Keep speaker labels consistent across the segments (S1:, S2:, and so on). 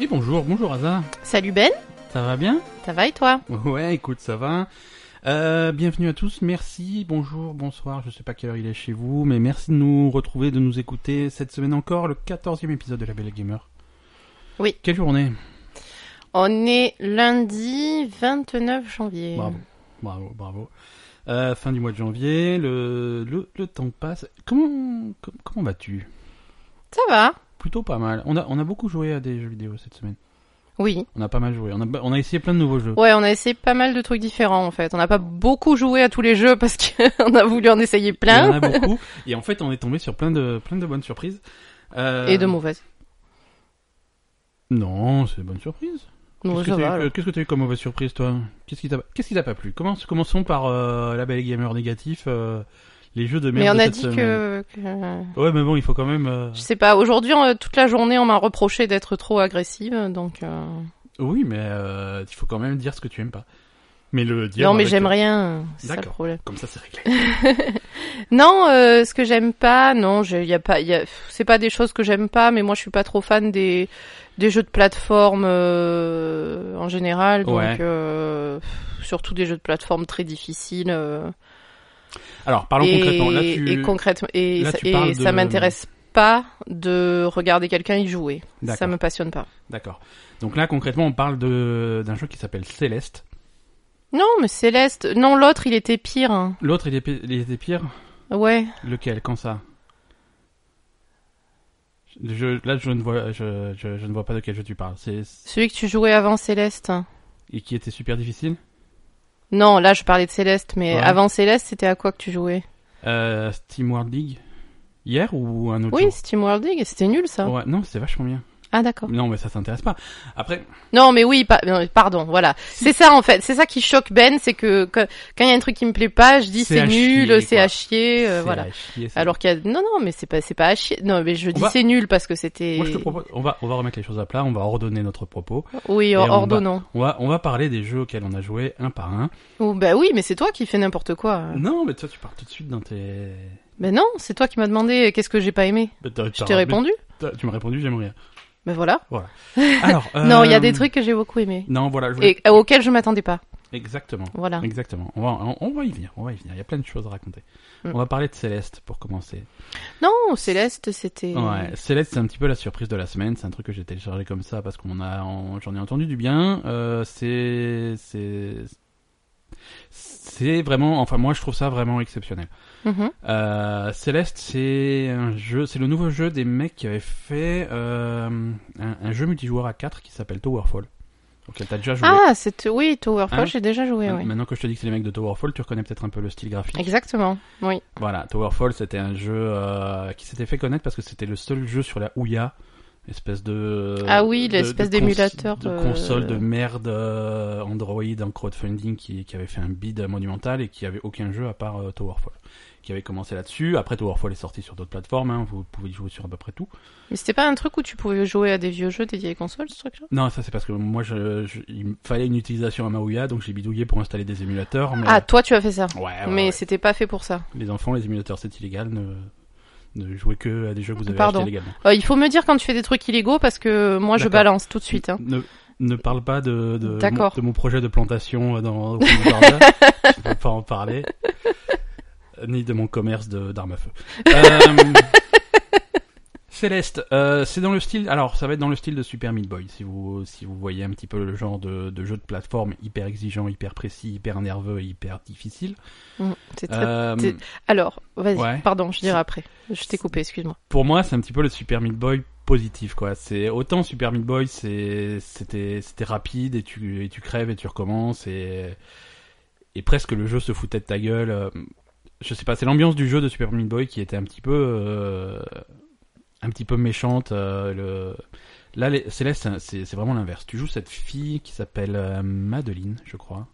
S1: Et bonjour, bonjour Asa.
S2: Salut Ben,
S1: Ça va bien
S2: ça va et toi
S1: Ouais, écoute, ça va. Euh, bienvenue à tous, merci, bonjour, bonsoir, je sais pas quelle heure il est chez vous, mais merci de nous retrouver, de nous écouter cette semaine encore, le 14e épisode de La Belle et Gamer.
S2: Oui.
S1: Quelle journée
S2: On est lundi 29 janvier.
S1: Bravo, bravo, bravo. Euh, fin du mois de janvier, le, le, le temps passe. Comment, com- comment vas-tu
S2: Ça va
S1: Plutôt pas mal. On a, on a beaucoup joué à des jeux vidéo cette semaine.
S2: Oui.
S1: On a pas mal joué, on a, on a essayé plein de nouveaux jeux.
S2: Ouais, on a essayé pas mal de trucs différents en fait. On n'a pas beaucoup joué à tous les jeux parce qu'on a voulu en essayer
S1: Il y en a
S2: plein
S1: beaucoup. Et en fait, on est tombé sur plein de, plein de bonnes surprises. Euh,
S2: et de mauvaises.
S1: Non, c'est des bonnes surprises.
S2: Non,
S1: Qu'est-ce
S2: ça
S1: que
S2: va.
S1: t'as eu-
S2: alors.
S1: qu'est-ce que t'as eu comme mauvaise surprise, toi Qu'est-ce qui t'a qu'est-ce qui t'a pas plu Commence- Commençons par euh, la belle gamer négatif, euh, les jeux de merde.
S2: Mais on
S1: de
S2: a
S1: cette
S2: dit
S1: semaine.
S2: que, que-
S1: Ouais, mais bon, il faut quand même. euh,
S2: Je sais pas, aujourd'hui, euh, toute la journée, on m'a reproché d'être trop agressive, donc... euh,
S1: Oui, mais euh, il faut quand même dire ce que tu aimes pas. Mais le dire.
S2: Non, mais
S1: avec-
S2: j'aime rien, c'est ça le
S1: D'accord.
S2: problème.
S1: Comme ça, c'est réglé.
S2: Non, euh, ce que j'aime pas, non, je- y a pas, y a, pff, c'est pas des choses que j'aime pas, mais moi je suis pas trop fan des des jeux de plateforme euh, en général, donc
S1: Ouais.
S2: euh, pff, surtout des jeux de plateforme très difficiles. euh,
S1: Alors, parlons
S2: et,
S1: concrètement. Là, tu.
S2: et concrètement, et
S1: là,
S2: ça,
S1: tu parles
S2: et ça
S1: de-
S2: m'intéresse pas de regarder quelqu'un y jouer. Ça
S1: D'accord.
S2: me passionne pas.
S1: D'accord. Donc là, concrètement, on parle de d'un jeu qui s'appelle Céleste.
S2: Non, mais Céleste, non l'autre il était pire. hein.
S1: L'autre, il, est pi- il était pire.
S2: Ouais.
S1: Lequel Quand ça je, Là, je ne vois, je, je, je ne vois pas de quel jeu tu parles. C'est
S2: Celui que tu jouais avant Céleste.
S1: et qui était super difficile.
S2: Non, là je parlais de Céleste, mais
S1: Ouais.
S2: avant Céleste, c'était à quoi que tu jouais
S1: Euh, Steam World League hier ou un autre
S2: Oui,
S1: jour
S2: Steam World League, c'était nul ça.
S1: Ouais, non, c'est vachement bien.
S2: Ah d'accord.
S1: Non, mais ça t'intéresse pas. Après,
S2: Non, mais oui, pa- non, mais pardon, voilà. C'est ça en fait, c'est ça qui choque Ben, c'est que, que- quand il y a un truc qui me plaît pas, je dis
S1: C'est
S2: c'est
S1: à
S2: nul,
S1: chier,
S2: c'est
S1: quoi.
S2: à chier, euh,
S1: c'est
S2: voilà.
S1: à chier, c'est-
S2: Alors qu'il y a non non, mais c'est pas c'est pas à chier. Non, mais je dis
S1: va-
S2: c'est nul parce que c'était
S1: moi, je te propose, on va, on va remettre les choses à plat, on va ordonner notre propos.
S2: oui,
S1: Et on
S2: or-
S1: va-
S2: ordonnant.
S1: On va, on va parler des jeux auxquels on a joué un par un.
S2: Ou bah oui, mais c'est toi qui fais n'importe quoi.
S1: Non, mais toi, tu pars tout de suite dans tes.
S2: Mais non, c'est toi qui m'as demandé euh, qu'est-ce que j'ai pas aimé.
S1: Bah, t'as-
S2: Je
S1: t'as-
S2: t'ai répondu.
S1: t'as- Tu m'as répondu, j'aime rien.
S2: Mais voilà.
S1: Alors,
S2: Non, il y a
S1: euh,
S2: des trucs que j'ai beaucoup aimé
S1: Non, voilà, je voulais-
S2: et euh, auxquels je m'attendais pas.
S1: Exactement.
S2: Voilà.
S1: Exactement. On va, on, on va y venir. On va y venir. Il y a plein de choses à raconter.
S2: Mm.
S1: On va parler de Céleste pour commencer.
S2: Non, Céleste, c'était
S1: Ouais, Céleste, c'est un petit peu la surprise de la semaine. C'est un truc que j'ai téléchargé comme ça parce qu'on a, en- j'en ai entendu du bien. Euh, c'est, c'est, c'est vraiment. Enfin, moi, je trouve ça vraiment exceptionnel.
S2: Mhm.
S1: Euh, Céleste, c'est un jeu, c'est le nouveau jeu des mecs qui avaient fait euh, un, un jeu multijoueur à 4 qui s'appelle Towerfall. Auquel t'as déjà joué.
S2: Ah, c'est oui, Towerfall,
S1: Hein
S2: j'ai déjà joué,
S1: Hein,
S2: oui.
S1: Maintenant que je te dis que c'est les mecs de Towerfall, tu reconnais peut-être un peu le style graphique.
S2: Exactement. Oui.
S1: Voilà, Towerfall, c'était un jeu euh, qui s'était fait connaître parce que c'était le seul jeu sur la Ouya, espèce de
S2: Ah oui,
S1: de-
S2: l'espèce
S1: de cons-
S2: d'émulateur
S1: de
S2: de-
S1: console de merde euh, Android en crowdfunding qui, qui avait fait un bid monumental et qui avait aucun jeu à part euh, Towerfall, qui avait commencé là-dessus. Après, Towerfall est sorti sur d'autres plateformes, hein, vous pouvez y jouer sur à peu près tout.
S2: Mais c'était pas un truc où tu pouvais jouer à des vieux jeux, des vieilles consoles, ce truc-là
S1: Non, ça c'est parce que moi, je, je- il me fallait une utilisation à ma Ouya, donc j'ai bidouillé pour installer des émulateurs. Mais...
S2: Ah, toi, tu as fait ça.
S1: ouais, Ah ouais,
S2: mais
S1: ouais.
S2: c'était pas fait pour ça.
S1: les enfants, les émulateurs, c'est illégal. Ne, ne jouez que à des jeux que vous avez
S2: Pardon.
S1: achetés légalement.
S2: Euh, il faut me dire quand tu fais des trucs illégaux parce que moi, je
S1: D'accord.
S2: balance tout de suite. hein.
S1: Ne, ne parle pas de, de, mon,
S2: D'accord.
S1: de mon projet de plantation euh, dans au fond du jardin. Je peux pas en parler. Euh, Ni de mon commerce de- d'armes à feu. Euh, Céleste, euh, c'est dans le style. Alors, ça va être dans le style de Super Meat Boy, si vous si vous voyez un petit peu le genre de, de jeu de plateforme hyper exigeant, hyper précis, hyper nerveux, et hyper difficile.
S2: Mm, c'est très-
S1: Euh,
S2: c'est- Alors, vas-y,
S1: Ouais.
S2: pardon, je dirai après. Je t'ai coupé, excuse-moi.
S1: pour moi, c'est un petit peu le Super Meat Boy positif, quoi. C'est autant Super Meat Boy, c'est c'était c'était rapide et tu et tu crèves et tu recommences et et presque le jeu se foutait de ta gueule. Euh, Je sais pas, c'est l'ambiance du jeu de Super Meat Boy qui était un petit peu euh, un petit peu méchante. euh, le là, les- Céleste, c'est un- c'est c'est vraiment l'inverse. Tu joues cette fille qui s'appelle euh, Madeline, je crois.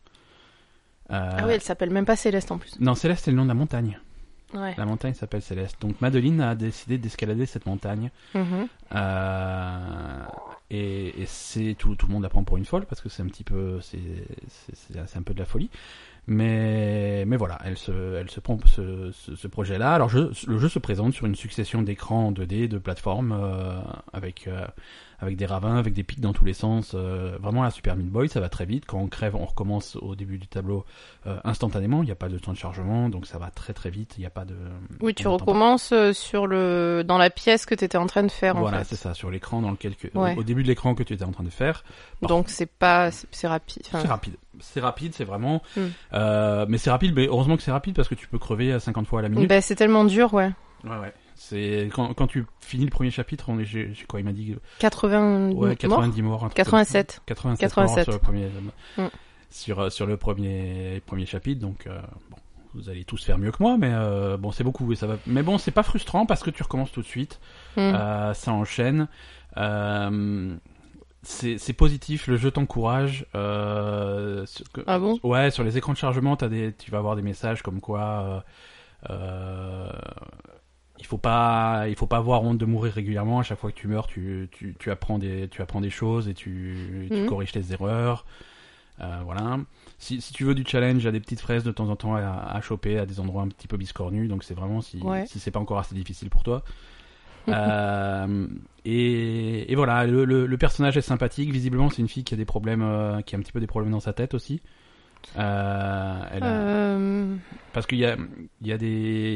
S1: Euh,
S2: Ah oui, elle s'appelle même pas Céleste en plus.
S1: Non, Céleste, c'est le nom de la montagne.
S2: Ouais.
S1: La montagne s'appelle Céleste. Donc Madeline a décidé d'escalader cette montagne.
S2: Mhm.
S1: Euh, et et c'est tout, tout le monde la prend pour une folle parce que c'est un petit peu c'est c'est- c'est- c'est un peu de la folie. Mais, mais voilà, elle se, elle se prend ce, ce, ce projet-là. Alors, je, le jeu se présente sur une succession d'écrans en 2D, de plateformes, euh, avec, euh, avec des ravins, avec des pics dans tous les sens. euh, vraiment, la Super Meat Boy, ça va très vite. Quand on crève, on recommence au début du tableau euh, instantanément. Il n'y a pas de temps de chargement, donc ça va très très vite. Il n'y a pas de.
S2: Oui, tu
S1: on attend pas.
S2: recommences euh, sur le dans la pièce que t'étais en train de faire
S1: Voilà,
S2: en
S1: c'est
S2: fait.
S1: ça, sur l'écran dans lequel que-
S2: Ouais.
S1: au- au début de l'écran que tu étais en train de faire.
S2: Donc c'est pas c'est- c'est rapide.
S1: C'est
S2: Enfin,
S1: rapide. C'est rapide, c'est vraiment.
S2: Mm.
S1: Euh, mais c'est rapide, mais heureusement que c'est rapide parce que tu peux crever à 50 fois à la minute.
S2: ben, c'est tellement dur, ouais.
S1: Ouais, ouais. C'est quand, quand tu finis le premier chapitre, on est j'ai j'ai quoi il m'a dit euh,
S2: 80
S1: ouais
S2: morts
S1: 90 morts, un truc comme ça.
S2: 87.
S1: 87,
S2: 87.
S1: morts sur le premier
S2: Mm.
S1: sur euh, sur le premier premier chapitre donc euh, bon vous allez tous faire mieux que moi mais euh, bon c'est beaucoup et ça va mais bon c'est pas frustrant parce que tu recommences tout de suite
S2: Hmm.
S1: euh, ça enchaîne. Euh, c'est c'est positif, le jeu t'encourage. Euh, sur- que-
S2: Ah bon
S1: Ouais, sur les écrans de chargement, as des, tu vas avoir des messages comme quoi euh, euh, il faut pas, il faut pas avoir honte de mourir régulièrement. À chaque fois que tu meurs, tu, tu, tu apprends des, tu apprends des choses et tu, tu
S2: Mhm.
S1: corriges tes erreurs. Euh, voilà. Si, si tu veux du challenge, il y a des petites fraises de temps en temps à, à choper à des endroits un petit peu biscornus. Donc c'est vraiment si,
S2: Ouais.
S1: si c'est pas encore assez difficile pour toi. Euh, et, et voilà, le, le- le personnage est sympathique. Visiblement, c'est une fille qui a des problèmes, euh, qui a un petit peu des problèmes dans sa tête aussi. Euh, elle a-
S2: Euh,
S1: Parce qu'il y a, il y, a des,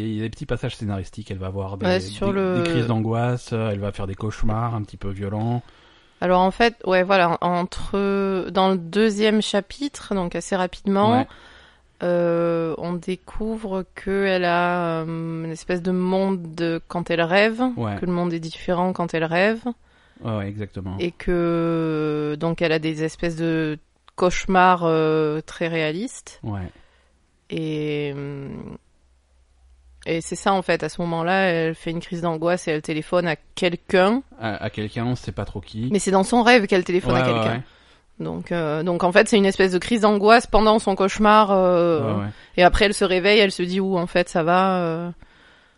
S1: il y a des petits passages scénaristiques. Elle va avoir des,
S2: Ouais, sur
S1: des-
S2: le-
S1: des crises d'angoisse. euh, Elle va faire des cauchemars un petit peu violents.
S2: Alors en fait, ouais, voilà, en- entre dans le deuxième chapitre, donc assez rapidement,
S1: Ouais.
S2: euh, on découvre que elle a euh, une espèce de monde de- quand elle rêve,
S1: Ouais.
S2: que le monde est différent quand elle rêve,
S1: Ouais, ouais, exactement.
S2: et que euh, donc elle a des espèces de cauchemars euh, très réalistes.
S1: Ouais.
S2: Et euh, et c'est ça en fait. À ce moment-là, elle fait une crise d'angoisse et elle téléphone à quelqu'un,
S1: À, à quelqu'un, on sait pas trop qui.
S2: mais c'est dans son rêve qu'elle téléphone
S1: Ouais,
S2: à
S1: ouais,
S2: quelqu'un.
S1: ouais.
S2: Donc, euh, donc en fait, c'est une espèce de crise d'angoisse pendant son cauchemar. euh,
S1: Ah Ouais, ouais.
S2: Et après, elle se réveille, elle se dit où en fait ça va. euh.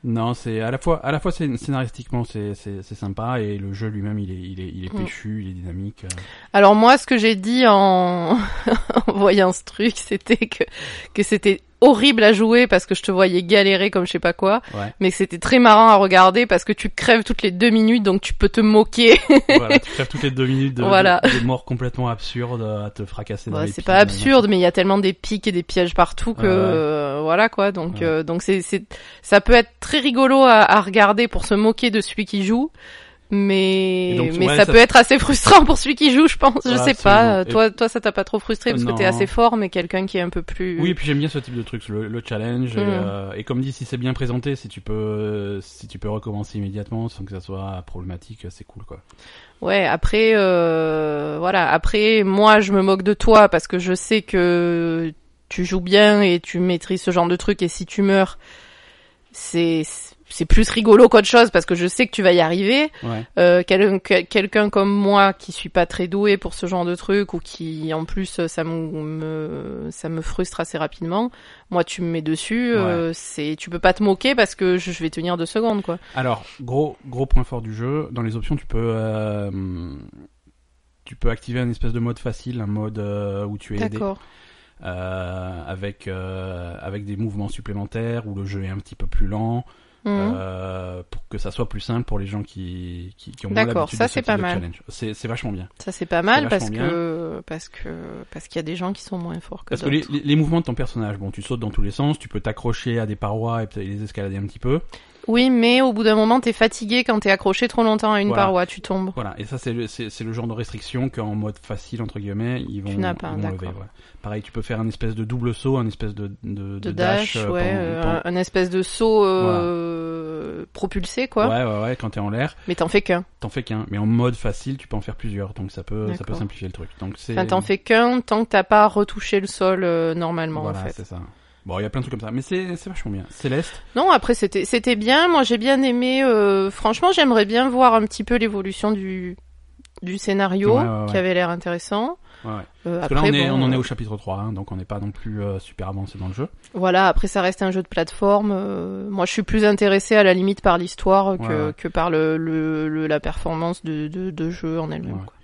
S1: Non, c'est à la fois, à la fois c'est- scénaristiquement c'est c'est- c'est sympa et le jeu lui-même il est il est il est
S2: Mm.
S1: péchu, il est dynamique. euh.
S2: Alors moi, ce que j'ai dit en... en voyant ce truc, c'était que que c'était horrible à jouer parce que je te voyais galérer comme je sais pas quoi,
S1: Ouais.
S2: mais que c'était très marrant à regarder parce que tu crèves toutes les deux minutes, donc tu peux te moquer.
S1: voilà, tu crèves toutes les deux minutes de,
S2: Voilà.
S1: de- des morts complètement absurdes euh, à te fracasser dans
S2: Ouais,
S1: les
S2: c'est
S1: pieds,
S2: pas
S1: euh,
S2: absurde, mais il y a tellement des pics et des pièges partout que
S1: Ouais, ouais.
S2: euh, voilà quoi. Donc
S1: Ouais.
S2: euh, donc c'est c'est ça peut être très rigolo à, à regarder pour se moquer de celui qui joue, mais
S1: Et donc,
S2: mais
S1: ouais,
S2: ça,
S1: ça-
S2: peut être assez frustrant pour celui qui joue, je pense. je
S1: Ouais,
S2: sais pas.
S1: absolument. Euh,
S2: Euh, Toi toi ça t'a pas trop frustré parce
S1: Non. hein.
S2: que t'es assez fort, mais quelqu'un qui est un peu plus.
S1: Oui, et puis j'aime bien ce type de truc, le, le challenge.
S2: Mm.
S1: Et, euh, et comme dit, si c'est bien présenté, si tu peux, euh, si tu peux recommencer immédiatement sans que ça soit problématique, c'est cool quoi.
S2: Ouais. Après euh, voilà. Après moi je me moque de toi parce que je sais que tu joues bien et tu maîtrises ce genre de truc et si tu meurs c'est c'est plus rigolo qu'autre chose parce que je sais que tu vas y arriver.
S1: Ouais.
S2: Euh, quel- quel- Quelqu'un comme moi qui suis pas très doué pour ce genre de truc ou qui en plus ça me, me- ça me frustre assez rapidement. Moi tu me mets dessus, euh, c'est tu peux pas te moquer parce que je, je vais tenir deux secondes quoi.
S1: Alors, gros gros point fort du jeu. Dans les options, tu peux euh, tu peux activer un espèce de mode facile, un mode euh, où tu es aidé
S2: D'accord.
S1: euh, avec euh, avec des mouvements supplémentaires où le jeu est un petit peu plus lent.
S2: Mhm.
S1: euh, pour que ça soit plus simple pour les gens qui, qui, qui ont moins
S2: D'accord,
S1: l'habitude
S2: ça,
S1: de ce
S2: c'est
S1: type
S2: pas
S1: de
S2: mal.
S1: challenge. C'est c'est vachement bien.
S2: ça c'est pas mal
S1: c'est
S2: parce
S1: vachement
S2: que parce que parce qu'il y a des gens qui sont moins forts que
S1: Parce
S2: d'autres.
S1: que les, les- les mouvements de ton personnage, bon, tu sautes dans tous les sens, tu peux t'accrocher à des parois et peut-être les escalader un petit peu.
S2: Oui, mais au bout d'un moment t'es fatigué quand t'es accroché trop longtemps à une
S1: Voilà.
S2: paroi, tu tombes.
S1: Voilà, et ça c'est le, c'est- c'est le genre de restriction qu'en mode facile, entre guillemets, ils vont,
S2: Tu n'as pas,
S1: ils vont lever.
S2: d'accord.
S1: voilà. Pareil, tu peux faire un espèce de double saut, un espèce de, de,
S2: De,
S1: de
S2: dash,
S1: euh,
S2: ouais,
S1: pendant-
S2: euh,
S1: pendant-
S2: un, un espèce de saut euh, propulsé quoi,
S1: ouais, ouais, ouais, quand t'es en l'air,
S2: mais t'en fais qu'un.
S1: t'en fais qu'un. Mais en mode facile, tu peux en faire plusieurs, donc ça peut, ça peut
S2: D'accord.
S1: simplifier le truc. Donc c'est...
S2: Enfin, t'en fais qu'un tant que t'as pas retouché le sol euh, normalement,
S1: Voilà,
S2: en fait.
S1: c'est ça. Bon, il y a plein de trucs comme ça, mais c'est c'est vachement bien. Céleste,
S2: Non, après, c'était c'était bien. Moi, j'ai bien aimé. euh, franchement, j'aimerais bien voir un petit peu l'évolution du, du scénario,
S1: Ouais, ouais, ouais.
S2: qui avait l'air intéressant.
S1: ouais, ouais.
S2: Euh,
S1: Parce
S2: après,
S1: que là on, est,
S2: bon,
S1: on en est
S2: euh,
S1: au chapitre 3, hein, donc on n'est pas non plus euh, super avancé dans le jeu.
S2: Voilà, après, ça reste un jeu de plateforme. euh, moi, je suis plus intéressée à la limite par l'histoire que,
S1: Ouais, ouais.
S2: que par le, le, le- la performance de, de, de jeu en elle-même.
S1: Ouais.
S2: quoi.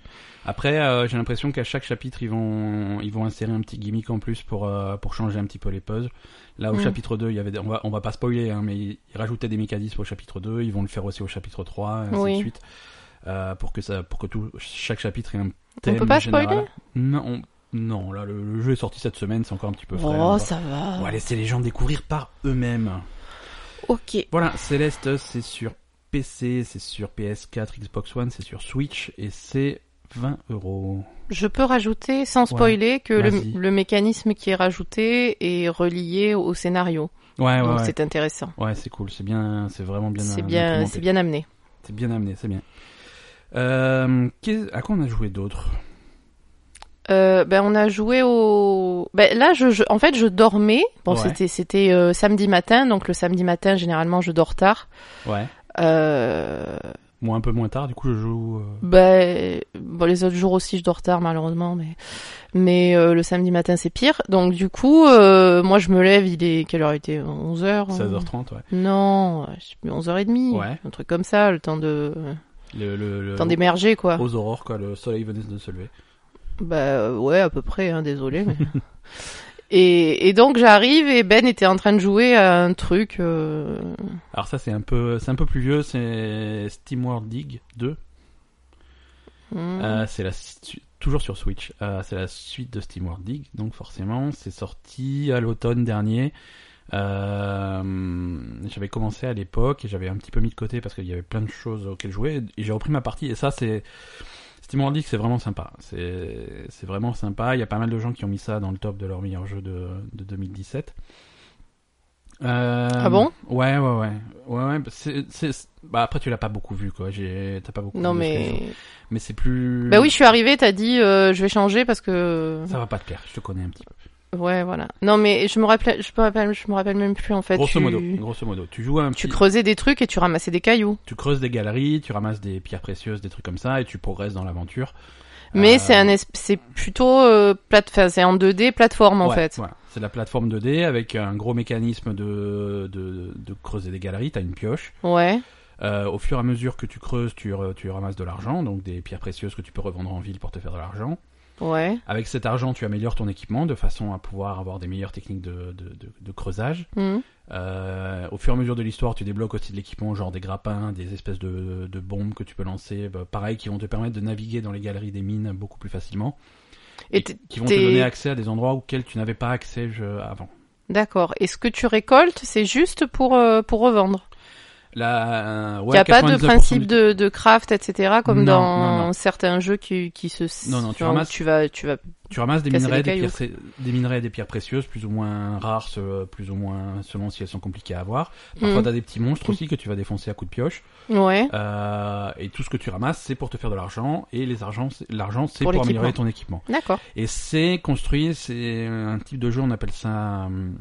S1: Après, euh, j'ai l'impression qu'à chaque chapitre, ils vont, ils vont insérer un petit gimmick en plus pour, euh, pour changer un petit peu les puzzles. Là, au
S2: Mm.
S1: chapitre 2, il y avait, des- on va, on va pas spoiler, hein, mais ils rajoutaient des mécanismes au chapitre 2, ils vont le faire aussi au chapitre 3, et ainsi
S2: Oui.
S1: de suite. Euh, pour que ça, pour que tout, chaque chapitre ait un thème
S2: peut pas
S1: général.
S2: spoiler
S1: Non, on- non, là, le, le jeu est sorti cette semaine, c'est encore un petit peu hein. frais. on
S2: Oh,
S1: va-
S2: ça va.
S1: on va laisser les gens découvrir par eux-mêmes.
S2: Ok.
S1: Voilà, Céleste, c'est sur PC, c'est sur PS4, Xbox One, c'est sur Switch et c'est 20 euros.
S2: Je peux rajouter, sans spoiler, que
S1: vas-y.
S2: le, le mécanisme qui est rajouté est relié au scénario.
S1: Ah Ouais, ouais,
S2: Donc
S1: ouais.
S2: c'est intéressant.
S1: Ouais, c'est cool, c'est bien, c'est vraiment bien.
S2: C'est
S1: euh,
S2: bien,
S1: implémenté.
S2: c'est bien amené.
S1: C'est bien amené, c'est bien. Euh, qu'est- à quoi on a joué d'autre
S2: Euh, ben on a joué au. Ben là, je, je- en fait, je dormais. Bon,
S1: Ouais.
S2: c'était c'était euh, samedi matin, donc le samedi matin, généralement, je dors tard.
S1: Ouais.
S2: Euh,
S1: Moi, un peu moins tard, du coup, je joue. euh,
S2: ben, bon, les autres jours aussi, je dors tard, malheureusement, mais mais euh, le samedi matin, c'est pire. Donc du coup, euh, moi, je me lève. Il est quelle heure il était 11 h
S1: 16h30, ouais.
S2: Non, je sais plus, 11h30,
S1: Ouais. Euh,
S2: un truc comme ça, le temps de
S1: Le, le, le-
S2: le temps d'émerger quoi.
S1: Aux aurores, quoi, le soleil venait de se lever.
S2: Bah euh, ouais, à peu près, hein, désolé. Mais... et, et donc j'arrive et Ben était en train de jouer à un truc. euh,
S1: Alors, ça, c'est un peu, c'est un peu plus vieux, c'est SteamWorld Dig 2.
S2: hmm,
S1: Euh, c'est la su- toujours sur Switch. Euh, c'est la suite de SteamWorld Dig, donc forcément, c'est sorti à l'automne dernier. Euh, j'avais commencé à l'époque et j'avais un petit peu mis de côté parce qu'il y avait plein de choses auxquelles jouer et j'ai repris ma partie et ça c'est SteamWorld Dig c'est vraiment sympa c'est c'est vraiment sympa il y a pas mal de gens qui ont mis ça dans le top de leurs meilleurs jeux de, de 2017 Euh,
S2: Ah bon
S1: ouais ouais ouais ouais ouais c'est c'est- bah après tu l'as pas beaucoup vu quoi j'ai t'as pas beaucoup
S2: Non
S1: vu de ce qu'elles ont
S2: mais
S1: mais c'est plus.
S2: bah oui, je suis arrivée. T'as dit euh, je vais changer parce que
S1: Ça va pas te plaire, je te connais un petit peu.
S2: ouais voilà. Non mais je me rappelle, je me rappelle, je me rappelle même plus en fait.
S1: grosso
S2: Bah, tu...
S1: modo, grosso modo. Tu joues à un
S2: Tu
S1: petit-
S2: creusais des trucs et tu ramassais des cailloux.
S1: tu creuses des galeries, tu ramasses des pierres précieuses, des trucs comme ça, et tu progresses dans l'aventure.
S2: Mais
S1: Euh,
S2: c'est un, es- c'est plutôt euh, plate, enfin, c'est en 2D plateforme en
S1: ouais,
S2: fait.
S1: voilà. C'est de la plateforme 2D avec un gros mécanisme de, de, de creuser des galeries. T'as une pioche.
S2: Ouais.
S1: Euh, au fur et à mesure que tu creuses, tu, re- tu ramasses de l'argent, donc des pierres précieuses que tu peux revendre en ville pour te faire de l'argent.
S2: Ouais.
S1: Avec cet argent, tu améliores ton équipement de façon à pouvoir avoir des meilleures techniques de- de- de, de creusage.
S2: hmm.
S1: Euh, au fur et à mesure de l'histoire, tu débloques aussi de l'équipement, genre des grappins, des espèces de, de bombes que tu peux lancer, bah, pareil, qui vont te permettre de naviguer dans les galeries des mines beaucoup plus facilement.
S2: Et
S1: Et
S2: t'es-
S1: qui vont te
S2: t'es-
S1: donner accès à des endroits auxquels tu n'avais pas accès je- avant.
S2: D'accord. Et ce que tu récoltes, c'est juste pour euh, pour revendre.
S1: Là, euh,
S2: Il
S1: ouais,
S2: n'y a pas de
S1: 99%
S2: principe
S1: du-
S2: de, de craft, etc.
S1: Non,
S2: Comme dans
S1: non, non.
S2: certains jeux qui qui se
S1: Non, non, tu
S2: enfin, où
S1: ramasses-
S2: tu vas tu vas
S1: Tu ramasses des
S2: casser
S1: minerais,
S2: des
S1: des, pierres, pré- des minerais et des pierres précieuses, plus ou moins rares, ce- plus ou moins selon si elles sont compliquées à avoir. Parfois,
S2: Mm.
S1: t'as des petits monstres aussi que tu vas défoncer à coups de pioche.
S2: ouais
S1: Euh, et tout ce que tu ramasses, c'est pour te faire de l'argent. Et les argents, c'est- l'argent, c'est
S2: Pour
S1: pour
S2: l'équipement.
S1: améliorer ton équipement.
S2: d'accord
S1: Et c'est construit, c'est un type de jeu, on appelle ça. hum,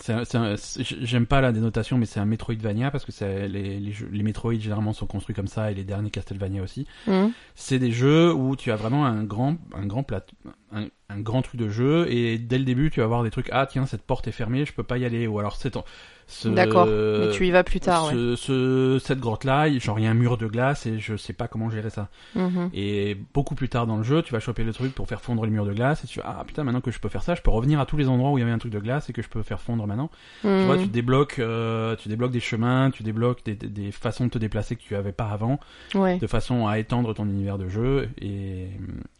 S1: c'est un- c'est un- c'est- J'aime pas la dénotation, mais c'est un Metroidvania parce que c'est- les, les, jeux- les Metroid généralement sont construits comme ça et les derniers Castlevania aussi.
S2: Hmm.
S1: C'est des jeux où tu as vraiment un grand, un grand plat, un, un grand truc de jeu et dès le début tu vas avoir des trucs. Ah tiens, cette porte est fermée, je peux pas y aller. Ou alors c'est en- ce-
S2: d'accord mais tu y vas plus tard ouais
S1: Euh, ce- ce- cette grotte là, genre il y a un mur de glace et je sais pas comment gérer ça.
S2: Mhm.
S1: Et beaucoup plus tard dans le jeu, tu vas choper le truc pour faire fondre les murs de glace. Et tu ah putain, maintenant que je peux faire ça, je peux revenir à tous les endroits où il y avait un truc de glace et que je peux faire fondre maintenant. Tu vois,
S2: Mhm.
S1: tu débloques, euh, tu débloques des chemins, tu débloques des, des, des façons de te déplacer que tu avais pas avant,
S2: Hmm. ouais
S1: de façon à étendre ton univers de jeu. Et,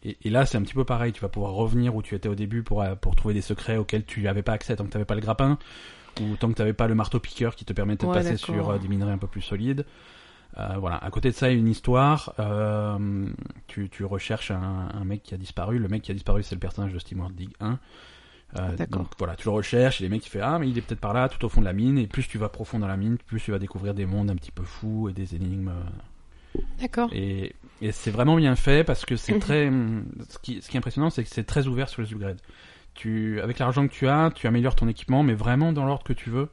S1: et, et là, c'est un petit peu pareil. Tu vas pouvoir revenir où tu étais au début pour euh, pour trouver des secrets auxquels tu n'avais pas accès tant que t'avais pas le grappin ou tant que t'avais pas le marteau piqueur qui te permettait
S2: Ouais,
S1: de passer
S2: d'accord.
S1: sur euh, des minerais un peu plus solides. Euh, voilà. À côté de ça, il y a une histoire. Euh, tu, tu recherches un, un mec qui a disparu. Le mec qui a disparu, c'est le personnage de SteamWorld Dig 1. Euh,
S2: Ah, D'accord.
S1: donc voilà, tu le recherches et les mecs qui font ah mais il est peut-être par là, tout au fond de la mine. Et plus tu vas profond dans la mine, plus tu vas découvrir des mondes un petit peu fous et des énigmes. euh,
S2: d'accord
S1: et, et c'est vraiment bien fait parce que c'est très. hum, Ce qui, ce qui est impressionnant, c'est que c'est très ouvert sur les upgrades. Tu, avec l'argent que tu as, tu améliores ton équipement, mais vraiment dans l'ordre que tu veux.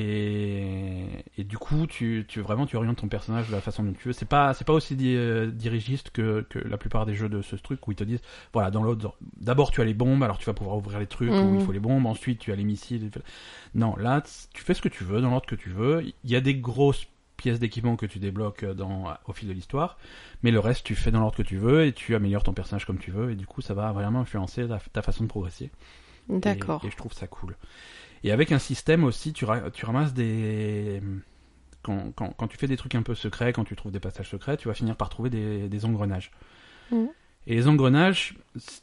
S1: Et, et du coup, tu, tu vraiment tu orientes ton personnage de la façon dont tu veux. C'est pas c'est pas aussi di- euh, dirigiste que, que la plupart des jeux de ce truc où ils te disent voilà dans l'ordre. D'abord tu as les bombes, alors tu vas pouvoir ouvrir les trucs où
S2: Mhm.
S1: il faut les bombes. Ensuite tu as les missiles. Non, là tu fais ce que tu veux dans l'ordre que tu veux. Il y a des grosses pièces d'équipement que tu débloques euh, dans, au fil de l'histoire, mais le reste tu fais dans l'ordre que tu veux et tu améliores ton personnage comme tu veux et du coup ça va vraiment influencer ta, ta façon de progresser.
S2: D'accord.
S1: Et, et, je trouve ça cool. Et avec un système aussi, tu, ra tu ramasses des... Quand, quand, quand, tu fais des trucs un peu secrets, quand tu trouves des passages secrets, tu vas finir par trouver des, des engrenages.
S2: Mmh.
S1: Et les engrenages,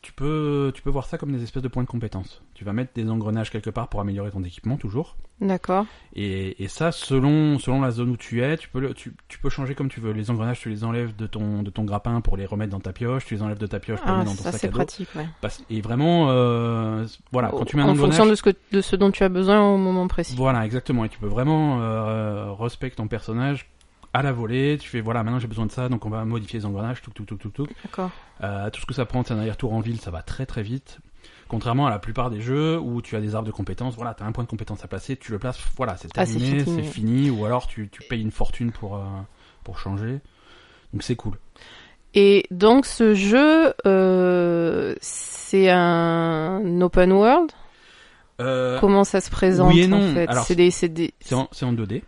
S1: tu peux, tu peux voir ça comme des espèces de points de compétence. Tu vas mettre des engrenages quelque part pour améliorer ton équipement, toujours.
S2: D'accord.
S1: Et, et, ça, selon, selon la zone où tu es, tu peux, le, tu, tu, peux changer comme tu veux. Les engrenages, tu les enlèves de ton, de ton grappin pour les remettre dans ta pioche, tu les enlèves de ta pioche pour
S2: ah,
S1: les mettre dans
S2: ça,
S1: ton sac à dos.
S2: pratique, ouais.
S1: Et vraiment, euh, voilà, quand tu mets un
S2: en
S1: engrenage...
S2: fonction de ce, que, de ce dont tu as besoin au moment précis.
S1: Voilà, exactement. Et tu peux vraiment euh, respecter ton personnage à la volée, tu fais voilà maintenant j'ai besoin de ça donc on va modifier les engrenages, tout tout tout tout tout.
S2: D'accord.
S1: Euh, tout ce que ça prend, c'est un aller-retour en ville, ça va très très vite. Contrairement à la plupart des jeux où tu as des arbres de compétences, voilà, t'as un point de compétence à placer, tu le places, voilà, c'est
S2: Ah,
S1: terminé,
S2: c'est fini.
S1: c'est fini, ou alors tu, tu payes une fortune pour, euh, pour changer. Donc c'est cool.
S2: Et donc ce jeu, euh, c'est un open world
S1: Euh,
S2: Comment ça se présente
S1: oui et non.
S2: en fait
S1: Alors,
S2: C'est des, c'est des...
S1: c'est en, c'est en 2D.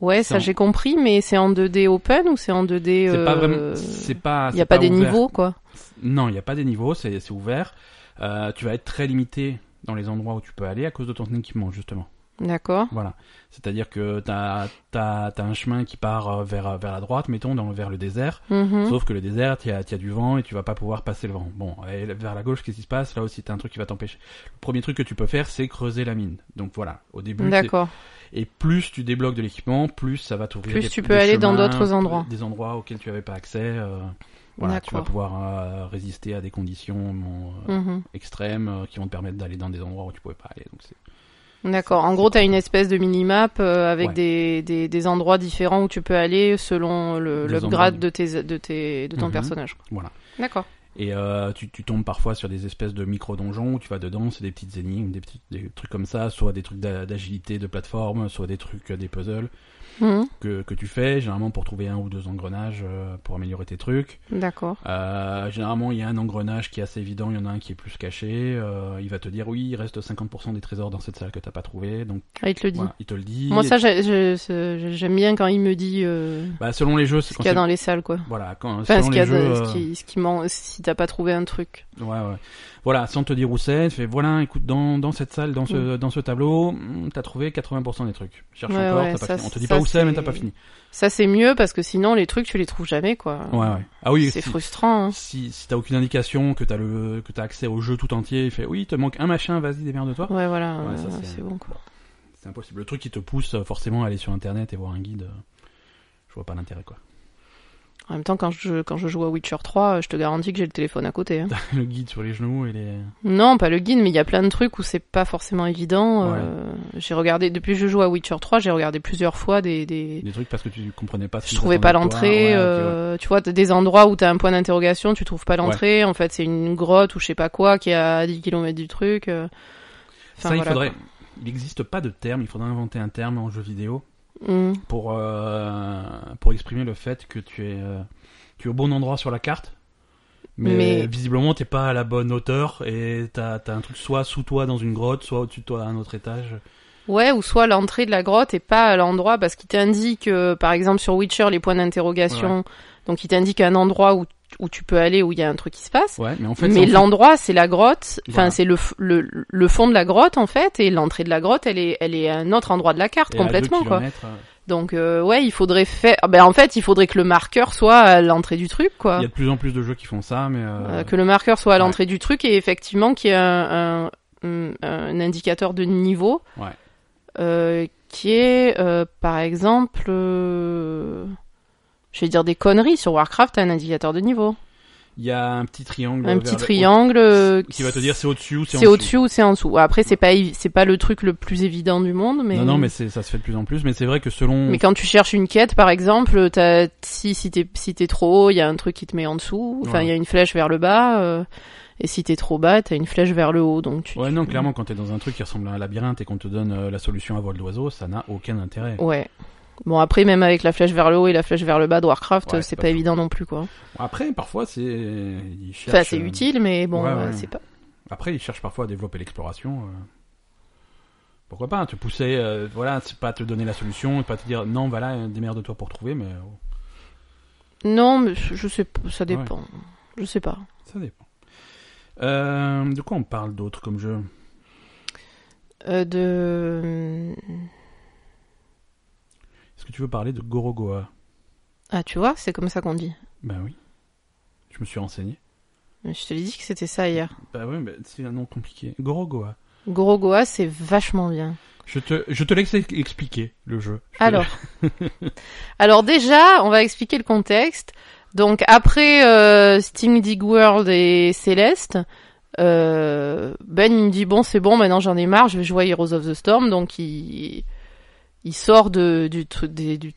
S2: Ouais,
S1: en-
S2: ça j'ai compris, mais c'est en 2D open ou c'est en 2D...
S1: C'est pas
S2: euh,
S1: vraiment. C'est pas.
S2: Il n'y
S1: c'est
S2: a pas, des
S1: ouvert.
S2: niveaux quoi
S1: Non, il n'y a pas des niveaux, c'est c'est ouvert. Euh, tu vas être très limité dans les endroits où tu peux aller à cause de ton équipement justement.
S2: D'accord.
S1: Voilà. C'est-à-dire que t'as as, un chemin qui part euh, vers, vers la droite, mettons, dans, vers le désert.
S2: Mhm.
S1: Sauf que le désert, il y, a- t'y a du vent et tu vas pas pouvoir passer le vent. Bon, et vers la gauche, qu'est-ce qui se passe Là aussi, t'as un truc qui va t'empêcher. Le premier truc que tu peux faire, c'est creuser la mine. Donc voilà, au début. t'es-
S2: D'accord.
S1: Et plus tu débloques de l'équipement, plus ça va t'ouvrir.
S2: Plus
S1: des-
S2: tu
S1: des
S2: peux aller dans
S1: chemins,
S2: d'autres endroits.
S1: Des endroits auxquels tu avais pas accès. euh, voilà, tu vas
S2: D'accord.
S1: pouvoir euh, résister à des conditions euh,
S2: Mhm.
S1: extrêmes euh, qui vont te permettre d'aller dans des endroits où tu pouvais pas aller. Donc c'est
S2: D'accord. En gros, t'as une espèce de minimap euh, avec
S1: Ouais.
S2: des, des, des endroits différents où tu peux aller selon le-
S1: Des
S2: l'upgrade
S1: endroits.
S2: de, tes, de, tes, de ton
S1: Mhm.
S2: personnage. quoi.
S1: Voilà.
S2: D'accord.
S1: Et euh, tu, tu tombes parfois sur des espèces de micro-donjons où tu vas dedans, c'est des petites énigmes, des, petits, des trucs comme ça, soit des trucs d'a- d'agilité, de plateforme, soit des trucs, euh, des puzzles
S2: Mhm.
S1: que, que tu fais, généralement pour trouver un ou deux engrenages euh, pour améliorer tes trucs.
S2: D'accord.
S1: Euh, généralement, il y a un engrenage qui est assez évident, il y en a un qui est plus caché, euh, il va te dire oui, il reste 50% des trésors dans cette salle que t'as pas trouvé, donc
S2: Ah, il te le dit.
S1: voilà, il te le dit.
S2: Moi, ça, j'ai- je- ce- j'aime bien quand il me dit euh,
S1: Bah, selon les jeux,
S2: ce
S1: c'est quand
S2: qu'il y a
S1: c'est-
S2: dans les salles, quoi.
S1: Voilà, quand,
S2: Enfin,
S1: selon
S2: ce
S1: les
S2: qu'il y a,
S1: jeux,
S2: dans-
S1: euh,
S2: ce qui, ce qui ment, si t'as pas trouvé un truc.
S1: Ouais, ouais. Voilà, sans te dire où c'est, tu fais voilà, écoute, dans, dans cette salle, dans ce, dans ce tableau, hmm, t'as trouvé 80% des trucs. Cherche
S2: Mm. Ouais,
S1: encore,
S2: ouais,
S1: t'as pas
S2: ça,
S1: fini. On te dit
S2: ça,
S1: pas où c'est, mais
S2: c'est-
S1: t'as pas fini.
S2: Ça, c'est mieux parce que sinon, les trucs, tu les trouves jamais, quoi.
S1: Ouais, ouais. Ah oui,
S2: c'est
S1: si,
S2: frustrant. hein.
S1: si, si t'as aucune indication, que t'as le, que t'as accès au jeu tout entier, il fait oui, il te manque un machin, vas-y, démerde-toi.
S2: Ouais, voilà.
S1: Ouais, ça,
S2: euh,
S1: c'est-
S2: c'est bon, quoi.
S1: C'est impossible. Le truc qui te pousse euh, forcément à aller sur internet et voir un guide, euh, je vois pas l'intérêt, quoi.
S2: En même temps, quand je, quand je joue à Witcher 3, euh, je te garantis que j'ai le téléphone à côté. hein.
S1: le guide sur les genoux et les.
S2: Non, pas le guide, mais il y a plein de trucs où c'est pas forcément évident.
S1: Ouais.
S2: euh, j'ai regardé, depuis que je joue à Witcher 3, j'ai regardé plusieurs fois des. des...
S1: Des trucs parce que tu comprenais pas ce
S2: Je
S1: qu'ils
S2: trouvais pas
S1: attendaient de toi.
S2: l'entrée,
S1: Ouais, ok, ouais.
S2: euh, tu vois, t'as des endroits où t'as un point d'interrogation, tu trouves pas l'entrée, en fait c'est une grotte ou je sais pas quoi qui est à 10 km du truc. euh. Enfin,
S1: Ça, il
S2: voilà,
S1: faudrait. Il n'existe pas de terme, il faudrait inventer un terme en jeu vidéo.
S2: quoi. Mm.
S1: pour, euh, pour exprimer le fait que tu es, euh, tu es au bon endroit sur la carte. Mais,
S2: Mais-
S1: visiblement, t'es pas à la bonne hauteur et t'as as un truc soit sous toi dans une grotte, soit au-dessus de toi à un autre étage.
S2: Ouais, ou soit l'entrée de la grotte est pas à l'endroit parce qu'il t'indique, euh, par exemple sur Witcher, les points d'interrogation. Donc il t'indique un endroit où, où tu peux aller, où il y a un truc qui se passe.
S1: Ouais, mais en fait,
S2: mais
S1: c'est en
S2: l'endroit, c'est la grotte. Enfin,
S1: Voilà.
S2: c'est le, f- le, le fond de la grotte en fait, et l'entrée de la grotte, elle est, elle est à un autre endroit de la carte
S1: fait- et à
S2: complètement
S1: deux
S2: quoi.
S1: kilomètres, euh,
S2: Donc euh, ouais, il faudrait faire. ah Ben en fait, il faudrait que le marqueur soit à l'entrée du truc quoi.
S1: Il y a de plus en plus de jeux qui font ça, mais euh,
S2: Euh, que le marqueur soit à
S1: ouais.
S2: l'entrée du truc et effectivement qu'il y ait un, un- un- un indicateur de niveau
S1: Ouais.
S2: euh, qui est euh, par exemple euh, je vais dire des conneries sur Warcraft t'as un indicateur de niveau
S1: il y a un petit triangle.
S2: un
S1: vers
S2: petit
S1: le haut
S2: triangle euh,
S1: qui va te dire c'est au-dessus ou c'est en
S2: c'est
S1: dessous.
S2: au-dessus ou c'est en dessous après c'est pas évi- c'est pas le truc le plus évident du monde mais
S1: Non, non, mais c'est- ça se fait de plus en plus. Mais c'est vrai que selon.
S2: mais quand tu cherches une quête, par exemple, t'as, si, si t'es, si t'es trop haut, il y a un truc qui te met en dessous. Enfin, il
S1: Ouais.
S2: y a une flèche vers le bas. euh, et si t'es trop bas, t'as une flèche vers le haut. Donc tu,
S1: Ouais,
S2: tu-
S1: non, clairement, quand t'es dans un truc qui ressemble à un labyrinthe et qu'on te donne euh, la solution à vol d'oiseau, ça n'a aucun intérêt.
S2: Ouais. Bon, après, même avec la flèche vers le haut et la flèche vers le bas de Warcraft,
S1: Ouais,
S2: euh,
S1: c'est
S2: c'est
S1: pas
S2: pas,
S1: fou.
S2: évident non plus, quoi.
S1: Après, parfois, c'est. ils
S2: Enfin,
S1: cherchent,
S2: c'est
S1: euh,
S2: utile, mais bon,
S1: ouais,
S2: euh,
S1: ouais.
S2: c'est pas.
S1: Après, ils cherchent parfois à développer l'exploration. euh, pour pourquoi pas te pousser euh, voilà c'est pas te donner la solution et pas te dire non voilà euh, démerde-toi pour trouver mais euh,
S2: Non, mais je sais pas, ça dépend. Je sais pas.
S1: ça dépend Euh, de quoi on parle d'autre comme jeu
S2: Euh, de. hum,
S1: est-ce que tu veux parler de Gorogoa
S2: Ah, tu vois, c'est comme ça qu'on dit.
S1: ben oui je me suis renseigné
S2: Je te l'ai dit que c'était ça hier.
S1: ben oui mais c'est un nom compliqué Gorogoa
S2: Gorogoa, c'est vachement bien.
S1: je te je te laisse ex- expliquer le jeu Je te-
S2: Alors, alors déjà, on va expliquer le contexte. Donc après euh, Steam Dig World et Céleste, euh, Ben il me dit bon c'est bon maintenant j'en ai marre, je vais jouer à Heroes of the Storm. Donc il il sort de, du, tru- des- du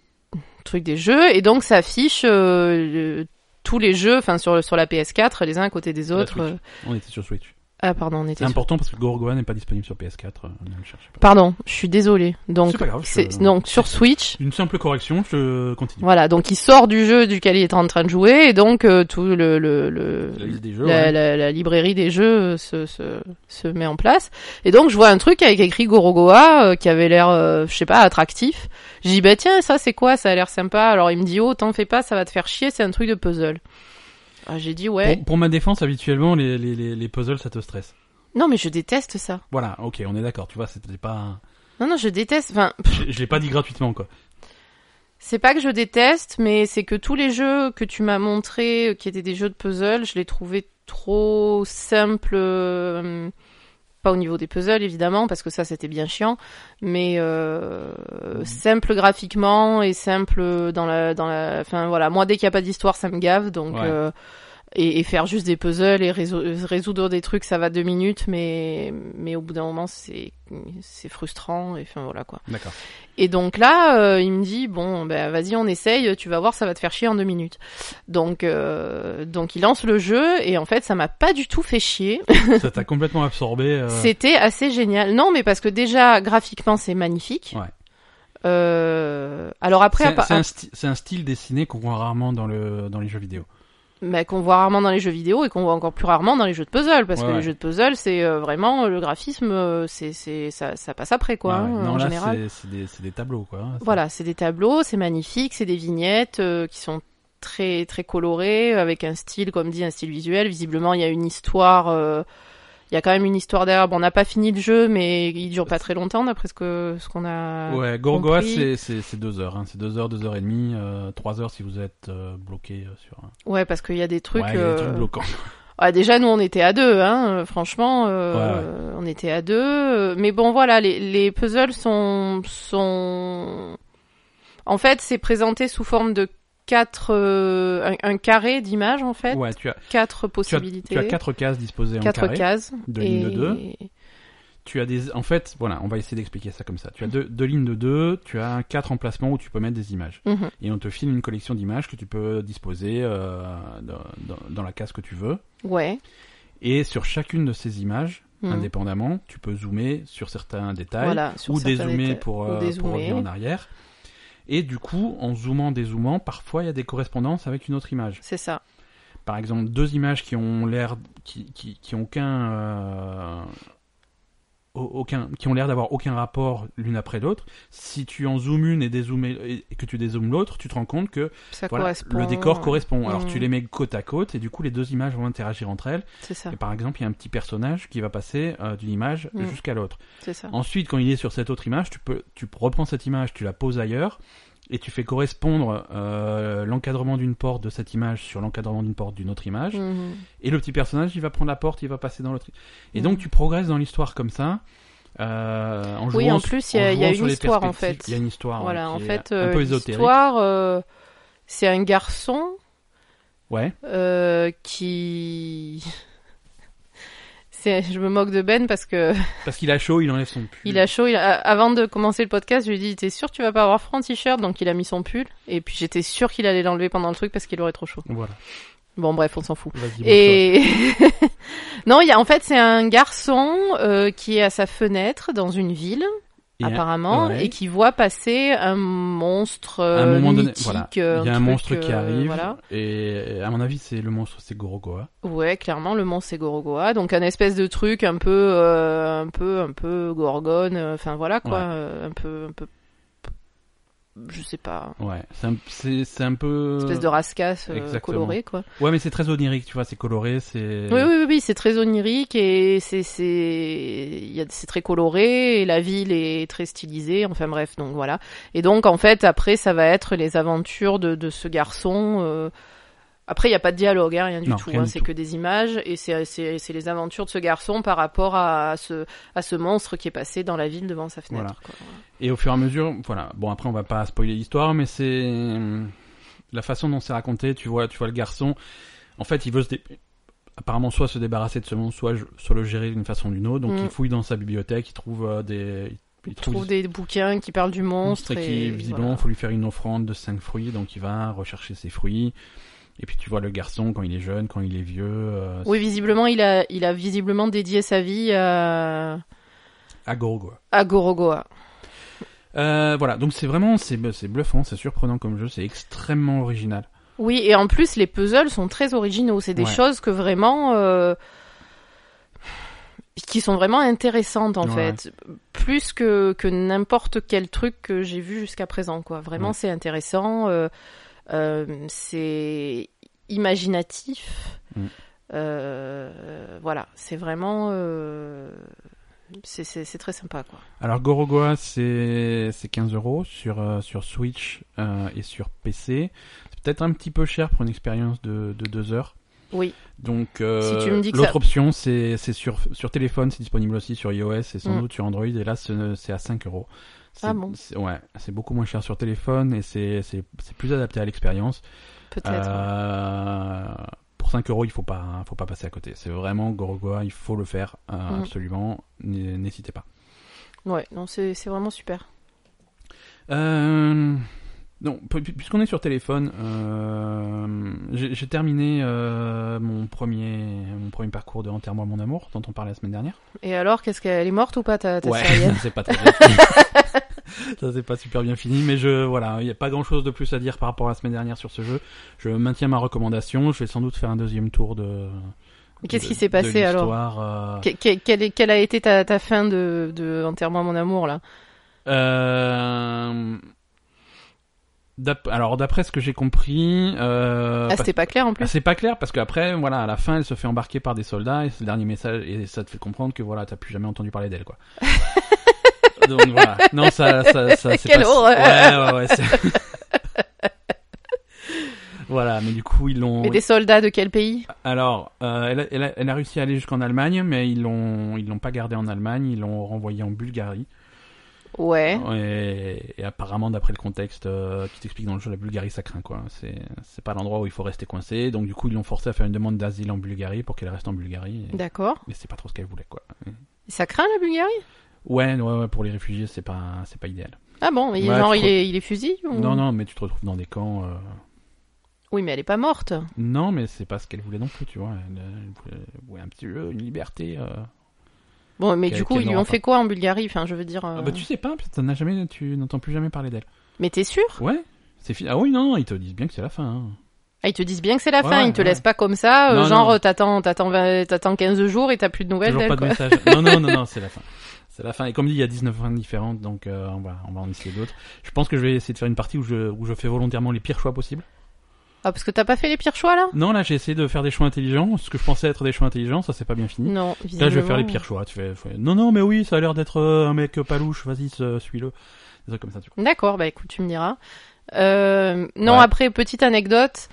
S2: truc des jeux et donc ça affiche euh, le- tous les jeux, enfin sur sur la PS4 les uns à côté des
S1: La
S2: autres.
S1: Switch. on était sur Switch
S2: Ah pardon, on était.
S1: c'est
S2: sur-
S1: important parce que Gorogoa n'est pas disponible sur PS4 euh, ne le cherchez pas
S2: Pardon, je suis désolée. Donc
S1: C'est pas grave, je-
S2: c'est- donc sur Switch.
S1: une simple correction je continue
S2: Voilà, donc il sort du jeu duquel il est en train de jouer, et donc euh, tout le, le, le-
S1: la liste des jeux
S2: la,
S1: ouais.
S2: la- la librairie des jeux euh, se, se, se met en place. Et donc je vois un truc avec écrit Gorogoa euh, qui avait l'air, euh, je sais pas, attractif. J'ai dit, bah tiens, ça c'est quoi Ça a l'air sympa. Alors il me dit, oh, t'en fais pas, ça va te faire chier, c'est un truc de puzzle. Ah, J'ai dit, ouais.
S1: Pour, pour ma défense, habituellement, les, les, les, les puzzles, ça te stresse.
S2: Non, mais je déteste ça.
S1: Voilà, ok, on est d'accord, tu vois, c'était pas...
S2: Non, non, je déteste. Enfin,
S1: Je, je l'ai pas dit gratuitement, quoi.
S2: C'est pas que je déteste, mais c'est que tous les jeux que tu m'as montrés, euh, qui étaient des jeux de puzzle, je les trouvais trop simples. euh, Pas au niveau des puzzles, évidemment, parce que ça, c'était bien chiant, mais euh, simple graphiquement et simple dans la... Dans la... Enfin, voilà, moi, dès qu'il n'y a pas d'histoire, ça me gave, donc...
S1: Ouais.
S2: euh, Et, et faire juste des puzzles et réso- résoudre des trucs, ça va deux minutes, mais, mais au bout d'un moment, c'est c'est frustrant, et enfin, voilà, quoi.
S1: D'accord.
S2: Et donc là, euh, il me dit bon, ben vas-y, on essaye. Tu vas voir, ça va te faire chier en deux minutes. Donc, euh, donc il lance le jeu et en fait, ça m'a pas du tout fait chier.
S1: ça t'a complètement absorbé. euh,
S2: C'était assez génial. Non, mais parce que déjà graphiquement, c'est magnifique.
S1: Ouais.
S2: Euh, alors après,
S1: C'est
S2: à pa-
S1: c'est un, sti- c'est un style dessiné qu'on voit rarement dans, le, dans les jeux vidéo.
S2: mais qu'on voit rarement dans les jeux vidéo et qu'on voit encore plus rarement dans les jeux de puzzle, parce
S1: Ouais,
S2: que
S1: ouais.
S2: les jeux de puzzle, c'est euh, vraiment le graphisme, euh, c'est c'est ça, ça passe après quoi,
S1: Ouais, ouais.
S2: hein,
S1: Non,
S2: en
S1: là,
S2: général.
S1: c'est- c'est des, c'est des tableaux, quoi. hein, c'est-
S2: Voilà, c'est des tableaux, c'est magnifique, c'est des vignettes euh, qui sont très très colorées, avec un style, comme dit, un style visuel. Visiblement, il y a une histoire, euh, il y a quand même une histoire derrière. Bon, on n'a pas fini le jeu, mais il dure pas très longtemps, d'après ce que ce qu'on a.
S1: Ouais, Gorgoa,
S2: compris.
S1: c'est c'est- c'est deux heures. Hein. C'est deux heures, deux heures et demie, euh, trois heures si vous êtes euh, bloqué euh, sur un
S2: Ouais, parce qu'il y a des trucs.
S1: Ouais, il y a des
S2: euh,
S1: trucs bloquants.
S2: Ah, déjà, nous, on était à deux, hein. euh, Franchement, euh,
S1: Ouais, ouais.
S2: euh, on était à deux. euh, Mais bon, voilà, les, les puzzles sont, sont. En fait, c'est présenté sous forme de quatre, euh, un, un carré d'images, en fait,
S1: Ouais, tu as,
S2: quatre
S1: tu, as,
S2: possibilités,
S1: tu as quatre cases disposées
S2: quatre
S1: en carré.
S2: cases,
S1: de ligne de
S2: et-
S1: deux. tu as des en fait voilà on va essayer d'expliquer ça comme ça tu as deux, deux lignes de deux tu as quatre emplacements où tu peux mettre des images
S2: Mhm.
S1: et on te file une collection d'images que tu peux disposer euh, dans, dans- dans la case que tu veux
S2: Ouais.
S1: et sur chacune de ces images
S2: Mhm.
S1: indépendamment tu peux zoomer sur certains détails
S2: Voilà. sur
S1: ou
S2: certains
S1: dézoomer
S2: détails.
S1: pour,
S2: Ou
S1: euh, pour
S2: dézoomer.
S1: revenir en arrière et du coup en zoomant dézoomant parfois il y a des correspondances avec une autre image
S2: C'est ça.
S1: par exemple deux images qui ont l'air qui, qui, qui ont aucun euh, au- aucun qui ont l'air d'avoir aucun rapport l'une après l'autre si tu en zoomes une et dézoomes et et que tu dézoomes l'autre tu te rends compte que
S2: Ça
S1: voilà,
S2: correspond.
S1: le décor correspond alors
S2: Mm.
S1: tu les mets côte à côte et du coup les deux images vont interagir entre elles
S2: C'est ça.
S1: et par exemple il y a un petit personnage qui va passer euh, d'une image
S2: Mm.
S1: jusqu'à l'autre
S2: C'est ça.
S1: ensuite quand il est sur cette autre image tu peux tu reprends cette image tu la poses ailleurs et tu fais correspondre euh, l'encadrement d'une porte de cette image sur l'encadrement d'une porte d'une autre image
S2: Mhm.
S1: et le petit personnage, il va prendre la porte, il va passer dans l'autre. Et
S2: Mhm.
S1: donc, tu progresses dans l'histoire comme ça. euh, en jouant,
S2: Oui, en
S1: sur-
S2: plus, il y a- il y a
S1: jouant
S2: une
S1: sur les
S2: histoire, en
S1: perspectives. Il
S2: fait.
S1: y a une histoire.
S2: Voilà.
S1: ouais,
S2: En
S1: qui est
S2: fait,
S1: Ah, un
S2: euh,
S1: peu ésotérique.
S2: l'histoire, euh, c'est un garçon
S1: Ouais.
S2: euh, qui c'est je me moque de Ben parce que
S1: Parce qu'il a chaud, il enlève son pull.
S2: il a chaud il a- avant de commencer le podcast je lui ai dit t'es sûr que tu vas pas avoir froid en t-shirt donc il a mis son pull et puis j'étais sûr qu'il allait l'enlever pendant le truc parce qu'il aurait trop chaud
S1: Voilà.
S2: bon bref on s'en fout
S1: Vas-y. bonne
S2: et non il y a en fait c'est un garçon euh, qui est à sa fenêtre dans une ville
S1: Et-
S2: apparemment,
S1: ouais.
S2: et qui voit passer un monstre
S1: À un
S2: euh,
S1: moment donné,
S2: mythique,
S1: voilà, il y
S2: euh,
S1: a un
S2: truc,
S1: monstre qui
S2: euh,
S1: arrive
S2: voilà.
S1: et à mon avis c'est le monstre c'est Gorogoa.
S2: Ouais, clairement le monstre c'est Gorogoa, donc un espèce de truc un peu, euh, un peu, un peu gorgone, euh, enfin voilà quoi,
S1: Ouais.
S2: euh, un peu, un peu, je sais pas,
S1: Ouais, c'est un, c'est- c'est un peu.
S2: espèce de rascasse euh,
S1: exactement.
S2: colorée quoi.
S1: Ouais, mais c'est très onirique, tu vois, c'est coloré, c'est.
S2: Oui, oui, oui, oui, c'est très onirique et c'est c'est il y a- c'est très coloré et la ville est très stylisée. Enfin bref, donc voilà. Et donc en fait après ça va être les aventures de, de ce garçon. euh, Après il n'y a pas de dialogue, hein, rien du
S1: Non,
S2: tout.
S1: rien
S2: hein,
S1: du
S2: c'est
S1: tout.
S2: que des images et c'est c'est c'est les aventures de ce garçon par rapport à ce à ce monstre qui est passé dans la ville devant sa fenêtre. quoi.
S1: Et au fur et à mesure, voilà. Bon, après, on va pas spoiler l'histoire, mais c'est euh, la façon dont c'est raconté. Tu vois, tu vois le garçon. En fait, il veut se dé- apparemment soit se débarrasser de ce monde, soit, soit le gérer d'une façon ou d'une autre. Donc,
S2: Mm.
S1: il fouille dans sa bibliothèque, il trouve euh, des,
S2: Il trouve des bouquins qui parlent du monstre
S1: et qui
S2: et
S1: visiblement
S2: voilà.
S1: faut lui faire une offrande de cinq fruits. Donc, il va rechercher ses fruits. Et puis, tu vois le garçon quand il est jeune, quand il est vieux, euh,
S2: Oui, visiblement il a il a visiblement dédié sa vie à
S1: à Gorogoa.
S2: à Gorogoa.
S1: Euh, voilà, donc c'est vraiment c'est c'est bluffant, c'est surprenant comme jeu, c'est extrêmement original.
S2: Oui, et en plus, les puzzles sont très originaux. C'est des
S1: Ouais.
S2: choses que vraiment. euh, qui sont vraiment intéressantes, en
S1: Ouais.
S2: fait. Plus que, que n'importe quel truc que j'ai vu jusqu'à présent, quoi. Vraiment,
S1: Ouais.
S2: c'est intéressant. euh, euh, c'est imaginatif.
S1: Mm.
S2: Euh, voilà, c'est vraiment. euh, c'est- c'est c'est très sympa, quoi.
S1: Alors Gorogoa c'est c'est 15 euros sur euh, sur Switch euh, et sur PC. C'est peut-être un petit peu cher pour une expérience de de deux heures.
S2: Oui.
S1: Donc euh,
S2: Si tu me dis que
S1: l'autre
S2: ça-
S1: option c'est c'est sur sur téléphone, c'est disponible aussi sur iOS et sans
S2: Mm.
S1: doute sur Android. Et là c'est c'est à 5 euros. C'est-
S2: Ah bon.
S1: c'est- Ouais, c'est beaucoup moins cher sur téléphone et c'est c'est c'est plus adapté à l'expérience.
S2: Peut-être.
S1: Euh, pour 5 euros, il faut pas, faut pas passer à côté. C'est vraiment Gorogoa, il faut le faire euh,
S2: Mm.
S1: absolument. N- N'hésitez pas.
S2: Ouais, non, c'est c'est vraiment super.
S1: Euh, non, pu- pu- puisqu'on est sur téléphone, euh, j'ai j'ai terminé euh, mon premier, mon premier parcours de Enterre-moi mon amour, dont on parlait la semaine dernière.
S2: Et alors, qu'est-ce qu'elle est morte ou pas, ta, ta
S1: ouais,
S2: Syrienne
S1: ça c'est pas très bien. fini. ça c'est pas super bien fini, mais je, voilà, il n'y a pas grand chose de plus à dire par rapport à la semaine dernière sur ce jeu. Je maintiens ma recommandation. Je vais sans doute faire un deuxième tour de.
S2: Mais Qu'est-ce
S1: de-
S2: qui s'est
S1: de
S2: passé alors
S1: l'histoire, euh,
S2: Que- que- quelle, est- quelle a été ta, ta fin de, de Enterre-moi mon amour là
S1: Euh, d'ap- Alors d'après ce que j'ai compris, euh,
S2: Ah,
S1: parce-
S2: c'était pas clair en
S1: ah,
S2: plus
S1: c'est pas clair parce qu'après voilà à la fin elle se fait embarquer par des soldats et ce dernier message et ça te fait comprendre que voilà t'as plus jamais entendu parler d'elle quoi. Donc voilà non ça ça ça c'est
S2: Quelle
S1: pas-
S2: horreur
S1: ouais ouais ouais. c'est- voilà mais du coup ils l'ont
S2: Mais des soldats de quel pays
S1: alors, euh, elle, a, elle a- elle a réussi à aller jusqu'en Allemagne, mais ils l'ont, ils l'ont pas gardée en Allemagne, ils l'ont renvoyée en Bulgarie.
S2: Ouais.
S1: Ah, Et, et apparemment, d'après le contexte euh, qui t'explique dans le jeu, la Bulgarie ça craint quoi. C'est, c'est pas l'endroit où il faut rester coincé. Donc du coup, ils l'ont forcée à faire une demande d'asile en Bulgarie pour qu'elle reste en Bulgarie. Et,
S2: D'accord.
S1: mais c'est pas trop ce qu'elle voulait quoi.
S2: Ça craint la Bulgarie
S1: Ouais, ouais, ouais, pour les réfugiés, c'est pas, c'est pas idéal.
S2: Ah bon, il,
S1: Ouais,
S2: genre
S1: tu
S2: il
S1: crois-
S2: est, il est fusil ou-
S1: Non, non, mais tu te retrouves dans des camps. euh,
S2: Oui, mais elle est pas morte.
S1: Non, mais c'est pas ce qu'elle voulait non plus, tu vois. Elle, elle voulait, elle voulait un petit peu une liberté. euh.
S2: Ah Bon, mais
S1: Qu'elle-
S2: du coup,
S1: qu'elle
S2: ils lui
S1: n'aura
S2: ont fait quoi en Bulgarie Enfin, je veux dire. euh,
S1: Ah bah tu sais pas, parce que t'en as jamais, tu n'entends plus jamais parler d'elle.
S2: Mais t'es sûr
S1: Ouais, c'est fini. Ah oui, non, non, ils te disent bien que c'est la fin. hein.
S2: ah, ils te disent bien que c'est la
S1: Ouais,
S2: fin,
S1: ouais,
S2: ils te
S1: ouais.
S2: laissent pas comme ça, euh,
S1: Non,
S2: genre
S1: non.
S2: euh, t'attends, t'attends, 20 t'attends 15 jours et t'as plus de nouvelles
S1: Toujours
S2: d'elle.
S1: pas de
S2: quoi.
S1: message. Non, non, non, non, c'est la fin. C'est la fin. Et comme dit, il y a 19 fins différentes, donc euh, on, va, on va en essayer d'autres. Je pense que je vais essayer de faire une partie où je, où je fais volontairement les pires choix possibles.
S2: Ah, parce que t'as pas fait les pires choix là
S1: Non, là, j'ai essayé de faire des choix intelligents. Ce que je pensais être des choix intelligents, ça c'est pas bien fini.
S2: Non,
S1: Là, je vais
S2: Mm. visiblement.
S1: faire les pires choix. Tu fais, fais, non, non, mais oui, ça a l'air d'être euh, un mec pas louche. Vas-y, ce- suis-le. Des trucs comme ça, tu vois.
S2: D'accord, bah écoute, tu me diras. Euh, non,
S1: Ouais.
S2: après, petite anecdote.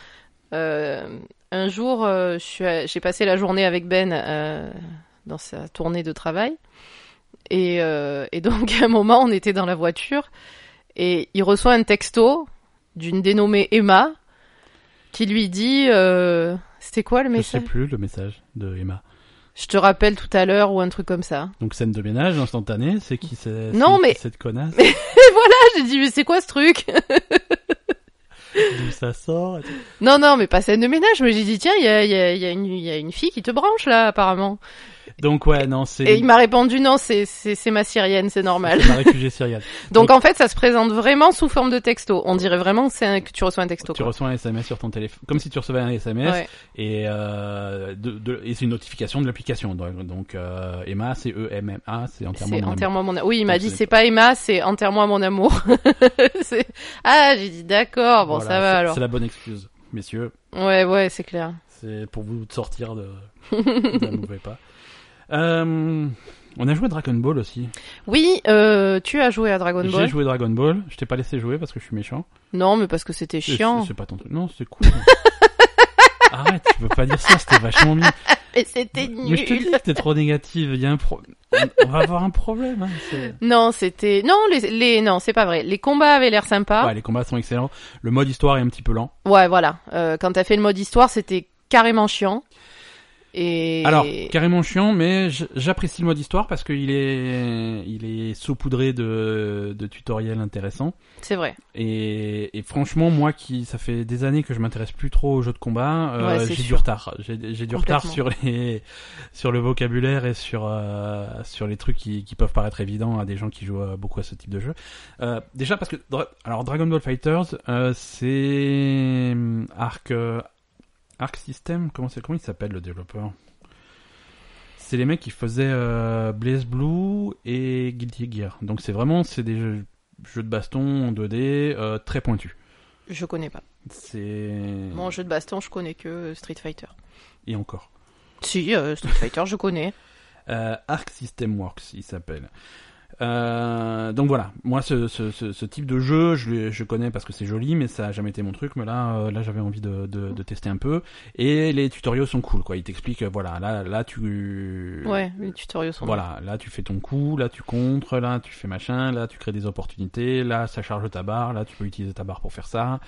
S2: Euh, un jour, euh, je suis à- j'ai passé la journée avec Ben euh, dans sa tournée de travail. Et, euh, et donc, à un moment, on était dans la voiture. Et il reçoit un texto d'une dénommée Emma qui lui dit... Euh, C'était quoi le
S1: je sais
S2: message
S1: plus le message de Emma.
S2: Je te rappelle tout à l'heure ou un truc comme ça.
S1: Donc scène de ménage instantanée, c'est qui c'est
S2: Non,
S1: c'est qui
S2: mais-
S1: cette connasse
S2: Ah, j'ai dit, mais c'est quoi ce truc
S1: d'où ça sort et tout.
S2: Non, non, mais pas scène de ménage, mais j'ai dit, tiens, il y a, il y a- il y a une- il y a une fille qui te branche, là, apparemment.
S1: Donc ouais, non, c'est
S2: Et il m'a répondu non, c'est c'est c'est ma syrienne, c'est normal.
S1: c'est la réfugiée syrienne.
S2: Donc en fait, ça se présente vraiment sous forme de texto. On dirait vraiment que c'est un- que tu reçois un texto.
S1: Tu
S2: quoi.
S1: reçois un SMS sur ton téléphone, comme si tu recevais un SMS,
S2: Ouais.
S1: et, euh, de, de- et c'est une notification de l'application. Donc, donc, euh, Emma, c'est E M M A, c'est entièrement.
S2: C'est
S1: mon amour.
S2: enterre-moi mon amour. Oui, il m'a
S1: Donc,
S2: dit
S1: c'est-
S2: c'est pas Emma, c'est enterre-moi mon amour. C'est- ah, j'ai dit d'accord, bon
S1: Voilà,
S2: ça va
S1: c'est-
S2: alors.
S1: C'est la bonne excuse, messieurs.
S2: Ouais, ouais, c'est clair.
S1: C'est pour vous sortir de, d'un mauvais pas. Euh, on a joué à Dragon Ball aussi.
S2: Oui, euh, tu as joué à Dragon
S1: J'ai
S2: Ball
S1: joué Dragon Ball. Je t'ai pas laissé jouer parce que je suis méchant.
S2: Non, mais parce que c'était
S1: C'est-
S2: chiant.
S1: C'est, c'est pas ton truc. Non, c'est cool. Arrête, tu peux pas dire ça. C'était vachement bien.
S2: Mais c'était
S1: Mais je te dis
S2: nul.
S1: que t'es trop négative. Il y a un pro- On va avoir un problème. hein, c'est-
S2: Non, c'était non les les non, c'est pas vrai. Les combats avaient l'air sympas.
S1: Ouais, les combats sont excellents. Le mode histoire est un petit peu lent.
S2: Ouais, voilà. Euh, quand t'as fait le mode histoire, c'était carrément chiant. Et
S1: Alors, carrément chiant, mais j- j'apprécie le mode histoire parce qu'il est, il est saupoudré de, de tutoriels intéressants.
S2: c'est vrai.
S1: Et, et franchement, moi qui, ça fait des années que je m'intéresse plus trop aux jeux de combat, euh,
S2: Ouais, c'est
S1: j'ai du
S2: sûr.
S1: retard. J'ai j'ai du retard
S2: Complètement.
S1: sur les, sur le vocabulaire et sur, euh, sur les trucs qui, qui peuvent paraître évidents à des gens qui jouent euh, beaucoup à ce type de jeu. Euh, déjà parce que, Dra- alors Dragon Ball Fighters, euh, c'est hum, Arc, euh, Arc System, comment c'est, comment il s'appelle le développeur? C'est les mecs qui faisaient euh, Blaze Blue et Guilty Gear. Donc c'est vraiment, c'est des jeux, jeux de baston en 2D euh, très pointus.
S2: Je connais pas.
S1: C'est
S2: Mon jeu de baston, je connais que euh, Street Fighter.
S1: et encore.
S2: Si, euh, Street Fighter, je connais.
S1: Euh, Arc System Works, il s'appelle. Euh, donc voilà, moi ce, ce, ce, ce type de jeu, je, le- je connais parce que c'est joli, mais ça a jamais été mon truc. Mais là, euh, là j'avais envie de, de, de tester un peu. Et les tutoriels sont cool, quoi. Ils t'expliquent, euh, voilà, là, là tu,
S2: Ouais, les tutoriels sont.
S1: Voilà, là tu fais ton coup, là tu contres, là tu fais machin, là tu crées des opportunités, là ça charge ta barre, là tu peux utiliser ta barre pour faire ça.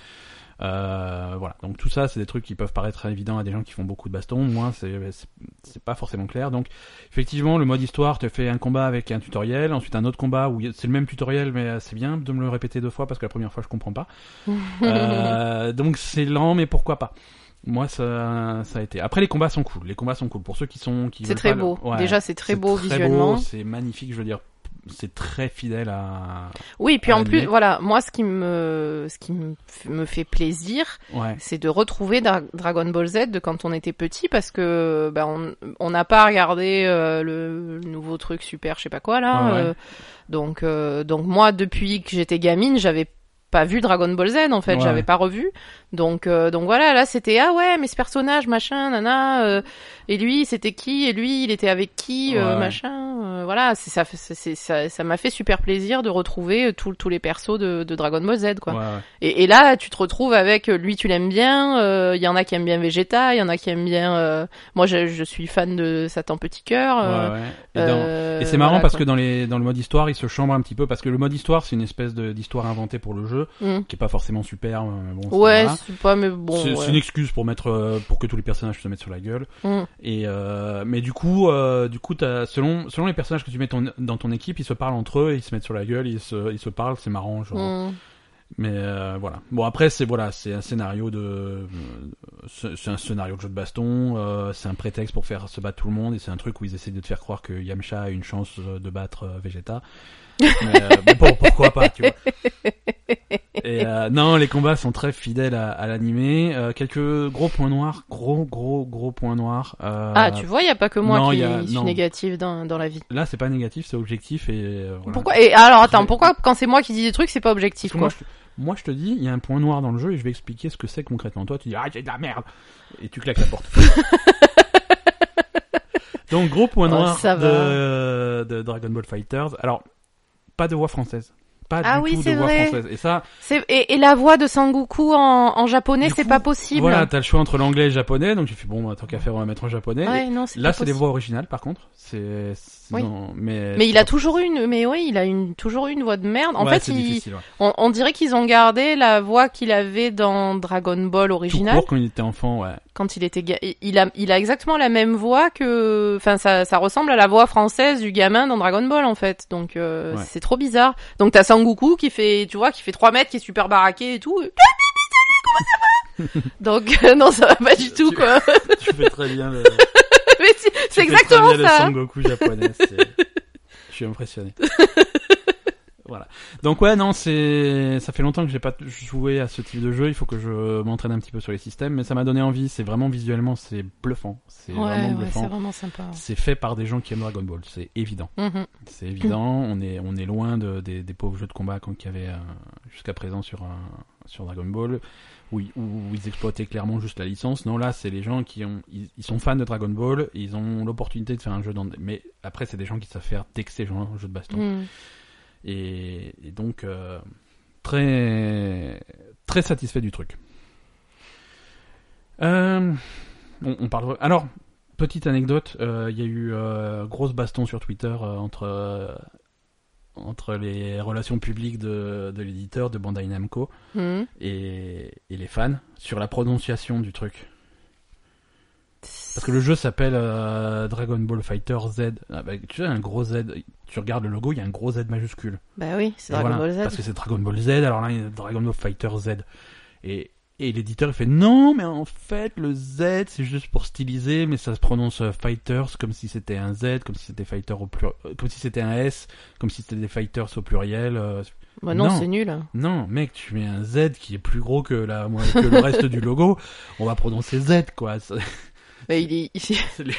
S1: Euh, voilà, donc tout ça c'est des trucs qui peuvent paraître évidents à des gens qui font beaucoup de baston, moi c'est c'est- c'est pas forcément clair. Donc effectivement le mode histoire te fait un combat avec un tutoriel, ensuite un autre combat où il y a- c'est le même tutoriel mais euh, c'est bien de me le répéter deux fois parce que la première fois je comprends pas. Euh, donc c'est lent mais pourquoi pas. Moi ça, ça a été. Après les combats sont cool, les combats sont cool pour ceux qui sont qui
S2: C'est
S1: veulent
S2: très
S1: pas le-
S2: beau.
S1: Ouais.
S2: Déjà, c'est très
S1: C'est
S2: beau visuellement.
S1: C'est magnifique, je veux dire, c'est très fidèle à.
S2: Oui, puis
S1: à
S2: en plus,
S1: l'animé.
S2: voilà, moi, ce qui me, ce qui me f- me fait plaisir,
S1: Ouais.
S2: c'est de retrouver Dra- Dragon Ball Z de quand on était petit, parce que ben, on- on n'a pas regardé euh, le nouveau truc super, je sais pas quoi là.
S1: Ouais, ouais.
S2: euh, donc, euh, donc moi, depuis que j'étais gamine, j'avais pas vu Dragon Ball Z en fait,
S1: Ouais.
S2: j'avais pas revu. Donc, euh, donc voilà, là c'était ah ouais, mais ce personnage machin, nana, euh, et lui c'était qui, et lui il était avec qui, euh,
S1: Ouais, ouais.
S2: machin, euh, voilà, c'est ça, c'est- c'est- ça, ça m'a fait super plaisir de retrouver tout- tous les persos de, de Dragon Ball Z quoi.
S1: Ouais, ouais.
S2: Et, et là, tu te retrouves avec euh, lui, tu l'aimes bien. euh, Il y en a qui aiment bien Vegeta, il y en a qui aiment bien. euh, moi, je, je suis fan de Satan Petit Cœur.
S1: Ouais,
S2: euh,
S1: ouais. Et, dans-
S2: euh,
S1: et c'est marrant
S2: voilà,
S1: parce que
S2: quoi.
S1: dans, les, dans le mode histoire, il se chambre un petit peu parce que le mode histoire, c'est une espèce de- d'histoire inventée pour le jeu
S2: Mm.
S1: qui est pas forcément super. mais bon, c'est
S2: Ouais,
S1: voilà.
S2: c'est pas mais bon.
S1: c'est
S2: ouais.
S1: c'est une excuse pour mettre euh, pour que tous les personnages se mettent sur la gueule.
S2: Mm.
S1: Et euh, mais du coup, euh, du coup, t'as- selon selon les personnages que tu mets ton- dans ton équipe, ils se parlent entre eux, ils se mettent sur la gueule, ils se ils se parlent, c'est marrant. Genre,
S2: Mm.
S1: Mais euh, voilà. Bon après c'est voilà, c'est un scénario de euh, c'est c'est un scénario de jeu de baston, euh, c'est un prétexte pour faire se battre tout le monde et c'est un truc où ils essaient de te faire croire que Yamcha a une chance euh, de battre euh, Vegeta. Mais, euh, mais pour- pourquoi pas, tu vois. Et euh, non, les combats sont très fidèles à, à l'animé, Euh, quelques gros points noirs, gros gros gros points noirs. Euh,
S2: Ah, tu vois, il y a pas que moi
S1: non,
S2: qui
S1: y a-
S2: suis
S1: non.
S2: négative dans, dans la vie.
S1: Là, c'est pas négatif, c'est objectif et euh, voilà.
S2: Pourquoi Et alors, attends,
S1: Je-
S2: pourquoi quand c'est moi qui dis des trucs, c'est pas
S1: Parce
S2: objectif
S1: que moi,
S2: quoi
S1: je, te- moi, je te dis, il y a un point noir dans le jeu et je vais expliquer ce que c'est concrètement. Toi, tu dis, ah, j'ai de la merde Et tu claques la porte. Donc, gros point
S2: Oh,
S1: noir
S2: ça
S1: de, de Dragon Ball Fighters. Alors, pas de voix française. Pas
S2: Ah
S1: du
S2: oui,
S1: tout de
S2: c'est
S1: voix
S2: vrai.
S1: française. Et ça,
S2: C'est- Et, et la voix de Sangoku en, en japonais,
S1: Du
S2: c'est
S1: coup,
S2: pas possible.
S1: voilà, t'as le choix entre l'anglais et le japonais. Donc, j'ai fait, bon, bah, tant qu'à faire, on va mettre en japonais.
S2: Ouais, non, c'est
S1: Là,
S2: pas
S1: c'est des
S2: possible.
S1: voix originales, par contre. C'est, c'est-
S2: Oui.
S1: non, mais,
S2: Mais il a toujours une, mais oui, il a une toujours une voix de merde. En
S1: Ouais,
S2: fait,
S1: c'est
S2: il,
S1: difficile, ouais.
S2: On, on dirait qu'ils ont gardé la voix qu'il avait dans Dragon Ball
S1: Tout
S2: original
S1: court, quand il était enfant, ouais.
S2: quand il était ga- il- il a il a exactement la même voix que enfin ça ça ressemble à la voix française du gamin dans Dragon Ball en fait donc euh,
S1: Ouais.
S2: c'est trop bizarre donc t'as Sangoku qui fait tu vois qui fait 3 mètres qui est super baraqué et tout donc euh, non ça va pas du tout
S1: Tu-
S2: quoi
S1: tu fais très bien le-
S2: mais si-
S1: Tu
S2: c'est
S1: fais très
S2: exactement
S1: bien le
S2: ça. hein.
S1: Sangoku japonais. c'est- Je suis impressionné. voilà. Donc ouais, non, c'est ça fait longtemps que j'ai pas t- joué à ce type de jeu. Il faut que je m'entraîne un petit peu sur les systèmes, mais ça m'a donné envie. C'est vraiment visuellement, c'est bluffant. C'est
S2: Ouais,
S1: vraiment
S2: ouais, c'est
S1: bluffant.
S2: vraiment sympa.
S1: C'est fait par des gens qui aiment Dragon Ball. C'est évident.
S2: Mhm.
S1: C'est évident. On est on est loin de, des, des pauvres jeux de combat qu'on- qu'il y avait euh, jusqu'à présent sur un, sur Dragon Ball. Où ils, où ils exploitaient clairement juste la licence. Non, là, c'est les gens qui ont, ils, ils sont fans de Dragon Ball, ils ont l'opportunité de faire un jeu dans. Mais après, c'est des gens qui savent faire d'excellents jeux de baston.
S2: Mhm.
S1: Et, et donc, euh, très, très satisfait du truc. Euh, on, on parle. Alors, petite anecdote, euh, il y a eu euh, grosse baston sur Twitter euh, entre euh, entre les relations publiques de, de l'éditeur de Bandai Namco
S2: Mhm.
S1: et, et les fans sur la prononciation du truc. Parce que le jeu s'appelle euh, Dragon Ball Fighter Z. Ah, bah, tu as un gros Z. Tu regardes le logo, il y a un gros Z majuscule.
S2: Bah oui, c'est
S1: Et
S2: Dragon
S1: voilà,
S2: Ball
S1: Parce
S2: Z.
S1: que c'est Dragon Ball Z, alors là, il y a Dragon Ball Fighter Z. Et, et l'éditeur, il fait non, mais en fait, le Z, c'est juste pour styliser, mais ça se prononce euh, Fighters comme si c'était un Z, comme si c'était Fighter au pluriel, comme si c'était un S, comme si c'était des Fighters au pluriel. euh,
S2: Bah non,
S1: non.
S2: c'est nul.
S1: Non, mec, tu mets un Z qui est plus gros que, la, que le reste du logo, on va prononcer Z, quoi. Ça-
S2: Mais il, il-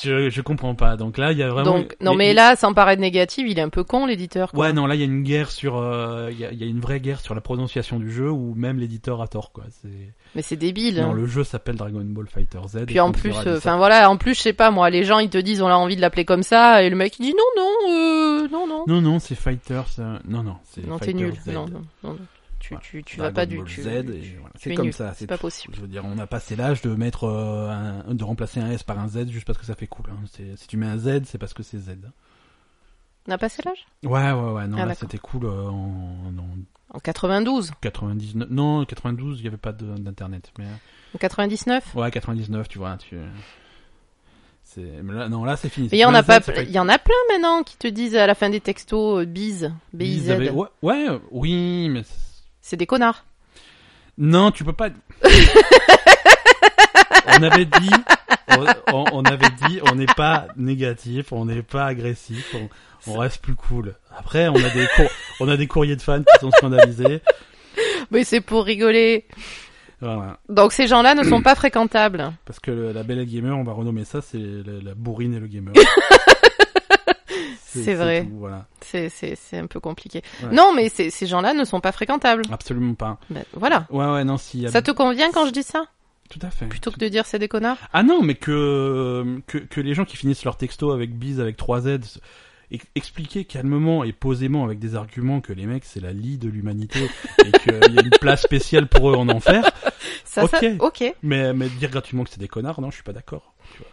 S1: Je, je comprends pas. Donc là, il y a vraiment.
S2: Donc, non,
S1: les-
S2: mais là, sans paraître négatif, il est un peu con, l'éditeur. quoi.
S1: Ouais, non, là, il y a une guerre sur, euh, il y, a, il y a une vraie guerre sur la prononciation du jeu où même l'éditeur a tort, quoi. C'est,
S2: Mais c'est débile.
S1: non,
S2: hein.
S1: le jeu s'appelle Dragon Ball Fighter Z.
S2: Puis en plus, euh, enfin voilà, en plus, je sais pas, moi, les gens, ils te disent, on a envie de l'appeler comme ça, et le mec, il dit, non, non, euh, non, non.
S1: Non, non, c'est Fighter. Non, non, c'est.
S2: Non, t'es
S1: Fighter
S2: nul.
S1: Z.
S2: Non, non, non, non. Tu,
S1: Voilà.
S2: tu, tu
S1: Dragon
S2: vas pas du
S1: Ball
S2: tu,
S1: Z. et voilà.
S2: tu
S1: C'est
S2: es
S1: comme
S2: nul.
S1: ça. C'est
S2: C'est pas
S1: tout.
S2: possible.
S1: Je veux dire, on a passé l'âge de mettre, euh, un- de remplacer un S par un Z juste parce que ça fait cool. hein. C'est- Si tu mets un Z, c'est parce que c'est Z.
S2: On a passé l'âge
S1: Ouais, ouais, ouais. Non,
S2: Ah,
S1: là,
S2: d'accord.
S1: c'était cool euh, en, en
S2: En 92
S1: 99. Non, 92, il n'y avait pas de- d'internet. Mais euh,
S2: En 99
S1: ouais, 99, tu vois, tu. C'est mais là, non, là, c'est fini.
S2: Mais il y en
S1: Plein
S2: a
S1: Z,
S2: pas,
S1: c'est
S2: il y en a plein maintenant qui te disent à la fin des textos, euh, bise,
S1: Ils
S2: B-I-Z.
S1: avaient- Ouais, ouais, euh, oui, mais c'est-
S2: C'est des connards.
S1: non, tu peux pas. on avait dit, on, on- on avait dit, on n'est pas négatif, on n'est pas agressif, on, on reste plus cool. Après, on a des, cour- on a des courriers de fans qui sont scandalisés.
S2: Mais c'est pour rigoler.
S1: Voilà.
S2: Donc ces gens-là ne sont pas fréquentables.
S1: Parce que le- la belle et le gamer, on va renommer ça, c'est la, la bourrine et le gamer.
S2: C'est vrai.
S1: tout, voilà.
S2: C'est, c'est, c'est un peu compliqué.
S1: Ouais.
S2: Non, mais ces- ces gens-là ne sont pas fréquentables.
S1: Absolument pas.
S2: Ben, voilà.
S1: Ouais, ouais, non, si. y a-
S2: Ça te convient quand je dis ça
S1: Tout à fait.
S2: Plutôt que de dire c'est des connards
S1: Ah non, mais que, que, que les gens qui finissent leur texto avec bise, avec 3Z, ex- expliquer calmement et posément avec des arguments que les mecs, c'est la lie de l'humanité et qu'il y a une place spéciale pour eux en enfer.
S2: ça, ça, ok.
S1: Mais, mais dire gratuitement que c'est des connards, non, je suis pas d'accord. tu vois.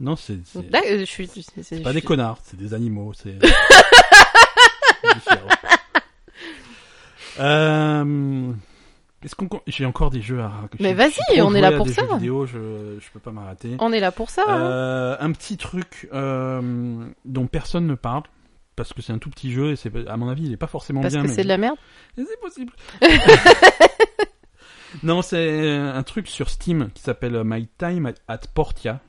S1: Non, c'est. c'est-
S2: Là, euh, je suis. c'est- c'est-
S1: C'est pas
S2: je
S1: des
S2: suis-
S1: connards, c'est des animaux, c'est. C'est différent. Euh, Est-ce qu'on con- j'ai encore des jeux à
S2: Mais
S1: j'ai-
S2: vas-y,
S1: j'ai trop
S2: on
S1: joué
S2: est là
S1: à
S2: pour
S1: des
S2: ça.
S1: Jeux vidéo, je je peux pas m'arrêter.
S2: On est là pour ça. hein.
S1: Euh, un petit truc euh, dont personne ne parle parce que c'est un tout petit jeu et c'est à mon avis, il est pas forcément
S2: Parce
S1: bien
S2: que
S1: mais-
S2: c'est de la merde.
S1: mais c'est possible. non, c'est un truc sur Steam qui s'appelle My Time at Portia.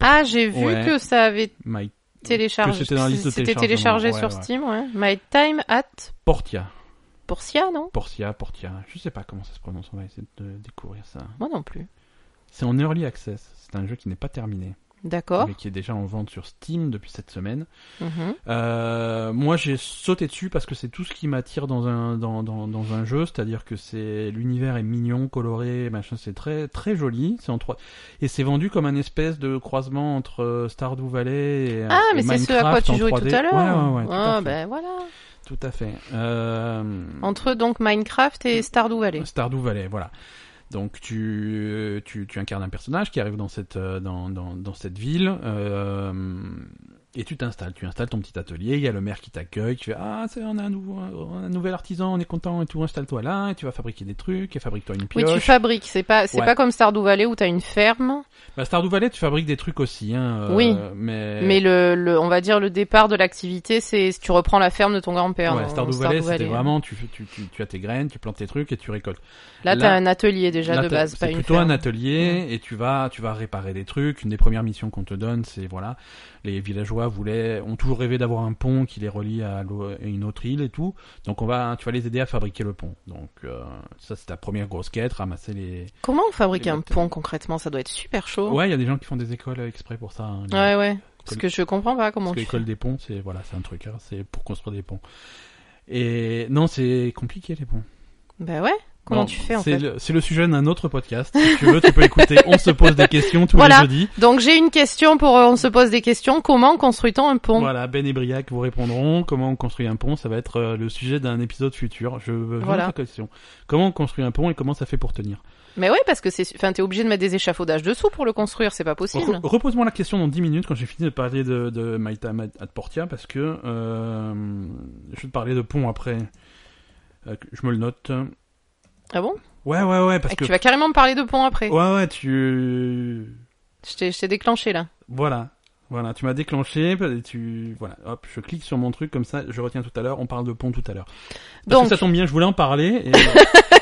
S2: Ah, j'ai vu
S1: Ouais.
S2: que ça avait
S1: My
S2: téléchargé.
S1: Que c'était dans la liste de
S2: C'était
S1: téléchargement,
S2: téléchargé
S1: ouais,
S2: sur
S1: ouais.
S2: Steam, ouais. My Time at
S1: Portia.
S2: Portia, non
S1: Portia, Portia, je sais pas comment ça se prononce, on va essayer de découvrir ça.
S2: Moi non plus.
S1: C'est en early access, c'est un jeu qui n'est pas terminé,
S2: D'accord.
S1: mais qui est déjà en vente sur Steam depuis cette semaine.
S2: Mhm.
S1: Euh, moi j'ai sauté dessus parce que c'est tout ce qui m'attire dans un, dans, dans, dans un jeu, c'est-à-dire que c'est l'univers est mignon, coloré, machin, c'est très très joli, c'est en trois et c'est vendu comme un espèce de croisement entre euh, Stardew Valley et
S2: Ah,
S1: et
S2: mais c'est ce à quoi
S1: Minecraft
S2: tu
S1: en
S2: jouais tout
S1: 3D.
S2: à l'heure.
S1: Ouais, ouais, ouais, tout, à
S2: ah,
S1: fait.
S2: ben voilà.
S1: tout à fait. Euh,
S2: Entre donc Minecraft et Stardew Valley.
S1: Stardew Valley, voilà. Donc tu, euh, tu, tu incarnes un personnage qui arrive dans cette, euh, dans, dans, dans cette ville. euh, Et tu t'installes, tu installes ton petit atelier, il y a le maire qui t'accueille, tu fais ah c'est on a un nouveau on a un nouvel artisan, on est content et tout, installe-toi là, et tu vas fabriquer des trucs, et fabrique-toi une
S2: Oui,
S1: pioche.
S2: tu fabriques. C'est pas, c'est
S1: Ouais.
S2: pas comme Stardew Valley où t'as une ferme.
S1: Bah Stardew Valley, tu fabriques des trucs aussi hein. euh,
S2: Oui.
S1: Mais,
S2: Mais le, le, on va dire le départ de l'activité, c'est tu reprends la ferme de ton grand-père.
S1: ouais,
S2: dans
S1: Stardew Valley, c'était
S2: Valley. hein.
S1: vraiment tu, tu, tu, tu as tes graines, tu plantes tes trucs et tu récoltes.
S2: Là,
S1: là-
S2: t'as un atelier déjà
S1: Là,
S2: de
S1: t'as-
S2: base, pas
S1: C'est
S2: une
S1: plutôt
S2: ferme.
S1: un atelier et tu vas, tu vas réparer des trucs. Une des premières missions qu'on te donne, c'est voilà, les villageois voulaient, ont toujours rêvé d'avoir un pont qui les relie à l'au- à une autre île et tout. Donc on va, tu vas les aider à fabriquer le pont. Donc euh, ça c'est ta première grosse quête, ramasser les.
S2: Comment on fabrique
S1: Les
S2: un
S1: matériaux.
S2: pont concrètement Ça doit être super chaud.
S1: Ouais, il y a des gens qui font des écoles euh, exprès pour ça. hein, les-
S2: Oh. ouais. ouais. Parce que je comprends pas comment
S1: Parce que
S2: tu. fais.
S1: l'école des ponts, c'est voilà, c'est un truc, hein, c'est pour construire des ponts. Et non, c'est compliqué les ponts.
S2: Bah ouais. Comment
S1: Non,
S2: tu fais en
S1: c'est
S2: fait
S1: le- C'est le sujet d'un autre podcast. Si tu veux, tu peux écouter. On se pose des questions tous
S2: Voilà.
S1: les jeudis.
S2: Donc j'ai une question pour. euh, On se pose des questions. Comment construit-on un pont
S1: Voilà, Ben et Briac vous répondront. Comment on construit un pont Ça va être euh, le sujet d'un épisode futur. Je veux
S2: Voilà.
S1: la question. Comment on construit un pont et comment ça fait pour tenir
S2: Mais ouais, parce que c'est. Enfin, t'es obligé de mettre des échafaudages dessous pour le construire. C'est pas possible.
S1: Re- Repose-moi la question dans 10 minutes quand j'ai fini de parler de, de My Time at, at Portia parce que euh, je vais te parler de pont après. Euh, je me le note.
S2: Ah bon
S1: Ouais, ouais, ouais, parce
S2: Et
S1: que. Oh.
S2: Tu vas carrément me parler de pont après.
S1: Ouais, ouais, tu.
S2: Je t'ai je t'ai déclenché là.
S1: Voilà. Voilà, tu m'as déclenché, tu voilà, hop, je clique sur mon truc comme ça, je retiens tout à l'heure, on parle de pont tout à l'heure. Parce
S2: Donc
S1: que ça tombe bien, je voulais en parler. Et...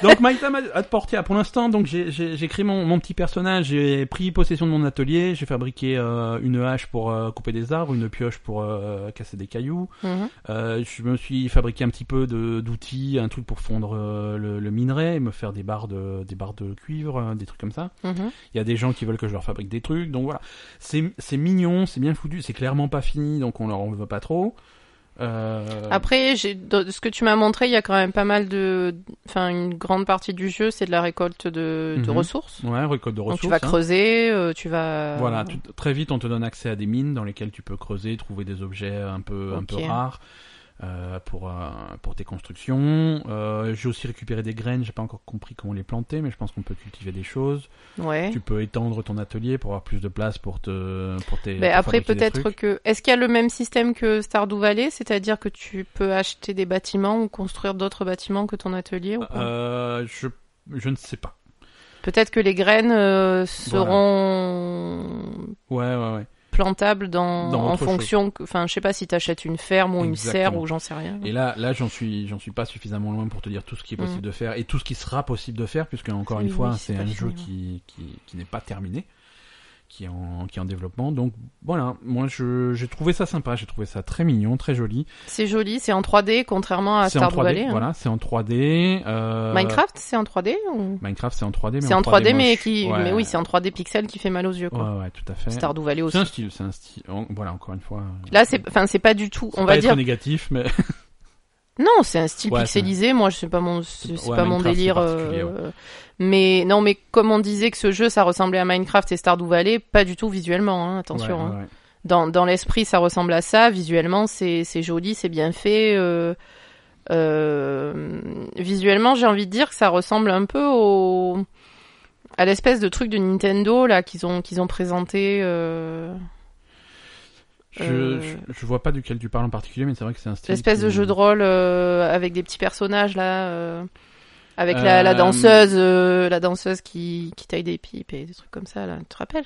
S1: donc My Time at- at Portia, ah, pour l'instant, donc j'ai- j'ai j'ai créé mon, mon petit personnage, j'ai pris possession de mon atelier, j'ai fabriqué euh, une hache pour euh, couper des arbres, une pioche pour euh, casser des cailloux.
S2: Mhm.
S1: Euh, je me suis fabriqué un petit peu de- d'outils, un truc pour fondre euh, le, le minerai, et me faire des barres de des barres de cuivre, euh, des trucs comme ça.
S2: Mhm.
S1: Il y a des gens qui veulent que je leur fabrique des trucs, donc voilà. C'est c'est mignon, c'est bien foutu, c'est clairement pas fini, donc on leur en veut pas trop. Euh,
S2: Après, j'ai- de ce que tu m'as montré, il y a quand même pas mal de, enfin, une grande partie du jeu, c'est de la récolte de, de
S1: Mhm.
S2: ressources.
S1: ouais, récolte de
S2: Donc
S1: ressources.
S2: tu vas
S1: hein.
S2: creuser, euh, tu vas.
S1: Voilà, tu- très vite on te donne accès à des mines dans lesquelles tu peux creuser, trouver des objets un peu, un peu
S2: Ok.
S1: rares euh, pour, euh, pour tes constructions. Euh, j'ai aussi récupéré des graines, j'ai pas encore compris comment les planter, mais je pense qu'on peut cultiver des choses.
S2: Ouais.
S1: Tu peux étendre ton atelier pour avoir plus de place pour, te, pour tes.
S2: Ben,
S1: pour
S2: après
S1: fabriquer des
S2: peut-être
S1: trucs.
S2: que est-ce qu'il y a le même système que Stardew Valley, c'est-à-dire que tu peux acheter des bâtiments ou construire d'autres bâtiments que ton atelier ou pas
S1: Euh, je, je ne sais pas.
S2: Peut-être que les graines euh, seront
S1: Ouais, ouais, ouais.
S2: plantables dans,
S1: Dans
S2: en
S1: autre chose.
S2: fonction, que- enfin je sais pas si t'achètes une ferme ou une serre
S1: Exactement.
S2: ou j'en sais rien.
S1: Et là, là, j'en suis, j'en suis pas suffisamment loin pour te dire tout ce qui est possible de faire et tout ce qui sera possible de faire, puisque encore
S2: Mm. Oui,
S1: une
S2: oui,
S1: fois,
S2: c'est
S1: c'est
S2: pas
S1: un
S2: fini, hein.
S1: jeu
S2: ouais.
S1: qui, qui, qui n'est pas terminé, qui est en, qui est en développement. Donc voilà, moi, je, j'ai trouvé ça sympa, j'ai trouvé ça très mignon, très joli.
S2: C'est joli, c'est en 3D contrairement à
S1: c'est en
S2: Stardew
S1: 3D,
S2: Valley. hein.
S1: voilà, c'est en 3D. euh,
S2: Minecraft, c'est en 3D ou...
S1: Minecraft, c'est en 3D, mais
S2: C'est en 3D,
S1: moche.
S2: mais qui,
S1: Ouais.
S2: mais oui, c'est en 3D pixel qui fait mal aux yeux, quoi.
S1: Ouais, ouais, tout à fait.
S2: Stardew Valley
S1: C'est
S2: aussi.
S1: un style, c'est un style. en- Voilà, encore une fois.
S2: Là, c'est, enfin, c'est pas du tout, on
S1: Pas
S2: va
S1: être
S2: dire.
S1: négatif, mais
S2: Non, c'est un style
S1: Ouais, c'est-
S2: pixelisé. Moi, je sais pas mon, c'est c'est
S1: ouais,
S2: pas mon
S1: Minecraft, c'est
S2: délire.
S1: particulier,
S2: euh, Mais non, mais comme on disait que ce jeu, ça ressemblait à Minecraft et Stardew Valley, pas du tout visuellement. hein, attention.
S1: Ouais,
S2: hein.
S1: ouais, ouais.
S2: Dans, dans l'esprit, ça ressemble à ça. Visuellement, c'est, c'est joli, c'est bien fait. euh, euh, Visuellement, j'ai envie de dire que ça ressemble un peu au à l'espèce de truc de Nintendo là qu'ils ont qu'ils ont présenté. euh,
S1: Je,
S2: Euh,
S1: je, je vois pas duquel tu parles en particulier, mais c'est vrai que c'est un style.
S2: L'espèce de
S1: qui-
S2: jeu de rôle euh, avec des petits personnages là, euh, avec la, la
S1: Euh,
S2: danseuse, euh, la danseuse qui, qui taille des pipes et des trucs comme ça là, tu te rappelles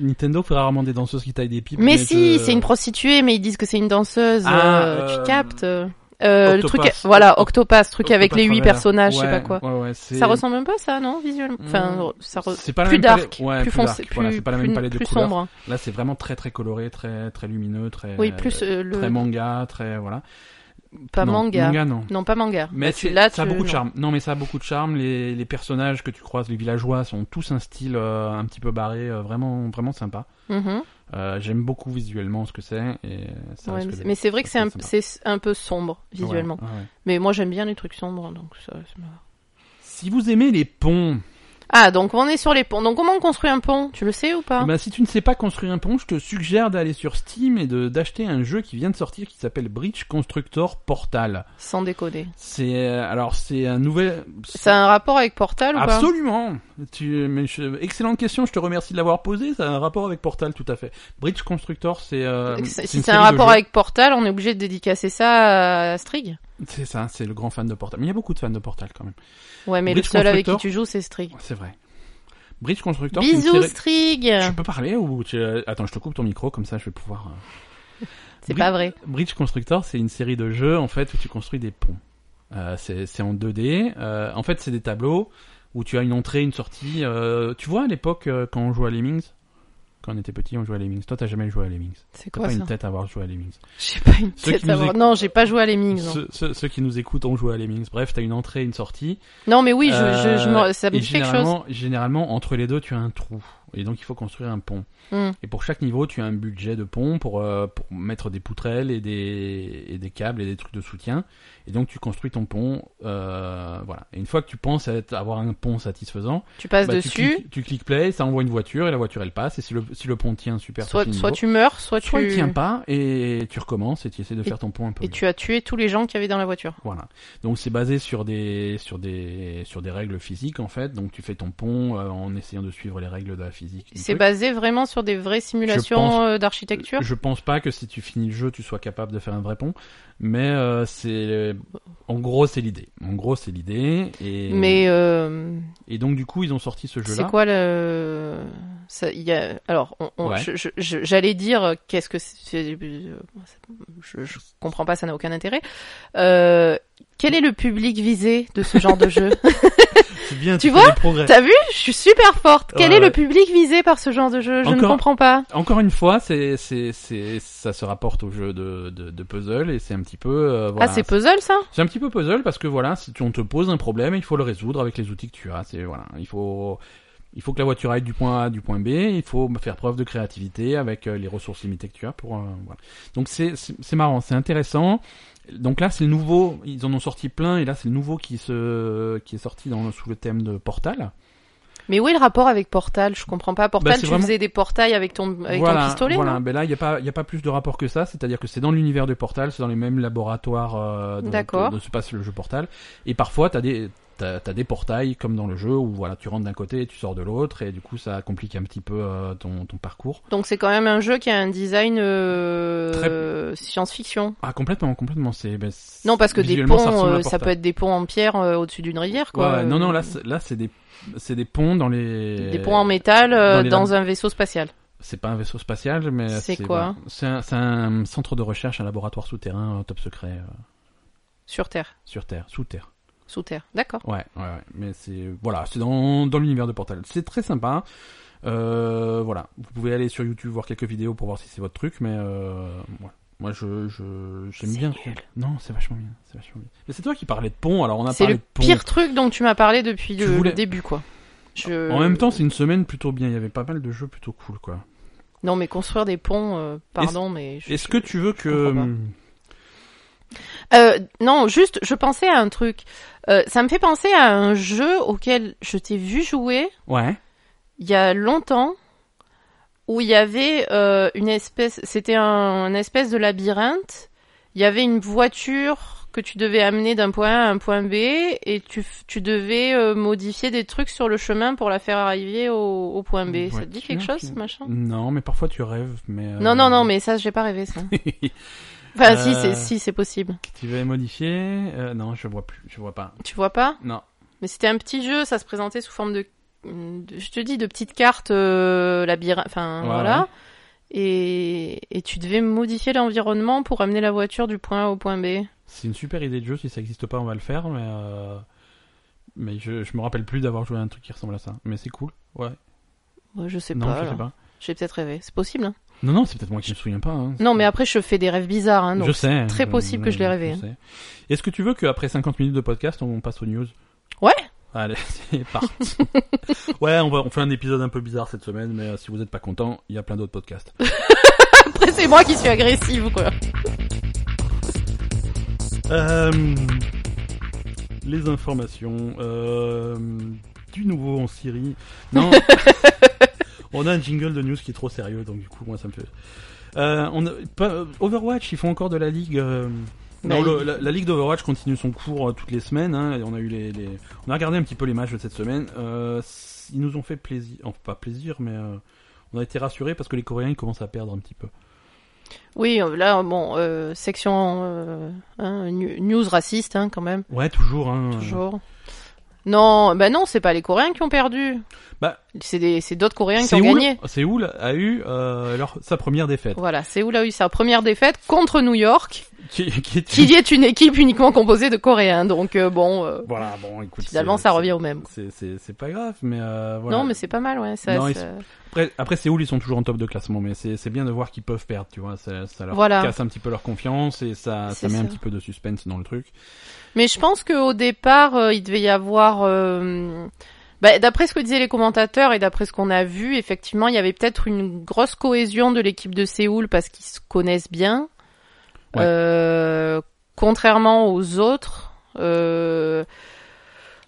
S1: Nintendo fait rarement des danseuses qui taillent des pipes.
S2: Mais si,
S1: je-
S2: c'est une prostituée, mais ils disent que c'est une danseuse.
S1: Ah,
S2: euh,
S1: euh,
S2: tu captes Euh, le truc,
S1: Octopath.
S2: voilà, Octopus, truc
S1: Octopath
S2: avec les huit
S1: Traveler.
S2: personnages, je sais
S1: Ouais,
S2: pas quoi.
S1: ouais, ouais, c'est-
S2: Ça ressemble un peu à ça, non, visuellement
S1: Mm,
S2: Enfin, ça re-
S1: c'est pas la
S2: plus
S1: même palette-
S2: dark,
S1: ouais, plus
S2: plus foncé,
S1: dark, voilà, c'est pas la même
S2: plus-
S1: palette de
S2: plus
S1: couleurs.
S2: sombre.
S1: Là, c'est vraiment très très coloré, très très lumineux, très
S2: Oui, plus euh, le
S1: très manga, très voilà.
S2: pas
S1: Non,
S2: manga.
S1: Manga non.
S2: Non, pas manga.
S1: Mais
S2: tu-
S1: c'est-
S2: là,
S1: ça a
S2: tu-
S1: beaucoup de
S2: non.
S1: charme. Non, mais ça a beaucoup de charme. Les, les personnages que tu croises, les villageois, sont tous un style euh, un petit peu barré, euh, vraiment vraiment sympa.
S2: Mhm.
S1: Euh, J'aime beaucoup visuellement ce que c'est et ça.
S2: Ouais,
S1: risque
S2: mais c'est-
S1: de-
S2: mais c'est vrai que c'est
S1: ça
S2: un,
S1: risque de
S2: c'est un peu sombre
S1: sympa.
S2: visuellement.
S1: Ouais, ouais, ouais.
S2: Mais moi j'aime bien les trucs sombres, donc ça, ça me va.
S1: Si vous aimez les ponts,
S2: Ah, donc on est sur les ponts. Donc comment on construit un pont Tu le sais ou pas
S1: Eh ben, si tu ne sais pas construire un pont, je te suggère d'aller sur Steam et de d'acheter un jeu qui vient de sortir qui s'appelle Bridge Constructor Portal.
S2: Sans déconner.
S1: C'est euh, alors c'est un nouvel.
S2: Ça a un rapport avec Portal ou pas
S1: Absolument. Tu, mais je- excellente question. Je te remercie de l'avoir posée. Ça a un rapport avec Portal, tout à fait. Bridge Constructor, c'est. euh, c'est
S2: Donc, Si
S1: une
S2: c'est
S1: série
S2: un
S1: de
S2: rapport
S1: jeux.
S2: avec Portal, on est obligé de dédicacer ça à Strig.
S1: C'est ça. C'est le grand fan de Portal. Mais il y a beaucoup de fans de Portal quand même.
S2: Ouais, mais
S1: Bridge
S2: le seul avec qui
S1: Constructor.
S2: tu joues, c'est Strig.
S1: C'est vrai. Bridge Constructor. c'est une
S2: Bisous,
S1: série-
S2: Strig
S1: Je peux parler ou tu- euh, attends, je te coupe ton micro comme ça, je vais pouvoir. euh,
S2: C'est
S1: Bri-
S2: pas vrai.
S1: Bridge Constructor, c'est une série de jeux en fait où tu construis des ponts. Euh, c'est c'est en 2D. Euh, en fait, c'est des tableaux où tu as une entrée, une sortie. Euh, tu vois à l'époque euh, quand on jouait à Lemmings, quand on était petit, on jouait à Lemmings. Toi, t'as jamais joué à Lemmings.
S2: C'est
S1: T'as
S2: quoi
S1: pas
S2: ça
S1: une tête à avoir joué à Lemmings.
S2: J'ai pas une
S1: Ceux
S2: tête
S1: qui nous
S2: à voir.
S1: écoutent-
S2: Non, j'ai pas joué à Lemmings. hein. non.
S1: Ceux, ceux- ceux qui nous écoutent ont joué à Lemmings. Bref, t'as une entrée, une sortie.
S2: Non, mais oui, je, je, je me-
S1: Euh,
S2: ça me
S1: et
S2: dit quelque chose.
S1: généralement, généralement, entre les deux, tu as un trou. Et donc, il faut construire un pont.
S2: Hmm.
S1: Et pour chaque niveau, tu as un budget de pont pour, euh, pour mettre des poutrelles et des, et des câbles et des trucs de soutien. Et donc tu construis ton pont. euh, voilà. Et une fois que tu penses être- avoir un pont satisfaisant,
S2: Tu passes
S1: bah, tu,
S2: dessus,
S1: cliques, tu cliques play, ça envoie une voiture et la voiture elle passe. Et si le, si le pont tient, super. tu
S2: soit,
S1: finis le
S2: soit
S1: niveau.
S2: tu meurs, soit tu...
S1: Soit il tient pas et tu recommences et tu essaies de
S2: Et-
S1: faire ton pont un peu.
S2: Et
S1: mieux.
S2: tu as tué tous les gens qu'il y avait dans la voiture.
S1: Voilà. Donc c'est basé sur des sur des sur des règles physiques en fait. Donc tu fais ton pont euh, en essayant de suivre les règles de la physique. du
S2: C'est
S1: truc.
S2: basé vraiment sur des vraies simulations
S1: pense-
S2: euh, d'architecture.
S1: Je pense pas que si tu finis le jeu, tu sois capable de faire un vrai pont, mais euh, c'est en gros c'est l'idée. En gros c'est l'idée et
S2: Mais euh,
S1: et donc du coup ils ont sorti ce jeu-là.
S2: c'est quoi le ça, il y a... Alors, on- on-
S1: Ouais.
S2: je- je- je- j'allais dire euh, qu'est-ce que c'est... euh, Je, je comprends pas, ça n'a aucun intérêt. Euh, quel est le public visé de ce genre de jeu
S1: C'est bien.
S2: Tu
S1: fais
S2: vois
S1: des progrès.
S2: T'as vu Je suis super forte. Quel
S1: Ouais,
S2: est le
S1: ouais.
S2: public visé par ce genre de jeu Je ne
S1: Encore-
S2: comprends pas.
S1: Encore une fois, c'est c'est c'est ça se rapporte au jeu de de, de puzzle et c'est un petit peu euh, voilà.
S2: Ah, c'est puzzle ça
S1: C'est un petit peu puzzle parce que voilà, si tu, on te pose un problème, il faut le résoudre avec les outils que tu as. C'est voilà, il faut il faut que la voiture aille du point A à du point B. Il faut faire preuve de créativité avec euh, les ressources limitées que tu as pour euh, voilà. Donc c'est c'est c'est marrant, c'est intéressant. Donc là, c'est le nouveau. Ils en ont sorti plein et là, c'est le nouveau qui se qui est sorti dans sous le thème de Portal.
S2: Mais où est le rapport avec Portal Je comprends pas. Portal,
S1: Bah, c'est
S2: tu
S1: vraiment-
S2: faisais des portails avec ton, avec
S1: voilà,
S2: ton pistolet,
S1: voilà.
S2: non
S1: Ben là, il y a pas il y a pas plus de rapport que ça. C'est-à-dire que c'est dans l'univers de Portal, c'est dans les mêmes laboratoires euh, dont-
S2: D'accord.
S1: dont se passe le jeu Portal. Et parfois, t'as des t'as t'as des portails comme dans le jeu où voilà, tu rentres d'un côté et tu sors de l'autre et du coup, ça complique un petit peu euh, ton ton parcours.
S2: Donc c'est quand même un jeu qui a un design euh, science-fiction.
S1: Ah complètement, complètement. C'est ben, c'est-
S2: Non, parce que des
S1: visuellement,
S2: ponts,
S1: ressemble à
S2: euh, ça,
S1: Portal.
S2: peut être des ponts en pierre euh, au-dessus d'une rivière, quoi.
S1: Ouais, non non, là
S2: Euh,
S1: c'est- là c'est des c'est des ponts dans les
S2: des ponts en métal euh,
S1: dans les
S2: dans, un vaisseau spatial.
S1: C'est pas un vaisseau spatial, mais
S2: C'est quoi
S1: voilà. C'est un, c'est un centre de recherche, un laboratoire souterrain euh, top secret euh,
S2: Sur Terre.
S1: sur Terre, sous Terre.
S2: Sous Terre. D'accord.
S1: Ouais, ouais, ouais. Mais c'est voilà, c'est dans, dans l'univers de Portal. C'est très sympa. Euh, voilà, vous pouvez aller sur YouTube voir quelques vidéos pour voir si c'est votre truc, mais euh, voilà. moi je je j'aime
S2: C'est
S1: bien.
S2: nul.
S1: Non, c'est vachement bien, c'est vachement bien. Mais c'est toi qui parlais de pont, alors on a
S2: C'est
S1: parlé
S2: le
S1: de pont.
S2: pire truc dont tu m'as parlé depuis
S1: Tu
S2: le, le
S1: voulais-
S2: début, quoi. Je-
S1: En même temps, c'est une semaine plutôt bien. Il y avait pas mal de jeux plutôt cool, quoi.
S2: Non, mais construire des ponts, euh, pardon, mais. je-
S1: Est-ce que tu veux
S2: comprends pas.
S1: que hum,
S2: Euh, non, juste, je pensais à un truc. Euh, ça me fait penser à un jeu auquel je t'ai vu jouer
S1: ouais
S2: il y a longtemps, où il y avait euh, une espèce, c'était un, un espèce de labyrinthe. Il y avait une voiture que tu devais amener d'un point A à un point B et tu, f- tu devais euh, modifier des trucs sur le chemin pour la faire arriver au, au point B.
S1: Une
S2: ça te dit
S1: voiture
S2: quelque chose,
S1: qui-
S2: ce machin
S1: Non, mais parfois tu rêves, mais euh,
S2: Non, non, non, mais ça, j'ai pas rêvé ça. Enfin, si, c'est si, c'est possible.
S1: tu vas modifier Euh, Non, je vois plus, je vois pas.
S2: Tu vois pas
S1: Non.
S2: Mais c'était un petit jeu, ça se présentait sous forme de, de- je te dis, de petites cartes euh, labyrinthe, enfin
S1: Ouais,
S2: voilà. Et, et tu devais modifier l'environnement pour amener la voiture du point A au point B.
S1: C'est une super idée de jeu, si ça n'existe pas, on va le faire, mais, euh, mais je, je me rappelle plus d'avoir joué à un truc qui ressemble à ça. Mais c'est cool, ouais.
S2: Ouais, je sais
S1: Non,
S2: pas.
S1: je sais
S2: alors.
S1: pas.
S2: J'ai peut-être rêvé. C'est possible. hein.
S1: Non, non, c'est peut-être moi qui me souviens pas. hein.
S2: non, mais après je fais des rêves bizarres. Hein, donc.
S1: je sais.
S2: très possible que je l'ai rêvé, hein.
S1: sais. Est-ce que tu veux qu'après 50 minutes de podcast, on passe aux news
S2: Ouais.
S1: Allez, c'est parti. ouais, on, va, on fait un épisode un peu bizarre cette semaine, mais euh, si vous n'êtes pas content, il y a plein d'autres podcasts.
S2: Après c'est moi qui suis agressive quoi.
S1: Euh, les informations. euh, du nouveau en Syrie. Non. on a un jingle de news qui est trop sérieux, donc du coup, moi, ça me fait. Euh, on a- pas- Overwatch, ils font encore de la ligue. euh, non,
S2: Mais-
S1: le- la, la ligue d'Overwatch continue son cours euh, toutes les semaines. hein, et on a eu les, les- on a regardé un petit peu les matchs de cette semaine. Euh, c- ils nous ont fait plaisir, enfin pas plaisir, mais euh, on a été rassurés parce que les Coréens ils commencent à perdre un petit peu.
S2: Oui, euh, là, bon, euh, section euh, hein, nu- news raciste, hein, quand même,
S1: Ouais, toujours. Hein,
S2: toujours. Non, bah non, c'est pas les Coréens qui ont perdu.
S1: Bah.
S2: c'est des- c'est d'autres Coréens qui ont
S1: Séoul,
S2: gagné.
S1: Séoul a eu euh, leur- sa première défaite,
S2: Voilà, Séoul a eu sa première défaite contre New York,
S1: qui, qui est-
S2: qui est une équipe uniquement composée de Coréens. Donc euh, bon, euh,
S1: Voilà, bon, écoute.
S2: finalement,
S1: c'est-
S2: ça revient au même.
S1: C'est, c'est, c'est pas grave, mais euh, voilà.
S2: Non, mais c'est pas mal, ouais. Ça,
S1: Non, ils
S2: ça-
S1: Après, après Séoul, ils sont toujours en top de classement, mais c'est, c'est bien de voir qu'ils peuvent perdre, tu vois. Ça, ça leur
S2: Voilà.
S1: casse un petit peu leur confiance et ça, ça
S2: C'est
S1: met un
S2: ça.
S1: petit peu de suspense dans le truc.
S2: Mais je pense qu'au départ, euh, il devait y avoir. euh, bah, d'après ce que disaient les commentateurs et d'après ce qu'on a vu, effectivement, il y avait peut-être une grosse cohésion de l'équipe de Séoul parce qu'ils se connaissent bien.
S1: Ouais.
S2: Euh, contrairement aux autres, euh,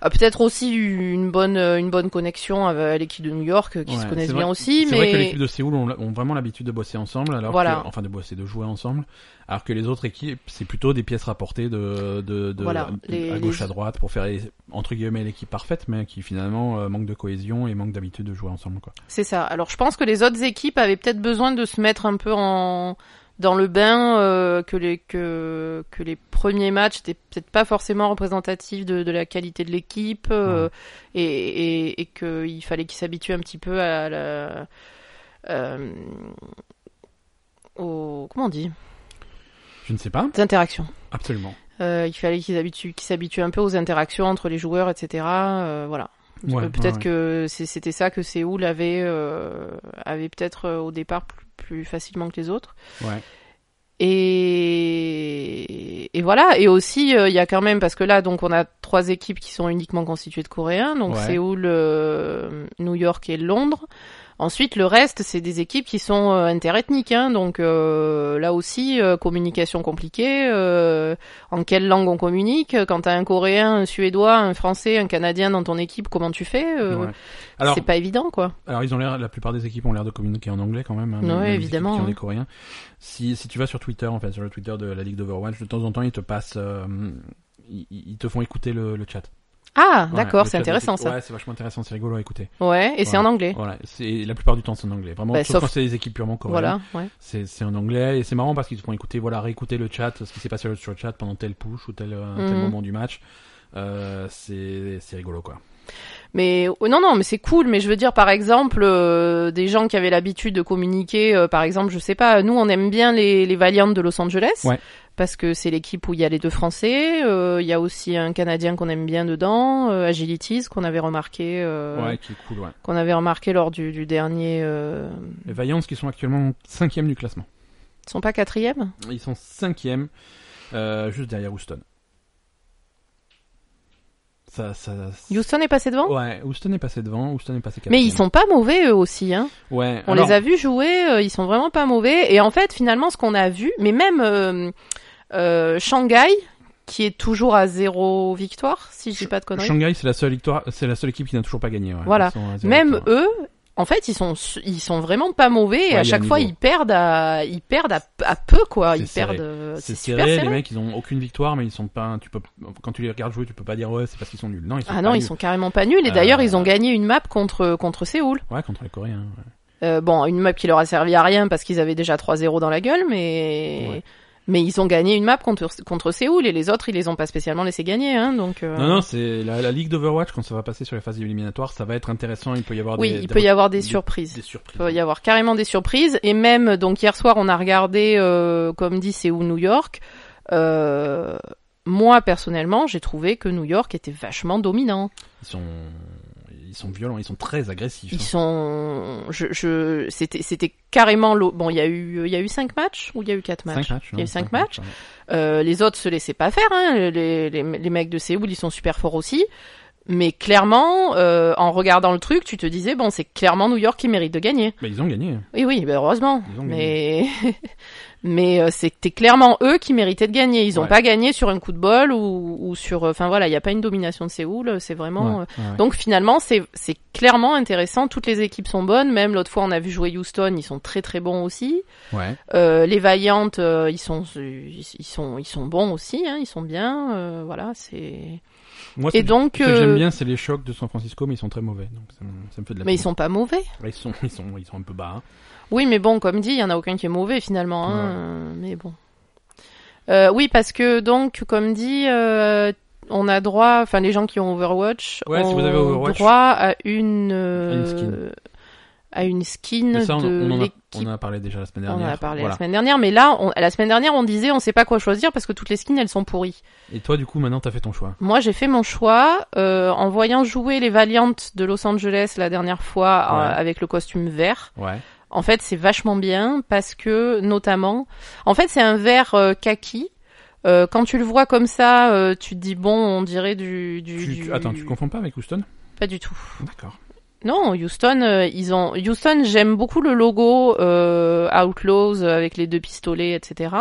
S2: a peut-être aussi eu une bonne euh, une bonne connexion avec l'équipe de New York euh, qui
S1: Ouais,
S2: se
S1: c'est
S2: connaissent
S1: vrai-
S2: bien aussi.
S1: c'est
S2: mais
S1: vrai que l'équipe de Séoul ont, ont vraiment l'habitude de bosser ensemble, alors
S2: Voilà.
S1: que, enfin de bosser, de jouer ensemble, alors que les autres équipes, c'est plutôt des pièces rapportées de, de, de
S2: Voilà,
S1: à,
S2: les-
S1: à gauche
S2: les-
S1: à droite pour faire entre guillemets l'équipe parfaite, mais qui finalement euh, manque de cohésion et manque d'habitude de jouer ensemble, quoi.
S2: C'est ça. Alors je pense que les autres équipes avaient peut-être besoin de se mettre un peu en dans le bain euh, que les que que les premiers matchs étaient peut-être pas forcément représentatifs de, de la qualité de l'équipe euh, et et, et que il fallait qu'ils s'habituent un petit peu à la euh, au comment on dit
S1: Je ne sais pas,
S2: des interactions.
S1: absolument.
S2: Euh, il fallait qu'ils habituent qu'ils s'habituent un peu aux interactions entre les joueurs, etc. Euh, voilà.
S1: Ouais,
S2: Euh, peut-être
S1: ouais, ouais.
S2: que c'est- c'était ça que Séoul avait, euh, avait peut-être euh, au départ plus, plus facilement que les autres.
S1: Ouais.
S2: Et, et voilà. Et aussi, euh, il y a quand même, parce que là, donc, on a trois équipes qui sont uniquement constituées de Coréens. Donc,
S1: Ouais.
S2: Séoul, euh, New York et Londres. Ensuite, le reste, c'est des équipes qui sont euh, interethniques. Hein, donc, euh, là aussi, euh, communication compliquée. euh, en quelle langue on communique euh, Quand t'as un Coréen, un Suédois, un Français, un Canadien dans ton équipe, comment tu fais Euh,
S1: Ouais. Alors,
S2: c'est pas évident, quoi.
S1: Alors ils ont l'air, la plupart des équipes ont l'air de communiquer en anglais quand même. Hein,
S2: Ouais,
S1: même les
S2: évidemment,
S1: équipes Qui ont des
S2: hein.
S1: Coréens. Si si tu vas sur Twitter en fait, sur le Twitter de la Ligue d'Overwatch, de temps en temps ils te passent, euh, ils, ils te font écouter le, le chat.
S2: Ah,
S1: Ouais,
S2: d'accord,
S1: le
S2: c'est
S1: chat de
S2: intéressant
S1: l'équipe.
S2: ça.
S1: Ouais, c'est vachement intéressant, c'est rigolo à écouter.
S2: Ouais, et c'est en anglais.
S1: Voilà, c'est la plupart du temps c'est en anglais. Vraiment,
S2: Bah,
S1: sauf,
S2: sauf-
S1: quand c'est des équipes purement coréennes.
S2: Voilà, ouais.
S1: C'est c'est en anglais et c'est marrant parce qu'ils te font écouter, voilà, réécouter le chat, ce qui s'est passé sur le chat pendant tel push ou tel, euh, tel
S2: Mhm.
S1: moment du match. Euh, c'est c'est rigolo quoi.
S2: Mais oh, non, non, mais c'est cool. Mais je veux dire, par exemple, euh, des gens qui avaient l'habitude de communiquer, euh, par exemple, je sais pas, nous on aime bien les, les Valiants de Los Angeles
S1: Ouais.
S2: parce que c'est l'équipe où il y a les deux Français. euh, Il y a aussi un Canadien qu'on aime bien dedans, euh, Agilities qu'on avait remarqué, euh,
S1: Ouais, qui est cool. Ouais.
S2: qu'on avait remarqué lors du, du dernier. Euh...
S1: Les Vaillants qui sont actuellement cinquième du classement.
S2: Ils sont pas quatrième
S1: Ils sont cinquième, euh, juste derrière Houston. Ça, ça, ça-
S2: Houston est passé devant.
S1: Ouais, Houston est passé devant, Houston est passé
S2: Mais
S1: quatrième.
S2: ils sont pas mauvais eux aussi, hein.
S1: Ouais.
S2: On les a vus jouer, euh, ils sont vraiment pas mauvais. Et en fait, finalement, ce qu'on a vu, mais même euh, euh, Shanghai, qui est toujours à zéro victoire, si je dis pas de conneries,
S1: Shanghai, c'est la seule victoire, c'est la seule équipe qui n'a toujours pas gagné. ouais.
S2: Voilà.
S1: Ils sont à zéro
S2: même
S1: victoire.
S2: eux, en fait, ils sont su- ils sont vraiment pas mauvais.
S1: Ouais,
S2: et
S1: il y a
S2: à chaque
S1: un
S2: fois,
S1: niveau.
S2: ils perdent à ils perdent à, à peu quoi.
S1: C'est
S2: Ils
S1: serré.
S2: perdent. euh,
S1: c'est
S2: super
S1: serré, les mecs, ils ont aucune victoire, mais ils sont pas, tu peux, quand tu les regardes jouer, tu peux pas dire ouais, c'est parce qu'ils sont nuls. Non, ils sont
S2: Ah
S1: pas
S2: non, ils
S1: nuls.
S2: sont carrément pas nuls. Et d'ailleurs,
S1: Euh,
S2: ils ont gagné une map contre contre Séoul.
S1: Ouais, contre les Coréens. ouais.
S2: Euh, bon, une map qui leur a servi à rien parce qu'ils avaient déjà 3-0 dans la gueule, mais
S1: Ouais.
S2: mais ils ont gagné une map contre contre Séoul et les autres, ils les ont pas spécialement laissé gagner, hein. Donc euh,
S1: Non, non, c'est la, la ligue d'Overwatch quand ça va passer sur les phases éliminatoires, ça va être intéressant. Il peut y avoir
S2: oui,
S1: des,
S2: il
S1: des-
S2: peut y avoir des
S1: des-
S2: surprises.
S1: des surprises.
S2: Il peut y avoir carrément des surprises. Et même, donc hier soir, on a regardé, euh, comme dit, c'est où New York. Euh, moi, personnellement, j'ai trouvé que New York était vachement dominant.
S1: Ils sont, ils sont violents, ils sont très agressifs.
S2: Ils
S1: hein.
S2: sont, je, je, c'était, c'était carrément l'eau. Bon, il y a eu, il y a eu cinq matchs ou il y a eu quatre matchs.
S1: Cinq matchs.
S2: Il y a
S1: hein,
S2: eu cinq
S1: cinq
S2: matchs.
S1: ouais.
S2: Euh, les autres se laissaient pas faire. Hein. Les, les, les mecs de Séoul, ils sont super forts aussi. Mais clairement, euh, en regardant le truc, tu te disais bon, c'est clairement New York qui mérite de gagner.
S1: Mais ils ont gagné.
S2: Oui, oui, ben heureusement.
S1: Ils ont
S2: Mais Mais euh, c'était clairement eux qui méritaient de gagner. Ils n'ont
S1: Ouais.
S2: pas gagné sur un coup de bol ou, ou sur. Enfin voilà, il n'y a pas une domination de Séoul. C'est vraiment. euh,
S1: Ouais, ouais, ouais.
S2: Donc finalement, c'est c'est clairement intéressant. Toutes les équipes sont bonnes. Même l'autre fois, on a vu jouer Houston. Ils sont très très bons aussi.
S1: Ouais.
S2: Euh, les Vaillantes, euh, ils sont ils, ils sont ils sont bons aussi. Hein, ils sont bien. euh, voilà, c'est.
S1: Moi,
S2: Et
S1: ce que-
S2: donc,
S1: ce que j'aime
S2: euh,
S1: bien, c'est les chocs de San Francisco, mais ils sont très mauvais. Donc ça me, ça me fait de la
S2: mais ils
S1: peine.
S2: sont pas mauvais.
S1: Ils sont, ils sont, ils sont un peu bas. hein.
S2: Oui, mais bon, comme dit, il y en a aucun qui est mauvais finalement. hein, euh, Mais bon. Euh, oui, parce que donc, comme dit, euh, on a droit, enfin les gens qui ont Overwatch
S1: Ouais,
S2: ont
S1: si vous avez Overwatch.
S2: droit à une, euh,
S1: À une
S2: à une skin
S1: Mais ça, on,
S2: de
S1: on en a,
S2: l'équipe.
S1: on en a parlé déjà la semaine
S2: On en
S1: dernière.
S2: a parlé
S1: Voilà.
S2: la semaine dernière, mais là, on- la semaine dernière, on disait, on sait pas quoi choisir parce que toutes les skins, elles sont pourries.
S1: Et toi, du coup, maintenant, t'as fait ton choix.
S2: Moi, j'ai fait mon choix euh, en voyant jouer les Valiantes de Los Angeles la dernière fois euh,
S1: Ouais.
S2: avec le costume vert.
S1: Ouais.
S2: En fait, c'est vachement bien parce que, notamment, en fait, c'est un verre euh, kaki. Euh, quand tu le vois comme ça, euh, tu te dis bon, on dirait du, du,
S1: Tu, tu-
S2: du-
S1: Attends, tu confonds pas avec Houston
S2: pas du tout.
S1: D'accord.
S2: Non, Houston, euh, ils ont Houston. J'aime beaucoup le logo euh, Outlaws euh, avec les deux pistolets, etc.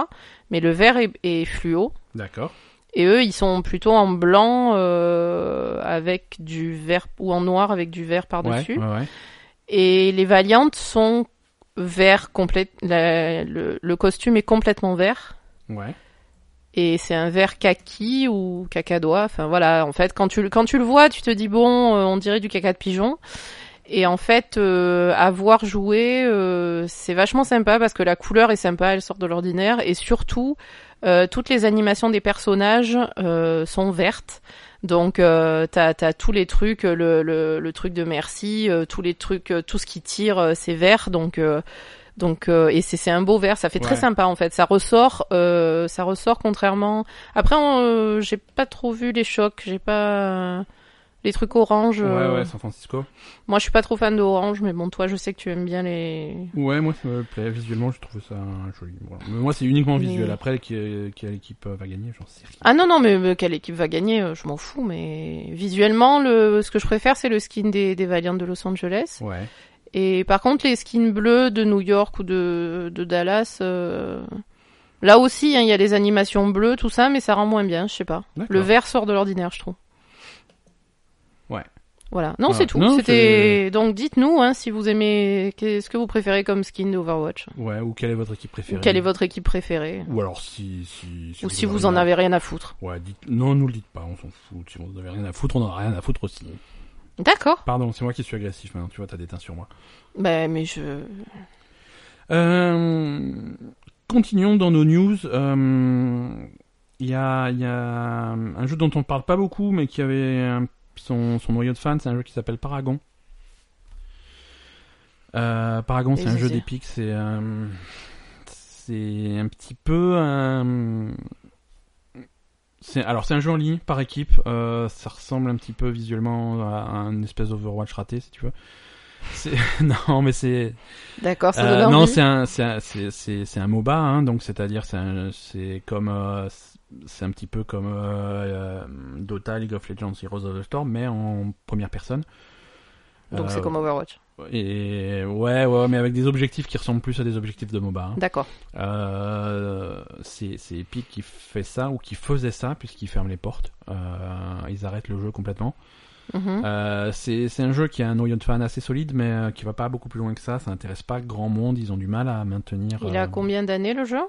S2: Mais le vert est, est fluo
S1: D'accord.
S2: et eux, ils sont plutôt en blanc euh, avec du vert ou en noir avec du vert par
S1: Ouais,
S2: dessus.
S1: ouais, ouais.
S2: Et les Valiantes sont vert complet. la- le, le costume est complètement vert.
S1: Ouais.
S2: Et c'est un vert kaki ou cacadois. Enfin voilà, en fait, quand tu, le- quand tu le vois, tu te dis bon, euh, on dirait du caca de pigeon. Et en fait, euh, avoir joué, euh, c'est vachement sympa parce que la couleur est sympa, elle sort de l'ordinaire. Et surtout, euh, toutes les animations des personnages euh, sont vertes. Donc euh, t'as t'as tous les trucs, euh, le, le, le truc de merci, euh, tous les trucs, euh, tout ce qui tire, euh, c'est vert. Donc euh, donc euh, et c'est c'est un beau vert, ça fait très
S1: Ouais.
S2: sympa en fait. Ça ressort, euh, ça ressort contrairement. Après on, euh, j'ai pas trop vu les chocs, j'ai pas les trucs orange.
S1: Ouais,
S2: euh,
S1: ouais, San Francisco.
S2: Moi je suis pas trop fan de orange, mais bon toi je sais que tu aimes bien les
S1: Ouais, moi, ça me plaît. Visuellement, je trouve ça joli. Voilà. Mais moi, c'est uniquement
S2: Mais-
S1: visuel. Après, qui- quelle équipe euh, va gagner, j'en sais rien.
S2: Ah non, non, mais, mais quelle équipe va gagner, euh, je m'en fous, mais visuellement, le, ce que je préfère, c'est le skin des, des Valiants de Los Angeles.
S1: Ouais.
S2: Et par contre, les skins bleus de New York ou de, de Dallas, euh, là aussi, hein, il y a des animations bleues, tout ça, mais ça rend moins bien, je sais pas.
S1: D'accord.
S2: Le vert sort de l'ordinaire, je trouve.
S1: Ouais.
S2: Voilà. Non,
S1: Ouais.
S2: c'est tout.
S1: Non,
S2: C'était donc dites-nous hein, si vous aimez, qu'est-ce que vous préférez comme skin d'Overwatch
S1: Ouais, ou quelle est votre équipe
S2: ou
S1: préférée
S2: quelle est votre équipe préférée
S1: Ou alors, si. si,
S2: ou si vous en avez rien à foutre.
S1: Ouais, dites... non, nous le dites pas, on s'en fout. Si vous en avez rien à foutre, on en a rien à foutre aussi.
S2: D'accord.
S1: Pardon, c'est moi qui suis agressif maintenant, tu vois, t'as des teintes sur moi.
S2: Ben mais je
S1: Euh, continuons dans nos news. Euh, Il y, a, il y a un jeu dont on parle pas beaucoup, mais qui avait un- son, son noyau de fans, c'est un jeu qui s'appelle Paragon. Euh, Paragon, c'est un
S2: Vas-y.
S1: jeu d'épique, c'est euh, c'est un petit peu un. c'est- Alors c'est un jeu en ligne par équipe, euh, ça ressemble un petit peu visuellement à un espèce d'Overwatch raté si tu veux. C'est- Non mais c'est
S2: D'accord, Ah, ça
S1: euh,
S2: donne envie.
S1: non, c'est un, c'est un, c'est, c'est, c'est un MOBA, hein, donc c'est-à-dire c'est, un- c'est comme, euh, c'est un petit peu comme euh, euh, Dota, League of Legends, Heroes of the Storm, mais en première personne.
S2: Donc
S1: Euh,
S2: c'est comme Overwatch.
S1: Et ouais, ouais, mais avec des objectifs qui ressemblent plus à des objectifs de MOBA. hein.
S2: D'accord.
S1: Euh, c'est, c'est Epic qui fait ça ou qui faisait ça puisqu'ils ferment les portes. Euh, ils arrêtent le jeu complètement.
S2: Mhm.
S1: Euh, c'est c'est un jeu qui a un noyau de fans assez solide, mais euh, qui va pas beaucoup plus loin que ça. Ça intéresse pas grand monde. Ils ont du mal à maintenir.
S2: Il
S1: euh,
S2: a combien d'années le jeu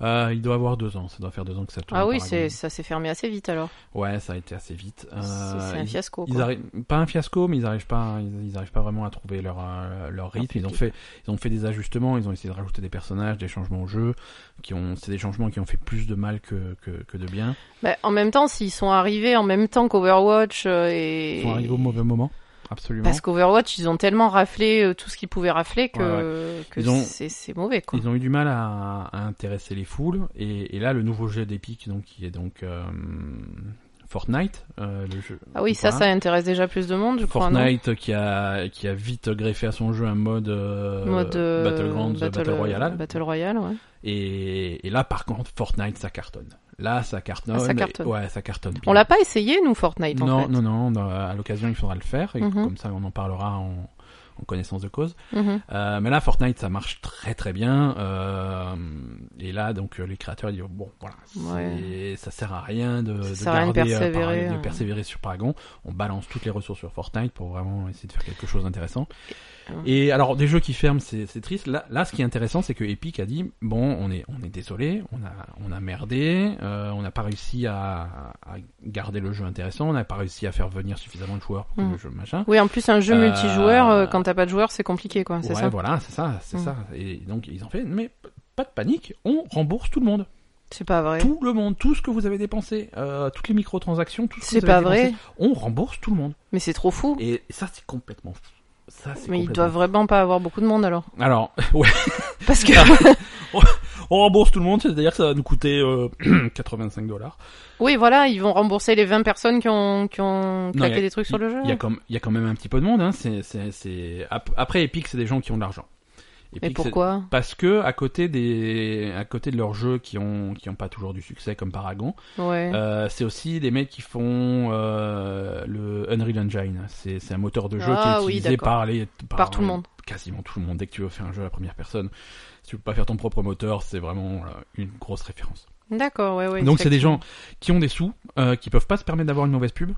S1: euh, Il doit avoir deux ans. Ça doit faire deux ans que ça tourne.
S2: Ah oui,
S1: Paragon.
S2: c'est ça s'est fermé assez vite alors.
S1: Ouais, ça a été assez vite.
S2: C'est-
S1: Euh,
S2: c'est un
S1: ils-
S2: fiasco.
S1: ils
S2: quoi.
S1: arrivent- pas un fiasco, mais ils arrivent pas, ils, ils arrivent pas vraiment à trouver leur euh, leur rythme. Ils ont fait, ils ont fait des ajustements. Ils ont essayé de rajouter des personnages, des changements au jeu, qui ont, c'est des changements qui ont fait plus de mal que que, que de bien.
S2: Bah, en même temps, s'ils sont arrivés en même temps qu'Overwatch euh, et
S1: Ils sont arrivés au mauvais moment. Absolument.
S2: parce qu'Overwatch, ils ont tellement raflé euh, tout ce qu'ils pouvaient rafler que, que
S1: Ils ont-
S2: c'est c'est mauvais quoi.
S1: Ils ont eu du mal à, à intéresser les foules. Et, et là, le nouveau jeu d'Epic, donc, qui est donc euh, Fortnite, euh, le jeu.
S2: Ah oui, ça,
S1: Voilà.
S2: ça intéresse déjà plus de monde, je crois. non
S1: Fortnite qui a qui a vite greffé à son jeu un mode, euh,
S2: Mode euh,
S1: Battlegrounds, Battle, Royale.
S2: Battle Royale, ouais.
S1: Et, et là, par contre, Fortnite, ça cartonne. Là, ça cartonne.
S2: Ah, ça cartonne.
S1: Et- ouais, ça cartonne. bien.
S2: On l'a pas essayé nous Fortnite en
S1: non,
S2: fait.
S1: non, non, on a- À l'occasion, il faudra le faire. Et
S2: Mhm.
S1: comme ça, on en parlera en, en connaissance de cause.
S2: Mhm.
S1: Euh, mais là, Fortnite, ça marche très très bien. Euh, et là, donc euh, les créateurs ils disent bon, voilà,
S2: Ouais.
S1: c'est- ça sert à rien de,
S2: Ça
S1: de
S2: sert à rien de
S1: garder, euh,
S2: persévérer,
S1: Paragon- de
S2: hein.
S1: persévérer sur Paragon. On balance toutes les ressources sur Fortnite pour vraiment essayer de faire quelque chose d'intéressant.
S2: Ouais.
S1: Et alors, des jeux qui ferment, c'est c'est triste. Là, là, ce qui est intéressant, c'est que Epic a dit bon, on est, on est désolé, on a, on a merdé, euh, on n'a pas réussi à, à garder le jeu intéressant, on n'a pas réussi à faire venir suffisamment de joueurs pour que
S2: Mm.
S1: le jeu machin.
S2: Oui, en plus, un jeu
S1: Euh,
S2: multijoueur, euh, quand t'as pas de joueur, c'est compliqué, quoi, c'est
S1: Ouais,
S2: ça
S1: voilà, c'est ça, c'est
S2: Mm.
S1: ça. Et donc ils ont fait, mais p- pas de panique, on rembourse tout le monde,
S2: C'est pas vrai.
S1: tout le monde, tout ce que vous avez dépensé, euh, toutes les microtransactions, tout ce que
S2: C'est
S1: vous avez
S2: pas vrai.
S1: dépensé, on rembourse tout le monde.
S2: Mais c'est trop fou.
S1: Et ça c'est complètement, fou. ça c'est
S2: Mais ils
S1: complètement
S2: doivent vraiment pas avoir beaucoup de monde, alors.
S1: fou. Alors, ouais,
S2: Parce que...
S1: on rembourse tout le monde, c'est-à-dire que ça va nous coûter euh, 85 dollars.
S2: oui, voilà, ils vont rembourser les 20 personnes qui ont, qui ont
S1: Non,
S2: claqué
S1: y a-
S2: des trucs sur le jeu.
S1: Il y a comme, il y a quand même un petit peu de monde. Hein. C'est, c'est, c'est... ap- Après Epic, c'est des gens qui ont de l'argent.
S2: Mais
S1: Epic, c'est-
S2: pourquoi
S1: Parce que à côté des, à côté de leurs jeux qui ont, qui ont pas toujours du succès comme Paragon.
S2: Ouais.
S1: Euh, c'est aussi des mecs qui font euh, le Unreal Engine. C'est c'est un moteur de jeu
S2: Ah
S1: qui est
S2: oui,
S1: utilisé
S2: d'accord.
S1: par, les,
S2: Par tout le monde.
S1: Quasiment tout le monde. Dès que tu veux faire un jeu à la première personne, si tu peux pas faire ton propre moteur, c'est vraiment euh, une grosse référence.
S2: D'accord, ouais, ouais.
S1: Donc c'est des
S2: effectivement.
S1: gens qui ont des sous, euh, qui peuvent pas se permettre d'avoir une mauvaise pub.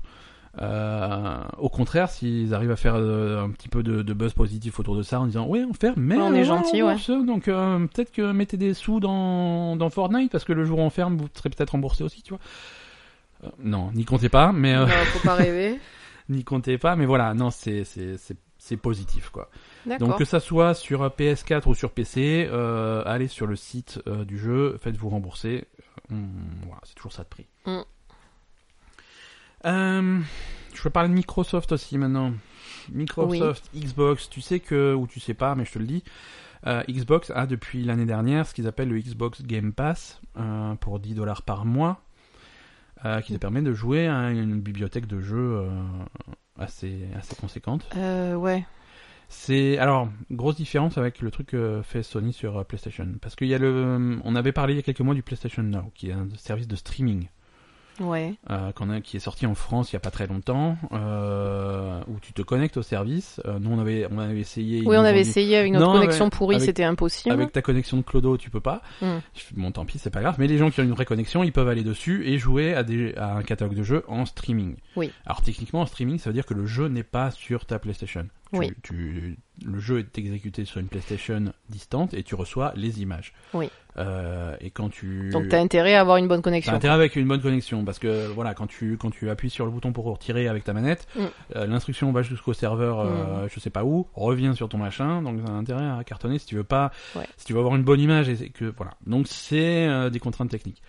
S1: Euh, au contraire, s'ils arrivent à faire euh, un petit peu de, de buzz positif autour de ça en disant ouais on ferme, mais
S2: Ouais, on est
S1: euh,
S2: gentil,
S1: on
S2: ouais.
S1: rembourse, donc euh, peut-être que mettez des sous dans, dans Fortnite parce que le jour où on ferme vous serez peut-être remboursé aussi, tu vois. Euh, non, n'y comptez pas, mais euh,
S2: Non, Bah, faut pas rêver.
S1: n'y comptez pas, mais voilà, non c'est c'est c'est c'est positif quoi.
S2: D'accord.
S1: Donc que ça soit sur euh, PS4 ou sur PC, euh, allez sur le site euh, du jeu, faites-vous rembourser. Hum, voilà, c'est toujours ça de prix.
S2: Mm.
S1: Euh, je veux parler de Microsoft aussi maintenant. Microsoft, Xbox, tu sais que, ou tu sais pas, mais je te le dis, euh, Xbox a depuis l'année dernière ce qu'ils appellent le Xbox Game Pass euh, pour 10 dollars par mois, euh, qui te permet de jouer à une bibliothèque de jeux euh, assez, assez conséquente.
S2: Euh, ouais.
S1: C'est alors grosse différence avec le truc que fait Sony sur euh, PlayStation parce qu'il y a le on avait parlé il y a quelques mois du PlayStation Now qui est un service de streaming
S2: Ouais.
S1: euh, qu'on a- qui est sorti en France il y a pas très longtemps euh, où tu te connectes au service Euh, nous on avait on avait essayé
S2: Oui,
S1: ils
S2: on
S1: nous ont
S2: avait
S1: dit,
S2: essayé avec notre
S1: Non,
S2: connexion
S1: avec-
S2: pourrie,
S1: avec-
S2: c'était impossible.
S1: avec ta connexion de Clodo tu peux pas
S2: Mm.
S1: Je fais, bon tant pis c'est pas grave mais les gens qui ont une vraie connexion ils peuvent aller dessus et jouer à des à un catalogue de jeux en streaming
S2: Oui.
S1: alors techniquement en streaming ça veut dire que le jeu n'est pas sur ta PlayStation Tu-
S2: Oui.
S1: tu- le jeu est exécuté sur une PlayStation distante et tu reçois les images.
S2: Oui.
S1: Euh, et quand tu
S2: Donc t'as intérêt à avoir une bonne
S1: T'as
S2: connexion.
S1: intérêt avec une bonne connexion parce que voilà quand tu quand tu appuies sur le bouton pour retirer avec ta manette
S2: Mm.
S1: euh, l'instruction va jusqu'au serveur euh, je sais pas où revient sur ton machin donc t'as intérêt à cartonner si tu veux pas
S2: Ouais.
S1: si tu veux avoir une bonne image et c'est que voilà donc c'est euh, des contraintes techniques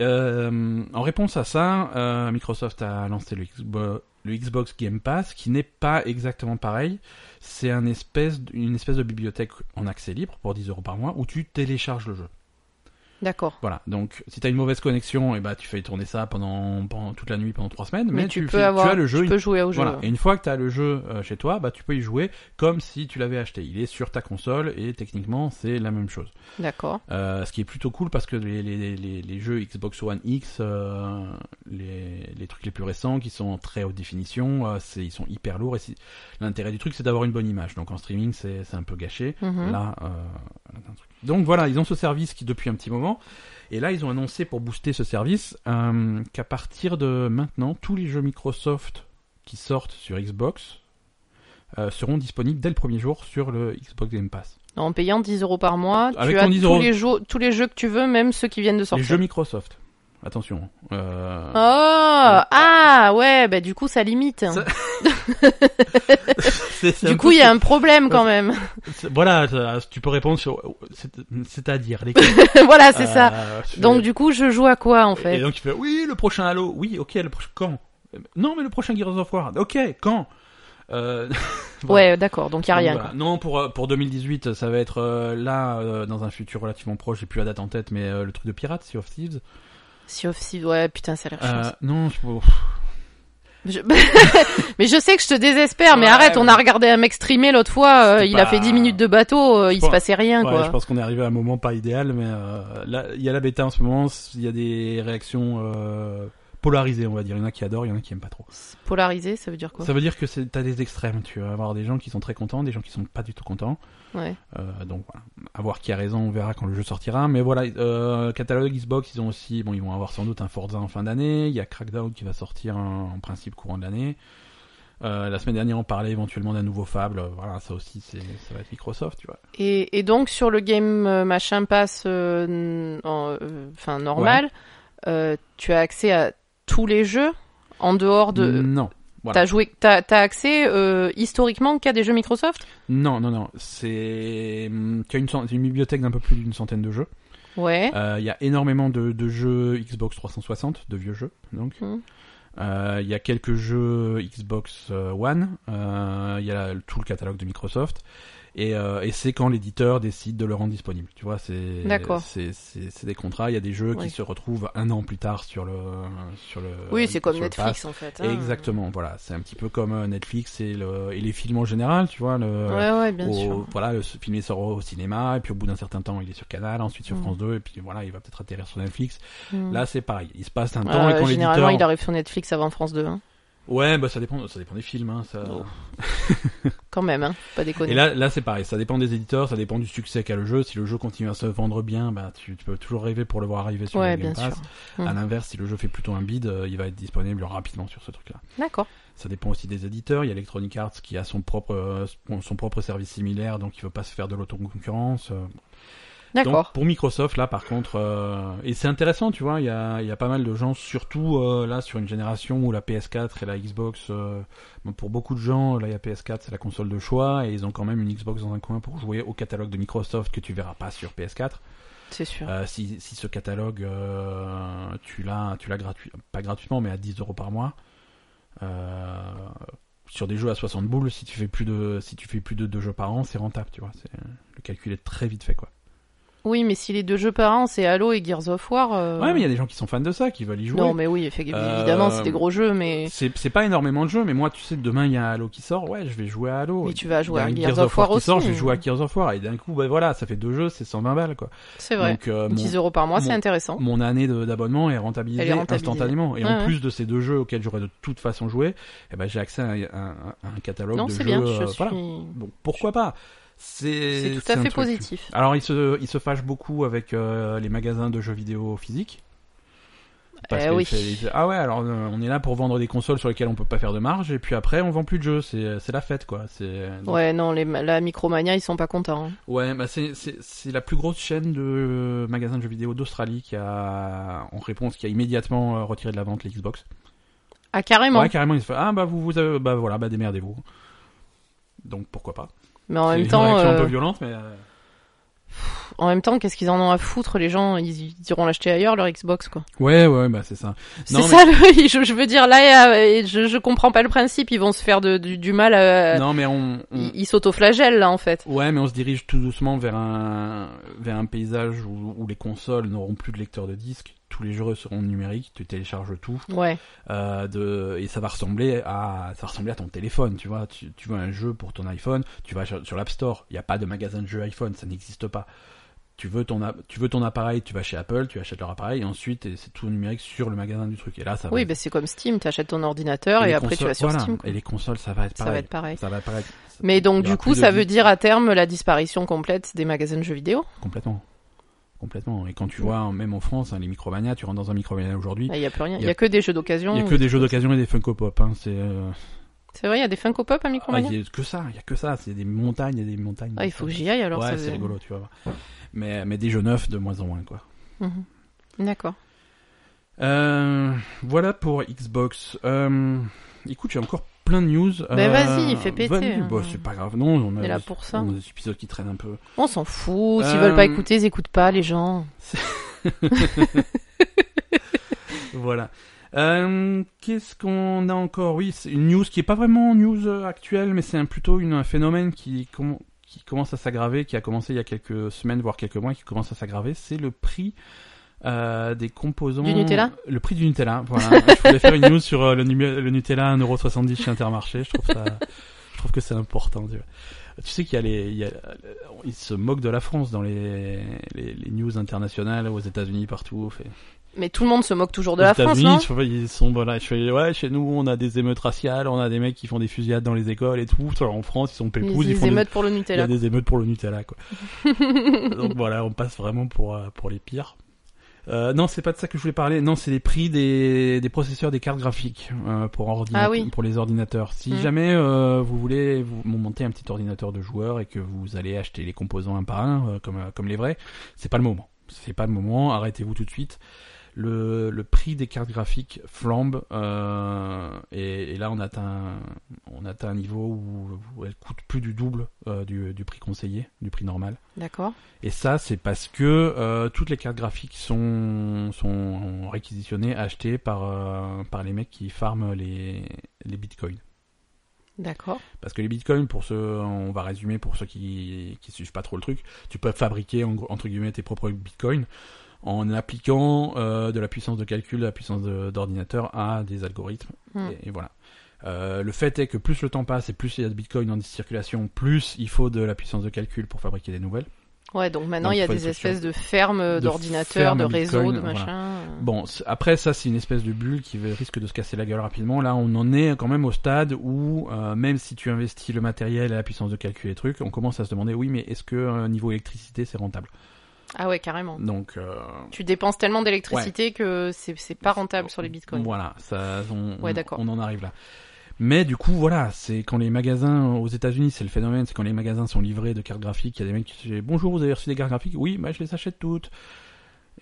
S1: Euh, en réponse à ça euh, Microsoft a lancé le Xbox le Xbox Game Pass qui n'est pas exactement pareil c'est un espèce d- une espèce de bibliothèque en accès libre pour 10 euros par mois où tu télécharges le jeu
S2: D'accord.
S1: voilà, donc si t'as une mauvaise connexion, et bah tu fais tourner ça pendant, pendant toute la nuit, pendant trois semaines, mais,
S2: Mais tu,
S1: fais-
S2: peux avoir,
S1: as le jeu.
S2: tu peux jouer au jeu.
S1: voilà. Et une fois que t'as le jeu euh, chez toi, bah tu peux y jouer comme si tu l'avais acheté. Il est sur ta console et techniquement c'est la même chose.
S2: D'accord.
S1: Euh, ce qui est plutôt cool parce que les, les, les, les jeux Xbox One X, euh, les, les trucs les plus récents qui sont en très haute définition, euh, c'est ils sont hyper lourds et si- l'intérêt du truc c'est d'avoir une bonne image. Donc en streaming c'est c'est un peu gâché.
S2: Mhm.
S1: Là, euh, un truc. Donc voilà, ils ont ce service qui depuis un petit moment. Et là, ils ont annoncé pour booster ce service euh, qu'à partir de maintenant, tous les jeux Microsoft qui sortent sur Xbox euh, seront disponibles dès le premier jour sur le Xbox Game Pass.
S2: En payant 10 euros par mois,
S1: Avec
S2: tu as
S1: ton 10
S2: tous
S1: euros.
S2: les, jeux, tous les jeux que tu veux, même ceux qui viennent de
S1: Les
S2: sortir.
S1: jeux Microsoft. Attention. Euh,
S2: Oh Ah ouais, bah du coup ça limite.
S1: Ça- c'est- c'est un
S2: Du
S1: peu
S2: coup il y
S1: ce
S2: a un problème quand même.
S1: que- c'est- Voilà, ça- tu peux répondre sur... c'est- C'est-à-dire, les... Euh, C'est
S2: voilà, c'est ça. Donc du coup je joue à quoi en
S1: Ah, Et
S2: fait
S1: donc il fait oui le prochain Halo, oui ok le prochain quand Euh, Non mais le prochain Gears of War, ok quand euh, voilà.
S2: Ouais, d'accord, donc il y a
S1: Donc,
S2: rien.
S1: voilà. Non pour euh, pour 2018 ça va être euh, là euh, dans un futur relativement proche, j'ai plus la date en tête mais euh, le truc de pirate Sea of Thieves.
S2: quoi. Sea of Thieves, ouais, putain, ça a l'air
S1: Euh,
S2: chiant.
S1: non je- bon,
S2: Je- mais je sais que je te désespère, mais
S1: Ouais,
S2: arrête, on a
S1: mais-
S2: regardé un mec streamer l'autre fois, euh,
S1: C'était
S2: il a
S1: pas-
S2: fait 10 minutes de bateau, euh, il se
S1: pense-
S2: passait rien,
S1: ouais,
S2: quoi.
S1: je pense qu'on est arrivé à un moment pas idéal mais euh, là il y a la bêta en ce moment, il y a des réactions euh, polarisé, on va dire. Il y en a qui adorent, il y en a qui aiment pas trop.
S2: Polarisé, ça veut dire quoi
S1: Ça veut dire que c'est- t'as des extrêmes. Tu vas avoir des gens qui sont très contents, des gens qui sont pas du tout contents.
S2: Ouais.
S1: Euh, donc voilà, à voir qui a raison, on verra quand le jeu sortira. Mais voilà, euh, catalogue Xbox, ils ont aussi, bon, ils vont avoir sans doute un Forza en fin d'année. Il y a Crackdown qui va sortir en, en principe courant de l'année. Euh, la semaine dernière, on parlait éventuellement d'un nouveau Fable. Euh, Voilà, ça aussi, c'est, ça va être Microsoft, tu vois.
S2: Et, et donc sur le game euh, machin pass, euh, n- en- euh, enfin normal, euh, tu as accès à tous les jeux en dehors de.
S1: Non, Mm, voilà.
S2: T'as joué, t'as t'as accès euh, historiquement qu'à des jeux Microsoft.
S1: non, non, non. C'est, hum, tu as une, cent- une bibliothèque d'un peu plus d'une centaine de jeux.
S2: Ouais.
S1: Euh, Il y a énormément de, de jeux Xbox 360, de vieux jeux, donc.
S2: Mhm.
S1: Euh, Il y a quelques jeux Xbox euh, One, euh, il y a tout le catalogue de Microsoft, et, euh, et c'est quand l'éditeur décide de le rendre disponible. Tu vois, c'est
S2: D'accord.
S1: c'est- c'est c'est des contrats. Il y a des jeux
S2: Oui.
S1: qui se retrouvent un an plus tard sur le sur le.
S2: oui, c'est comme
S1: Euh, sur le pass.
S2: Netflix en fait. hein.
S1: Exactement, voilà, c'est un petit peu comme euh, Netflix et, le, et les films en général, tu vois. Le,
S2: Ouais, ouais, bien
S1: au-
S2: sûr.
S1: Voilà, le ce film il sort au cinéma, et puis au bout d'un certain temps, il est sur Canal, ensuite sur
S2: Mm.
S1: France 2, et puis voilà, il va peut-être atterrir sur Netflix.
S2: Mm.
S1: Là, c'est pareil, il se passe un
S2: Euh,
S1: temps et quand
S2: généralement,
S1: l'éditeur.
S2: il arrive sur Netflix avant France 2, hein.
S1: Ouais, bah ça dépend, ça dépend des films. Hein, ça...
S2: Oh. quand même. Hein. Faut Pas déconner.
S1: Et là, là c'est pareil, ça dépend des éditeurs, ça dépend du succès qu'a le jeu. Si le jeu continue à se vendre bien, bah tu, tu peux toujours rêver pour le voir arriver sur
S2: ouais,
S1: le Game
S2: bien
S1: Pass.
S2: sûr.
S1: À
S2: Mm.
S1: l'inverse, si le jeu fait plutôt un bid, euh, il va être disponible rapidement sur ce truc-là.
S2: D'accord.
S1: Ça dépend aussi des éditeurs. Il y a Electronic Arts qui a son propre euh, son- son propre service similaire, donc il veut pas se faire de l'autoconcurrence. euh,
S2: D'accord.
S1: donc pour Microsoft là par contre euh, et c'est intéressant tu vois il y a il y a pas mal de gens surtout euh, là sur une génération où la PS4 et la Xbox euh, bon, pour beaucoup de gens là la PS4 c'est la console de choix et ils ont quand même une Xbox dans un coin pour jouer au catalogue de Microsoft que tu verras pas sur PS4
S2: C'est sûr.
S1: Euh, si si ce catalogue euh, tu l'as tu l'as gratuit pas gratuitement mais à 10 euros par mois euh, sur des jeux à 60 boules si tu fais plus de si tu fais plus de deux jeux par an c'est rentable tu vois c'est le calcul est très vite fait quoi
S2: Oui, mais si les deux jeux par an, c'est Halo et Gears of War. euh,
S1: Ouais, mais il y a des gens qui sont fans de ça, qui veulent y jouer.
S2: Non, mais oui, effe-
S1: Euh,
S2: évidemment, c'est des gros jeux, mais,
S1: C'est c'est pas énormément de jeux, mais moi, tu sais, demain, il y a Halo qui sort, ouais, je vais jouer à Halo.
S2: mais tu vas jouer à
S1: Il y a
S2: Gears, of War
S1: qui
S2: aussi. hein.
S1: sort, je vais jouer à Gears of War. Et d'un coup, bah voilà, ça fait deux jeux, c'est 120 balles, quoi.
S2: C'est vrai.
S1: Donc, euh, mon,
S2: 10 euros par mois, c'est
S1: mon-
S2: intéressant.
S1: mon année de- d'abonnement est rentabilisée,
S2: Elle est rentabilisée.
S1: instantanément. Et
S2: Ouais,
S1: en
S2: ouais.
S1: plus de ces deux jeux auxquels j'aurais de toute façon joué, eh ben, j'ai accès à un, à un- à un catalogue
S2: Non,
S1: de
S2: c'est
S1: jeux.
S2: bien, je
S1: euh,
S2: suis...
S1: voilà. Bon, pourquoi pas C'est
S2: C'est tout
S1: c'est
S2: à
S1: un
S2: fait
S1: truc.
S2: positif.
S1: Alors, ils se, ils se fâchent beaucoup avec euh, les magasins de jeux vidéo physiques. Parce
S2: Eh
S1: que
S2: oui.
S1: c'est- ils- ah ouais, alors euh, on est là pour vendre des consoles sur lesquelles on peut pas faire de marge, et puis après on vend plus de jeux, c'est c'est la fête quoi. C'est donc-
S2: Ouais, non, les, la Micromania, ils sont pas contents. hein.
S1: ouais, bah c'est- c'est c'est la plus grosse chaîne de euh, magasins de jeux vidéo d'Australie qui a, en réponse, qui a immédiatement euh, retiré de la vente les Xbox.
S2: Ah, carrément.
S1: Ouais, carrément, ils se font ah bah vous, vous avez- bah voilà, bah démerdez-vous. Donc pourquoi pas.
S2: mais en
S1: C'est
S2: même,
S1: une
S2: temps,
S1: réaction un peu
S2: euh,
S1: violente, mais euh,
S2: en même temps, qu'est-ce qu'ils en ont à foutre Les gens, ils, ils iront l'acheter ailleurs, leur Xbox, quoi.
S1: ouais, ouais, bah c'est ça.
S2: C'est
S1: Non, mais-
S2: ça, le- je, je veux dire, là, euh, je, je comprends pas le principe. Ils vont se faire de- du, du mal à...
S1: non Mm. mais on, on-
S2: Ils ils s'autoflagellent, là, en fait.
S1: Ouais, mais on se dirige tout doucement vers un, vers un paysage où, où les consoles n'auront plus de lecteur de disques, tous les jeux seront numériques, tu télécharges tout,
S2: Ouais.
S1: euh, de, et ça va ressembler à, ça va ressembler à ton téléphone, tu vois. Tu, tu veux un jeu pour ton iPhone, tu vas sur, sur l'App Store, il n'y a pas de magasin de jeux iPhone, ça n'existe pas. Tu veux, ton, app- tu veux ton appareil, tu vas chez Apple, tu achètes leur appareil, et ensuite et c'est tout numérique sur le magasin du truc. Et là, ça va
S2: Oui,
S1: être-
S2: bah, c'est comme Steam. T'achètes ton ordinateur
S1: et
S2: et,
S1: les
S2: après, tu
S1: consoles-
S2: vas sur
S1: voilà,
S2: Steam, quoi.
S1: Et les consoles, ça va être
S2: Ça va
S1: pareil.
S2: être pareil.
S1: Ça va être pareil.
S2: Mais
S1: Il y
S2: donc
S1: aura
S2: du coup,
S1: plus de
S2: ça
S1: vie.
S2: veut dire à terme la disparition complète des magasins de jeux vidéo
S1: Complètement. Complètement. Et quand
S2: Mm.
S1: tu vois, même en France, hein, les Micromania, tu rentres dans un Micromania aujourd'hui,
S2: Il n'y Bah, a plus rien.
S1: Il
S2: Il
S1: y a-
S2: n'y a que des jeux
S1: il
S2: d'occasion.
S1: n'y a que des jeux d'occasion et des Funko Pop. Hein, c'est, euh,
S2: C'est vrai, il y a des Funko Pop à
S1: ah,
S2: Micromania.
S1: il y a que ça, il y a que ça. C'est des montagnes et des montagnes.
S2: Ah, il faut que j'y aille alors.
S1: Ouais,
S2: ça
S1: c'est
S2: faisait-
S1: rigolo, tu vas voir. Mais, mais des jeux neufs de moins en moins, quoi.
S2: Mhm. D'accord.
S1: Euh, voilà pour Xbox. Euh, écoute, j'ai encore plein de news.
S2: Ben, vas-y, fais péter,
S1: vas-y.
S2: hein.
S1: Bah, c'est pas grave, non. On
S2: On
S1: a
S2: est là
S1: des-
S2: pour ça.
S1: on a des épisodes qui traînent un peu.
S2: On s'en fout. S'ils
S1: Euh,
S2: veulent pas écouter, ils écoutent pas les gens.
S1: Voilà. Euh, Qu'est-ce qu'on a encore Oui, c'est une news qui est pas vraiment news euh, actuelle, mais c'est un- plutôt une, un phénomène qui, com- qui commence à s'aggraver, qui a commencé il y a quelques semaines, voire quelques mois, qui commence à s'aggraver. C'est le prix euh, des composants.
S2: Du Nutella
S1: Le prix du Nutella, voilà. Je voulais faire une news sur euh, le, numé- le Nutella 1,70€ chez Intermarché. Je trouve ça. Je trouve que c'est important. Tu, vois. Tu sais qu'il y a les, il y a- euh, ils se moquent de la France dans les, les, les news internationales aux États-Unis partout. Fait.
S2: Mais tout le monde se moque toujours de
S1: Aux
S2: la France,
S1: États-Unis,
S2: non
S1: tu vois, ils sont voilà, je fais, ouais, chez nous on a des émeutes raciales, on a des mecs qui font des fusillades dans les écoles et tout. En France, ils sont pépouses, ils
S2: Ils- ils
S1: font des
S2: émeutes pour le
S1: Il y a
S2: Nutella.
S1: des émeutes pour le Nutella, quoi. Donc voilà, on passe vraiment pour, euh, pour les pires. Euh, non, c'est pas de ça que je voulais parler. Non, c'est les prix des, des processeurs des cartes graphiques euh, pour, ordina-
S2: Ah oui.
S1: pour les ordinateurs. Si
S2: Mm.
S1: jamais euh, vous voulez vous monter un petit ordinateur de joueur et que vous allez acheter les composants un par un, euh, comme, euh, comme les vrais, c'est pas le moment. C'est pas le moment, arrêtez-vous tout de suite. Le, le prix des cartes graphiques flambe euh, et, et là on atteint on atteint un niveau où, où elle coûte plus du double euh, du, du prix conseillé, du prix normal.
S2: D'accord.
S1: Et ça, c'est parce que euh, toutes les cartes graphiques sont, sont réquisitionnées, achetées par, euh, par les mecs qui farment les, les bitcoins.
S2: D'accord.
S1: Parce que les bitcoins, pour ceux, on va résumer pour ceux qui, qui suivent pas trop le truc, tu peux fabriquer en gros, entre guillemets tes propres bitcoins en appliquant euh, de la puissance de calcul, de la puissance de- d'ordinateur à des algorithmes.
S2: Hmm.
S1: Et, et voilà. Euh, le fait est que plus le temps passe et plus il y a de bitcoins en circulation, plus il faut de la puissance de calcul pour fabriquer des nouvelles.
S2: Ouais, donc maintenant
S1: Donc,
S2: il y a
S1: faut
S2: des
S1: les structures.
S2: espèces de fermes
S1: De
S2: d'ordinateurs,
S1: fermes
S2: de
S1: à Bitcoin,
S2: réseaux, de
S1: voilà.
S2: machins.
S1: Bon, c'est- après ça, c'est une espèce de bulle qui va- risque de se casser la gueule rapidement. Là, on en est quand même au stade où, euh, même si tu investis le matériel et la puissance de calcul et les trucs, on commence à se demander, oui, mais est-ce que euh, niveau électricité, c'est rentable
S2: Ah ouais, carrément.
S1: Donc, euh,
S2: Tu dépenses tellement d'électricité que c'est c'est pas rentable sur les bitcoins.
S1: Voilà, ça, on,
S2: Ouais,
S1: on-
S2: d'accord.
S1: on en arrive là. Mais du coup, voilà, c'est quand les magasins aux États-Unis, c'est le phénomène, c'est quand les magasins sont livrés de cartes graphiques, il y a des mecs qui disent bonjour, vous avez reçu des cartes graphiques Oui, bah, je les achète toutes.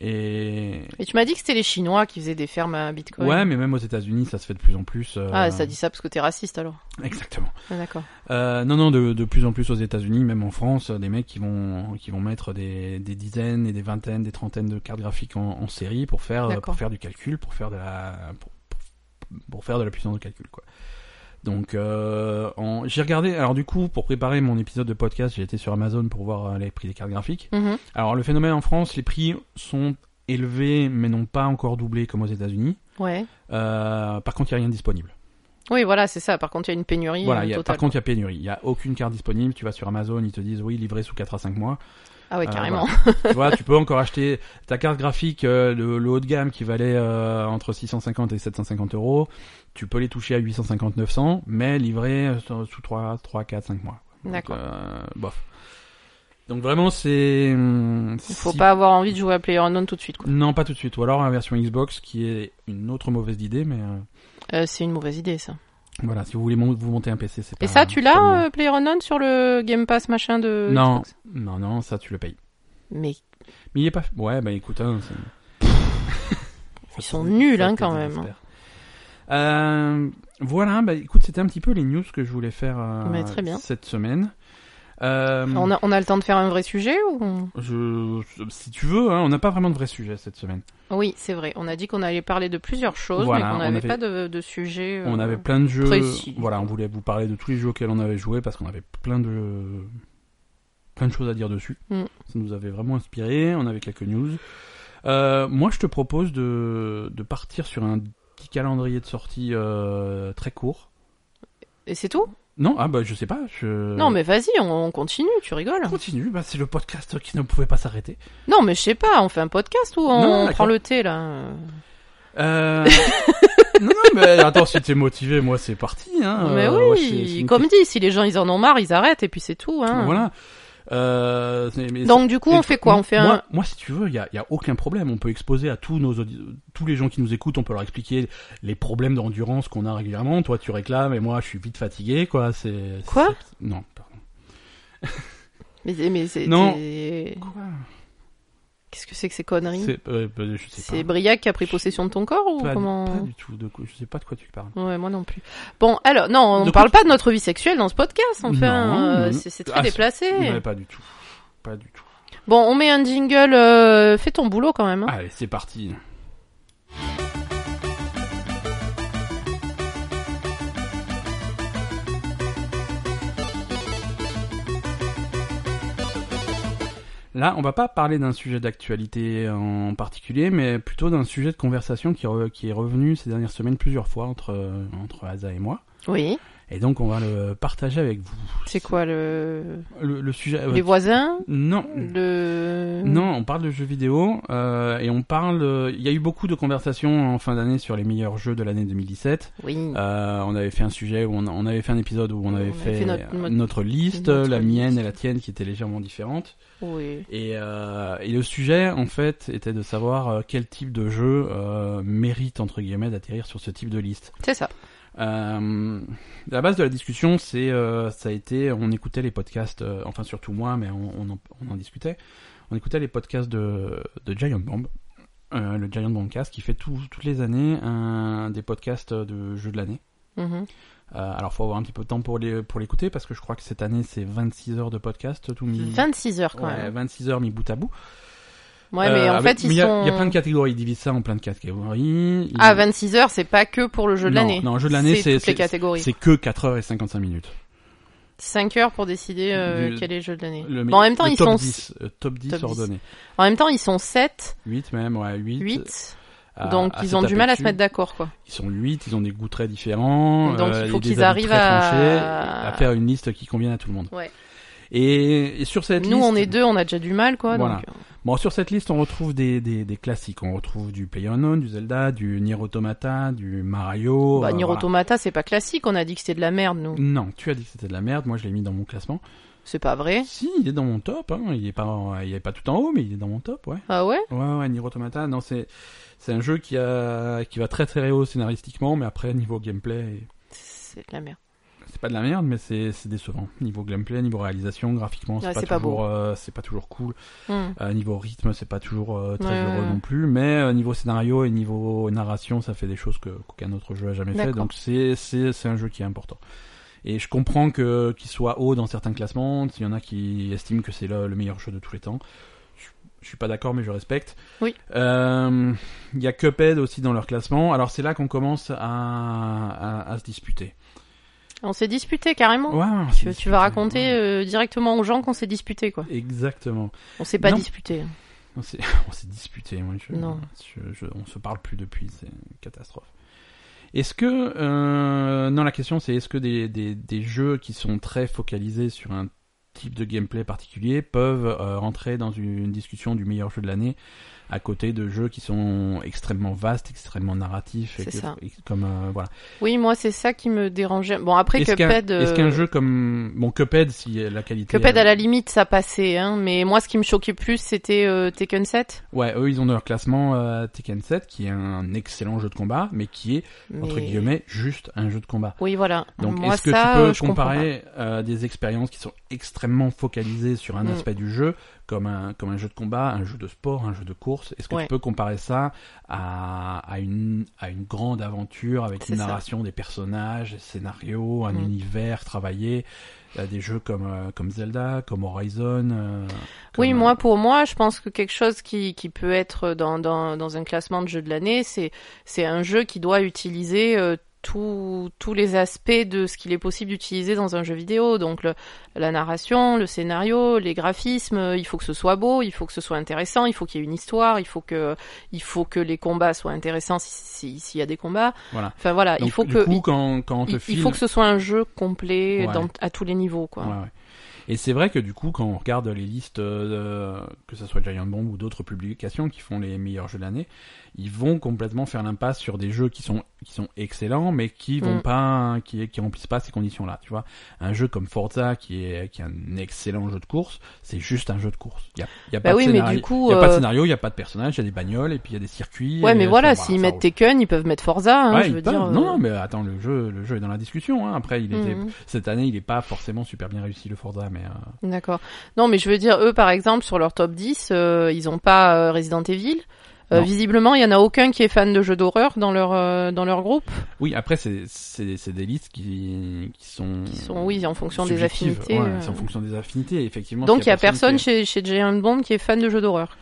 S1: Et
S2: Et tu m'as dit que c'était les Chinois qui faisaient des fermes à bitcoin.
S1: ouais, mais même aux États-Unis, ça se fait de plus en plus. euh,
S2: Ah, ça dit ça parce que t'es raciste alors.
S1: Exactement.
S2: Ah, D'accord.
S1: Euh, non, non, de, de plus en plus aux États-Unis, même en France, euh, des mecs qui vont qui vont mettre des, des dizaines et des vingtaines, des trentaines de cartes graphiques en, en série pour faire euh,
S2: D'accord.
S1: pour faire du calcul, pour faire de la pour, pour- pour faire de la puissance de calcul, quoi. Donc, euh, en- j'ai regardé. Alors du coup, pour préparer mon épisode de podcast, j'ai été sur Amazon pour voir euh, les prix des cartes graphiques.
S2: Mhm.
S1: Alors le phénomène en France, les prix sont élevés, mais n'ont pas encore doublé comme aux États-Unis.
S2: Ouais.
S1: Euh, par contre, il n'y a rien de disponible.
S2: Oui, voilà, c'est ça. Par contre, il y a une pénurie
S1: Voilà,
S2: euh,
S1: il y a-
S2: totale.
S1: par contre, il y a pénurie. Il y a aucune carte disponible. Tu vas sur Amazon, ils te disent oui, livré sous 4 à 5 mois.
S2: Ah ouais,
S1: Euh,
S2: carrément.
S1: tu vois, tu peux encore acheter ta carte graphique, euh, le, le haut de gamme qui valait euh, entre 650 et 750 euros. Tu peux les toucher à 850-900, mais livré euh, sous sous 3, 3, 4, 5 mois. Donc,
S2: D'accord.
S1: euh, bof. Donc vraiment, c'est. hum,
S2: Faut
S1: si-
S2: pas avoir envie de jouer à PlayerUnknown tout de suite. quoi.
S1: Non, pas tout de suite. Ou alors la version Xbox qui est une autre mauvaise idée, mais euh,
S2: Euh, c'est une mauvaise idée ça.
S1: voilà, si vous voulez mon- vous monter un PC, c'est pas.
S2: Et ça, tu
S1: c'est pas le moment.
S2: l'as euh, PlayerUnknown sur le Game Pass machin de
S1: Non,
S2: Xbox
S1: non, non, ça tu le payes.
S2: Mais
S1: Mais il est pas. Ouais, bah écoute, hein, c'est-
S2: Ils sont nuls,
S1: Ça
S2: hein,
S1: te
S2: quand même. hein.
S1: désespère. Euh, voilà, bah écoute, c'était un petit peu les news que je voulais faire euh,
S2: Mais très bien.
S1: cette semaine. Euh,
S2: on a, on a le temps de faire un vrai sujet ou
S1: je, si tu veux, hein, on n'a pas vraiment de vrai sujet cette semaine.
S2: Oui, c'est vrai. On a dit qu'on allait parler de plusieurs choses,
S1: Voilà,
S2: mais qu'on
S1: on
S2: n'avait
S1: avait-
S2: pas de, de sujet. euh,
S1: on avait plein de jeux.
S2: précis.
S1: Voilà, on voulait vous parler de tous les jeux auxquels on avait joué parce qu'on avait plein de plein de choses à dire dessus.
S2: Mm.
S1: Ça nous avait vraiment inspiré. On avait quelques news. Euh, moi, je te propose de, de partir sur un petit calendrier de sortie euh, très court.
S2: Et c'est tout
S1: Non, ah bah je sais pas. Je...
S2: Non, mais vas-y, on, on continue. Tu rigoles
S1: On Continue, bah, c'est le podcast qui ne pouvait pas s'arrêter.
S2: Non, mais je sais pas. On fait un podcast ou on,
S1: Non,
S2: on
S1: d'accord.
S2: prend le thé là
S1: Euh... non, non, mais attends, si t'es motivé, moi c'est parti. Hein.
S2: Mais
S1: Euh, moi, c'est- c'est
S2: oui,
S1: une
S2: comme dit, si les gens ils en ont marre, ils arrêtent et puis c'est tout.
S1: question-
S2: Hein.
S1: Voilà. Euh, c'est- mais
S2: Donc du coup,
S1: c'est-
S2: on fait quoi On fait
S1: moi,
S2: un.
S1: moi, si tu veux, il y a, y a aucun problème. On peut exposer à tous nos audi- tous les gens qui nous écoutent. On peut leur expliquer les problèmes d'endurance qu'on a régulièrement. Toi, tu réclames et moi, je suis vite fatigué, quoi. C'est
S2: Quoi
S1: c'est- Non. pardon.
S2: Mais, mais c'est.
S1: Non.
S2: c'est- Qu'est-ce que c'est que ces conneries
S1: C'est euh, euh, je sais
S2: C'est
S1: pas.
S2: Briac qui a pris possession de ton corps ou
S1: Pas,
S2: comment
S1: pas du tout. De quoi, je sais pas de quoi tu parles.
S2: Ouais, moi non plus. Bon, alors, non, on
S1: De
S2: ne
S1: quoi
S2: parle pas de notre vie sexuelle dans ce podcast, enfin,
S1: Non,
S2: euh,
S1: non.
S2: c'est c'est très
S1: Ah, c'est-
S2: déplacé.
S1: Mais pas du tout. Pas du tout.
S2: Bon, on met un jingle, euh, fais ton boulot quand même. hein.
S1: Allez, c'est parti. Là, on va pas parler d'un sujet d'actualité en particulier, mais plutôt d'un sujet de conversation qui, re- qui est revenu ces dernières semaines plusieurs fois entre, euh, entre Asa et moi.
S2: Oui,
S1: Et donc on va le partager avec vous.
S2: C'est quoi le
S1: Le, le sujet. euh,
S2: les voisins
S1: Non.
S2: Hmm. le
S1: Mm. Non, on parle de jeux vidéo euh, et on parle. euh, Il y a eu beaucoup de conversations en fin d'année sur les meilleurs jeux de l'année 2017.
S2: Oui.
S1: Euh, on avait fait un sujet où on, on avait fait un épisode où on avait
S2: Mm. On avait
S1: fait,
S2: fait notre- notre-
S1: liste,
S2: notre
S1: la mienne
S2: liste.
S1: et la tienne qui étaient légèrement différentes.
S2: Oui.
S1: Et, euh, et le sujet en fait était de savoir euh, quel type de jeu euh, mérite entre guillemets d'atterrir sur ce type de liste.
S2: C'est ça.
S1: Euh, la base de la discussion, c'est euh, ça a été on écoutait les podcasts, euh, enfin surtout moi, mais on, on en, on en discutait. On écoutait les podcasts de, de Giant Bomb. euh, le Giant Bombcast qui fait tout- toutes les années un, des podcasts de jeux de l'année.
S2: Mhm.
S1: Euh, alors faut avoir un petit peu de temps pour les pour l'écouter parce que je crois que cette année c'est 26 heures de podcast tout mis
S2: 26 heures quand
S1: Mm. Ouais,
S2: même.
S1: 26 heures mis bout à bout.
S2: hein. Ouais, mais
S1: Euh,
S2: en
S1: avec-
S2: fait, ils
S1: mais il y a-
S2: sont
S1: il y a plein de catégories, ils divisent ça en plein de catégories. Ils-
S2: Ah, 26 heures, c'est pas que pour le jeu de
S1: Non,
S2: l'année.
S1: non, jeu de l'année, c'est-
S2: toutes les
S1: c'est-
S2: catégories.
S1: c'est que 4 heures et 55 minutes.
S2: 5 heures pour décider euh,
S1: Du-
S2: quel est le jeu de l'année.
S1: Le,
S2: Bon, en même temps,
S1: le
S2: ils
S1: top
S2: sont
S1: 10, euh, top 10
S2: Top 10.
S1: ordonné.
S2: en même temps, ils sont 7,
S1: 8 même, ouais, 8.
S2: 8,
S1: à-
S2: donc
S1: à
S2: ils
S1: se
S2: ont du
S1: taper
S2: mal à se
S1: dessus.
S2: mettre d'accord quoi.
S1: Ils sont 8, ils ont des goûts très différents.
S2: Donc,
S1: euh,
S2: il faut
S1: et des
S2: qu'ils
S1: avis
S2: arrivent
S1: très
S2: à-
S1: tranchés, à faire une liste qui convienne à tout le monde.
S2: Ouais.
S1: Et, et sur cette
S2: Nous,
S1: liste.
S2: on est deux, on a déjà du mal quoi.
S1: Voilà. Oh,
S2: Donc... euh,
S1: Bon, sur cette liste, on retrouve des, des, des classiques. On retrouve du PlayerUnknown, du Zelda, du Nier Automata, du Mario.
S2: Bah,
S1: euh,
S2: Nier
S1: voilà. Mm.
S2: Automata, c'est pas classique, on a dit que c'était de la merde, nous.
S1: Non, tu as dit que c'était de la merde. Moi, je l'ai mis dans mon classement.
S2: C'est pas vrai.
S1: Si, il est dans mon top. Hein. Il est pas, en- il est pas tout en haut, mais il est dans mon top, ouais.
S2: Ah ouais
S1: Ouais, ouais, Nier Automata. Non, c'est, c'est un jeu qui a, qui va très très haut scénaristiquement, mais après niveau gameplay,
S2: C'est de la merde.
S1: c'est pas de la merde, mais c'est, c'est décevant. Niveau gameplay, niveau réalisation, graphiquement, c'est
S2: Ouais,
S1: pas
S2: c'est pas
S1: toujours, euh, c'est pas toujours cool.
S2: Hmm.
S1: Euh, niveau rythme, c'est pas toujours euh, très
S2: Ouais, ouais,
S1: heureux
S2: ouais.
S1: non plus, mais euh, niveau scénario et niveau narration, ça fait des choses que qu'aucun autre jeu a jamais fait.
S2: D'accord.
S1: Donc c'est c'est c'est un jeu qui est important. Et je comprends que qu'il soit haut dans certains classements. Il y en a qui estiment que c'est le, le meilleur jeu de tous les temps. Je, je suis pas d'accord, mais je respecte.
S2: Oui.
S1: Euh, Il y a Cuphead aussi dans leur classement. Alors c'est là qu'on commence à, à à se disputer.
S2: On s'est disputé carrément.
S1: Ouais, ouais, on s'est
S2: tu, tu
S1: disputé.
S2: vas raconter
S1: Oh. Ouais.
S2: euh, directement aux gens qu'on s'est disputé quoi.
S1: Exactement.
S2: On s'est pas
S1: Non.
S2: disputé.
S1: On s'est, on s'est disputé, moi. Je,
S2: Non.
S1: je- je- on se parle plus depuis, c'est une catastrophe. Est-ce que... Euh, non, la question c'est est-ce que des, des, des jeux qui sont très focalisés sur un type de gameplay particulier peuvent euh, rentrer dans une, discussion du meilleur jeu de l'année à côté de jeux qui sont extrêmement vastes, extrêmement narratifs, et
S2: C'est
S1: que-
S2: ça.
S1: et comme euh, voilà.
S2: Oui, moi c'est ça qui me dérangeait. Bon après
S1: Est-ce qu'un,
S2: Cuphead, euh,
S1: est-ce qu'un jeu euh, comme bon Cuphead, si la qualité,
S2: Cuphead à la limite ça passait, hein. Mais moi ce qui me choquait plus c'était euh, Tekken 7.
S1: ouais, eux ils ont dans leur classement euh, Tekken 7 qui est un excellent jeu de combat, mais qui est
S2: Mais-
S1: entre guillemets, juste un jeu de combat.
S2: Oui voilà.
S1: Donc,
S2: moi
S1: est-ce que
S2: ça, euh,
S1: tu
S2: je
S1: peux
S2: comprends
S1: comparer euh, des expériences qui sont extrêmement focalisées sur un
S2: Mm.
S1: aspect du jeu, comme un, comme un jeu de combat, un jeu de sport, un jeu de course Est-ce que
S2: Ouais.
S1: tu peux comparer ça à, à, une, à une grande aventure avec
S2: C'est
S1: une
S2: ça.
S1: narration, des personnages, des scénarios, un
S2: Mm.
S1: univers travaillé euh, Des jeux comme, euh, comme Zelda, comme Horizon euh,
S2: Oui,
S1: comme,
S2: moi, pour moi, je pense que quelque chose qui, qui peut être dans, dans, dans un classement de jeu de l'année, c'est, c'est un jeu qui doit utiliser euh, tous tous les aspects de ce qu'il est possible d'utiliser dans un jeu vidéo. Donc, le- la narration, le scénario, les graphismes, euh, il faut que ce soit beau, il faut que ce soit intéressant, il faut qu'il y ait une histoire, il faut que, il faut que les combats soient intéressants si- si- s'il y a des combats.
S1: Voilà.
S2: Enfin, voilà,
S1: Donc,
S2: il faut
S1: du
S2: que...
S1: coup, quand, quand on te
S2: il, il
S1: file...
S2: faut que ce soit un jeu complet
S1: Ouais.
S2: dans, à tous les niveaux, quoi.
S1: Ouais, ouais. Et c'est vrai que du coup, quand on regarde les listes, euh, que ce soit Giant Bomb ou d'autres publications qui font les meilleurs jeux de l'année, ils vont complètement faire l'impasse sur des jeux qui sont qui sont excellents, mais qui vont
S2: Mm.
S1: pas, qui qui remplissent pas ces conditions-là. Tu vois, un jeu comme Forza qui est qui est un excellent jeu de course, c'est juste un jeu de course. Il y a, il y a
S2: Bah
S1: pas
S2: oui,
S1: de
S2: mais
S1: scénario,
S2: du coup,
S1: il y a pas de
S2: euh,
S1: scénario, il y a pas de personnage, il y a des bagnoles et puis il y a des circuits.
S2: Ouais,
S1: et-
S2: mais
S1: enfin,
S2: voilà, s'ils
S1: ça
S2: mettent
S1: roule.
S2: Tekken, ils peuvent mettre Forza, hein,
S1: Ouais,
S2: je
S1: ils
S2: veux
S1: peuvent.
S2: dire.
S1: Non, non,
S2: euh,
S1: mais attends, le jeu, le jeu est dans la discussion. Hein. Après, il était
S2: mhm.
S1: cette année, il est pas forcément super bien réussi le Forza, mais euh,
S2: mm, D'accord. Non, mais je veux dire, eux, par exemple, sur leur top 10, euh, ils ont pas euh, Resident Evil. Euh,
S1: Non.
S2: visiblement, il y en a aucun qui est fan de jeux d'horreur dans leur euh, dans leur groupe.
S1: Oui, après, c'est c'est- c'est des listes qui, qui sont.
S2: Qui sont, oui, en fonction des
S1: subjectives.
S2: affinités.
S1: Ouais,
S2: euh.
S1: c'est en fonction des affinités, effectivement.
S2: Donc, il
S1: s'il
S2: y a personne
S1: qui-
S2: chez chez Giant Bond qui est fan de jeux d'horreur.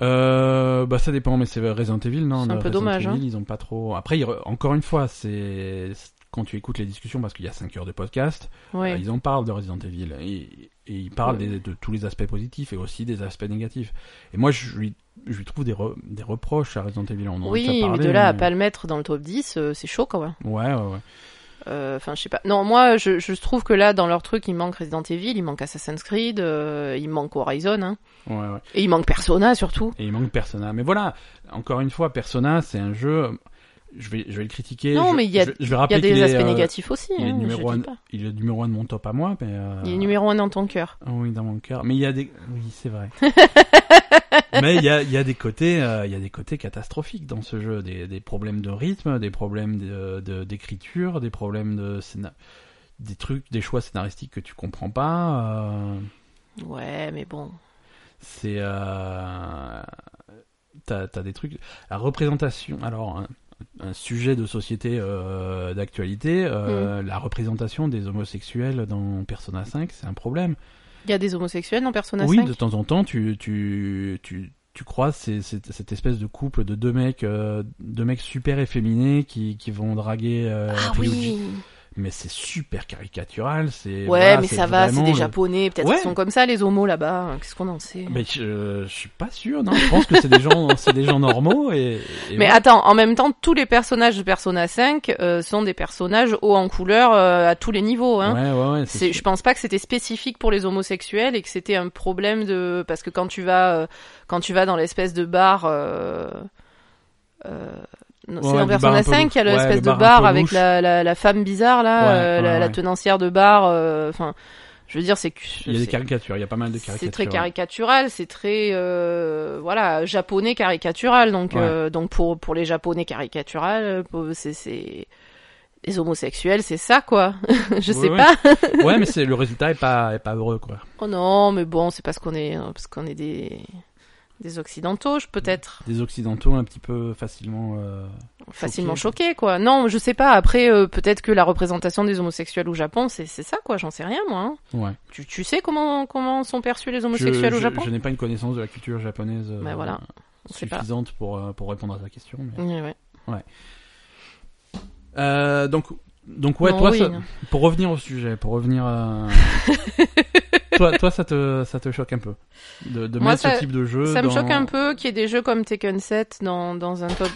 S1: Euh, bah, ça dépend, mais c'est Resident Evil, non
S2: C'est un peu
S1: Resident
S2: dommage, hein.
S1: Evil, ils ont pas trop. Après, ils re- encore une fois, c'est. c'est- Quand tu écoutes les discussions, parce qu'il y a 5 heures de podcast,
S2: Ouais.
S1: euh, ils en parlent de Resident Evil. Et, et ils parlent
S2: Ouais.
S1: des- de tous les aspects positifs et aussi des aspects négatifs. Et moi, je lui, je lui trouve des, re- des reproches à Resident Evil. On en a
S2: oui,
S1: déjà
S2: mais
S1: parlé,
S2: de là à
S1: mais-
S2: pas le mettre dans le top 10, euh, c'est chaud quand même.
S1: Ouais, ouais, ouais.
S2: Euh, Enfin, je sais pas. Non, moi, je, je trouve que là, dans leur truc, il manque Resident Evil, il manque Assassin's Creed, euh, il manque Horizon, hein.
S1: Ouais, ouais.
S2: et il manque Persona surtout.
S1: Et il manque Persona. Mais voilà, encore une fois, Persona, c'est un jeu. Je vais, je vais le critiquer.
S2: Non,
S1: je-
S2: mais il y a-
S1: je- je vais
S2: Il y a
S1: rappeler qu'il
S2: des
S1: est,
S2: aspects
S1: euh,
S2: négatifs aussi.
S1: Il est,
S2: hein, je
S1: numéro
S2: dis
S1: un,
S2: pas.
S1: il est numéro un de mon top à moi, mais. euh,
S2: Il est numéro un dans ton cœur.
S1: ah Oui, dans mon cœur. Mais il y a des. Oui, c'est vrai. mais il y a, il y a des côtés, euh, il y a des côtés catastrophiques dans ce jeu, des, des problèmes de rythme, des problèmes de- de- d'écriture, des problèmes de scéna- des trucs, des choix scénaristiques que tu comprends pas. euh,
S2: Ouais, mais bon.
S1: c'est euh, t'as t'as des trucs. La représentation. Alors. Un, un sujet de société euh, d'actualité,
S2: Mm.
S1: euh, la représentation des homosexuels dans Persona 5, c'est un problème.
S2: Il y a des homosexuels dans Persona
S1: Oui,
S2: 5
S1: de temps en temps, tu, tu, tu, tu croises ces- cette, cette espèce de couple de deux mecs, euh, deux mecs super efféminés qui, qui vont draguer euh,
S2: Ah
S1: Ryuji.
S2: oui
S1: Mais c'est super caricatural, c'est.
S2: Ouais,
S1: voilà,
S2: mais
S1: c'est
S2: ça va, c'est
S1: vraiment
S2: des
S1: le-
S2: japonais, peut-être
S1: Ouais.
S2: qu'ils sont comme ça les homos là-bas, qu'est-ce qu'on en sait
S1: Mais je, je suis pas sûr, non. Je pense que c'est des gens, c'est des gens normaux et. et
S2: Mais ah,
S1: voilà.
S2: attends, en même temps, tous les personnages de Persona 5 euh, sont des personnages hauts en couleur euh, à tous les niveaux. Hein.
S1: ouais, ouais, ouais,
S2: C'est-
S1: c'est.
S2: je pense pas que c'était spécifique pour les homosexuels et que c'était un problème de parce que quand tu vas euh, quand tu vas dans l'espèce de bar euh, euh, non,
S1: Ouais,
S2: c'est dans
S1: du bar un
S2: Persona
S1: peu
S2: 5
S1: louche.
S2: qu'il y a
S1: Ouais,
S2: l'espèce
S1: le
S2: de
S1: bar un
S2: bar
S1: peu
S2: avec
S1: louche.
S2: la, la, la femme bizarre là,
S1: Ouais,
S2: euh, la,
S1: ouais,
S2: la
S1: ouais.
S2: tenancière de bar. euh, Enfin, je veux dire, c'est que
S1: Il y a des
S2: c'est-
S1: caricatures, il y a pas mal de caricatures.
S2: c'est très caricatural, c'est très euh, voilà japonais caricatural. Donc
S1: Ouais.
S2: euh, donc pour pour les japonais caricatural, euh, pour- c'est c'est les homosexuels, c'est ça quoi. je
S1: Ouais,
S2: sais
S1: ouais.
S2: pas.
S1: ouais, mais c'est le résultat est pas, est pas heureux, quoi.
S2: Oh non, mais bon, c'est parce qu'on est euh, parce qu'on est des des occidentaux, je
S1: Mm.
S2: peut-être
S1: Des occidentaux un petit peu facilement. euh,
S2: facilement
S1: Choqués.
S2: choqués quoi. Non, je sais pas. Après euh, peut-être que la représentation des homosexuels au Japon, c'est c'est ça quoi, j'en sais rien moi. hein.
S1: Ouais.
S2: Tu tu sais comment comment sont perçus les
S1: Je-
S2: homosexuels
S1: je,
S2: au Japon
S1: Je n'ai pas une connaissance de la culture japonaise. euh,
S2: Bah voilà, on sait pas.
S1: suffisante pour, euh, pour répondre à ta question. mais-
S2: Ouais, ouais.
S1: Euh, donc, donc ouais,
S2: Non,
S1: toi,
S2: oui,
S1: ça-
S2: non.
S1: pour revenir au sujet, pour revenir à... toi, toi, ça te, ça te choque un peu de, de
S2: Moi,
S1: mettre
S2: ça-
S1: ce type de jeu.
S2: Ça me
S1: dans-
S2: choque un peu qu'il y ait des jeux comme Tekken 7 dans, dans un top.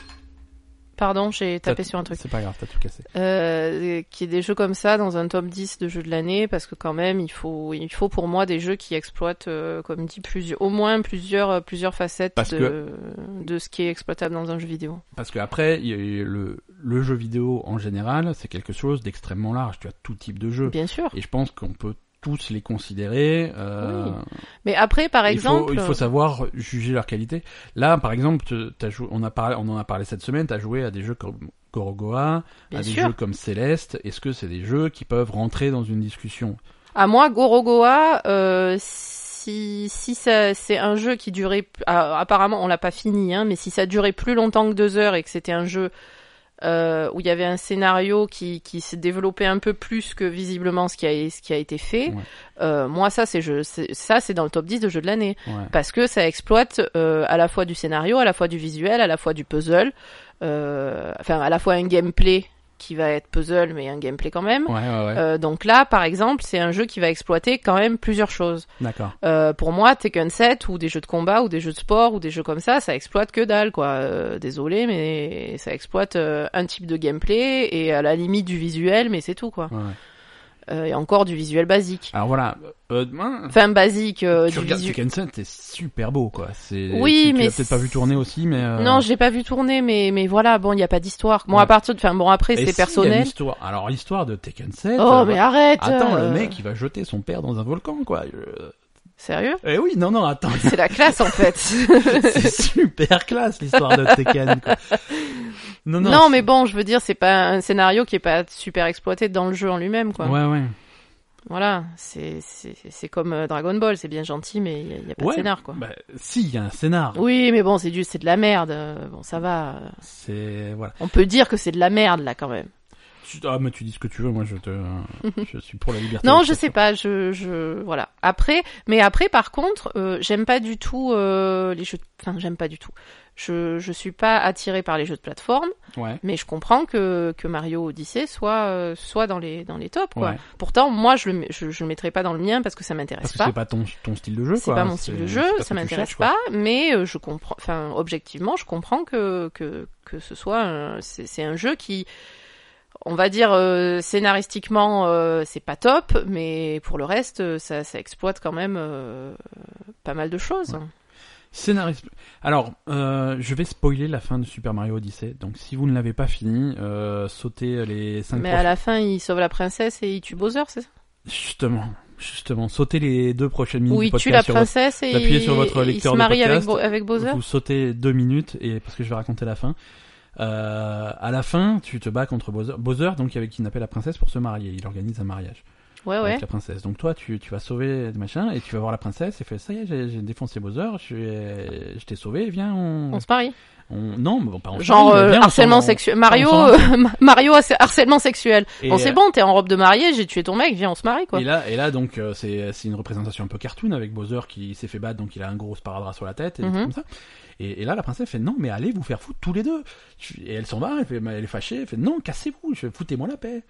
S2: Pardon, j'ai tapé
S1: T'as-
S2: sur un truc.
S1: C'est pas grave, t'as tout cassé.
S2: Euh, qu'il y ait des jeux comme ça dans un top 10 de jeux de l'année, parce que quand même, il faut, il faut pour moi des jeux qui exploitent, euh, comme dit, plusieurs, au moins plusieurs, euh, plusieurs facettes
S1: Parce
S2: de,
S1: que-
S2: de ce qui est exploitable dans un jeu vidéo.
S1: Parce que après, il y a eu le, le jeu vidéo en général, c'est quelque chose d'extrêmement large. Tu as tout type de jeu,
S2: Bien sûr.
S1: et je pense qu'on peut tous les considérer. euh,
S2: Oui. Mais après, par
S1: Il faut-
S2: exemple. euh,
S1: il faut, savoir juger leur qualité. Là, par exemple, te- t'as joué- on, a parlé, on en a parlé cette semaine, tu as joué à des jeux comme Gorogoa,
S2: Bien
S1: à des
S2: sûr.
S1: jeux comme Céleste. Est-ce que c'est des jeux qui peuvent rentrer dans une discussion
S2: À moi, Gorogoa, euh, si, si ça- c'est un jeu qui durait, ah, apparemment on l'a pas fini, hein, mais si ça durait plus longtemps que deux heures et que c'était un jeu euh, où il y avait un scénario qui, qui se développait un peu plus que visiblement ce qui a, ce qui a été fait,
S1: Ouais.
S2: euh, moi ça c'est, je, c'est- ça c'est dans le top 10 de jeux de l'année
S1: Ouais.
S2: parce que ça exploite euh, à la fois du scénario, à la fois du visuel, à la fois du puzzle, euh, enfin à la fois un gameplay qui va être puzzle mais un gameplay quand même.
S1: Ouais, ouais, ouais.
S2: Euh, donc là, par exemple, c'est un jeu qui va exploiter quand même plusieurs choses.
S1: D'accord.
S2: Euh, pour moi, Tekken 7 ou des jeux de combat ou des jeux de sport ou des jeux comme ça, ça exploite que dalle, quoi. Euh, désolé, mais ça exploite euh, un type de gameplay et à la limite du visuel, mais c'est tout, quoi.
S1: Ouais, ouais.
S2: Euh, et encore du visuel basique.
S1: Alors voilà, euh, demain,
S2: Enfin, basique, euh,
S1: tu
S2: du
S1: regardes
S2: visu-
S1: Tekken 7, c'est super beau, quoi. C'est-
S2: Oui,
S1: tu, tu
S2: mais
S1: l'as peut-être pas vu tourner aussi, mais... euh,
S2: Non, je l'ai pas vu tourner, mais mais voilà, bon, il n'y a pas d'histoire. Bon,
S1: Ouais.
S2: à partir de, enfin, bon après
S1: et si, il y
S2: c'est
S1: a
S2: personnel.
S1: une histoire. Alors l'histoire de Tekken 7...
S2: Oh,
S1: euh,
S2: mais arrête.
S1: Attends,
S2: euh,
S1: le mec, il va jeter son père dans un volcan, quoi. Je-
S2: Sérieux
S1: Eh oui, non, non, attends.
S2: C'est la classe en fait.
S1: c'est super classe l'histoire de Tekken. Quoi. Non,
S2: Non,
S1: non.
S2: mais bon, je veux dire, c'est pas un scénario qui est pas super exploité dans le jeu en lui-même, quoi.
S1: Ouais, ouais.
S2: Voilà, c'est c'est c'est comme euh, Dragon Ball, c'est bien gentil, mais il y, a- y a pas
S1: Ouais,
S2: de scénar, quoi.
S1: Bah, si, il y a un scénar.
S2: Oui, mais bon, c'est du, c'est de la merde. euh, Bon, ça va. euh,
S1: C'est voilà.
S2: On peut dire que c'est de la merde là, quand même.
S1: Tu- Ah, mais tu dis ce que tu veux. Moi, je te, je suis pour la liberté.
S2: Non, je sais pas. Je je voilà. Après, mais après, par contre, euh, j'aime pas du tout euh, les jeux. de- Enfin, j'aime pas du tout. Je je suis pas attirée par les jeux de plateforme,
S1: Ouais.
S2: mais je comprends que que Mario Odyssey soit euh, soit dans les dans les tops, quoi.
S1: ouais.
S2: Pourtant, moi, je le, mets- je, je le mettrai pas dans le mien parce que ça
S1: Parce
S2: m'intéresse
S1: que
S2: pas.
S1: c'est pas ton, ton style de jeu,
S2: C'est
S1: quoi.
S2: pas mon style de jeu,
S1: c'est pas ce
S2: ça
S1: que tu
S2: m'intéresse
S1: cherches, quoi.
S2: pas, mais euh, je comprends, enfin, objectivement, je comprends que, que, que ce soit un, c'est, c'est un jeu qui, on va dire euh, scénaristiquement euh, c'est pas top, mais pour le reste euh, ça, ça exploite quand même euh, pas mal de choses.
S1: Scénariste. Alors, euh, je vais spoiler la fin de Super Mario Odyssey. Donc, si vous ne l'avez pas fini, euh, sautez les 5
S2: Mais à la fin il sauve la princesse et il tue Bowser, c'est ça
S1: Justement, justement, sautez les deux prochaines minutes
S2: Ou
S1: du
S2: il tue
S1: podcast
S2: la
S1: sur votre-
S2: princesse et
S1: appuyez
S2: il,
S1: sur votre
S2: il
S1: lecteur
S2: se
S1: de
S2: marie avec,
S1: podcast.
S2: Bo- avec Bowser.
S1: Vous sautez deux minutes et parce que je vais raconter la fin. Euh, à la fin, tu te bats contre Bowser. Bowser, donc, qui avait kidnappé la princesse pour se marier. Il organise un mariage
S2: Ouais
S1: avec
S2: Ah ouais.
S1: la princesse. Donc toi, tu, tu vas sauver le machin et tu vas voir la princesse et fait ça y est, j'ai j'ai défoncé Bowser, je, suis- je t'ai sauvé, viens on,
S2: On se marie.
S1: on- non, mais bon, pas on se
S2: Genre
S1: marie, mais
S2: euh,
S1: viens, on
S2: harcèlement
S1: s'en-
S2: sexuel. Mario,
S1: on
S2: euh, Mario harc- harcèlement sexuel.
S1: Et, euh,
S2: bon c'est bon, t'es en robe de mariée, j'ai tué ton mec, viens on se marie quoi.
S1: Et là, et là donc euh, c'est c'est une représentation un peu cartoon avec Bowser qui s'est fait battre, donc il a un gros sparadrap sur la tête et des
S2: Mhm.
S1: trucs comme ça. Et, et là, la princesse fait non, mais allez vous faire foutre tous les deux. Je- Et elle s'en va, elle, fait- elle est fâchée, elle fait non, cassez-vous, je- foutez-moi la paix.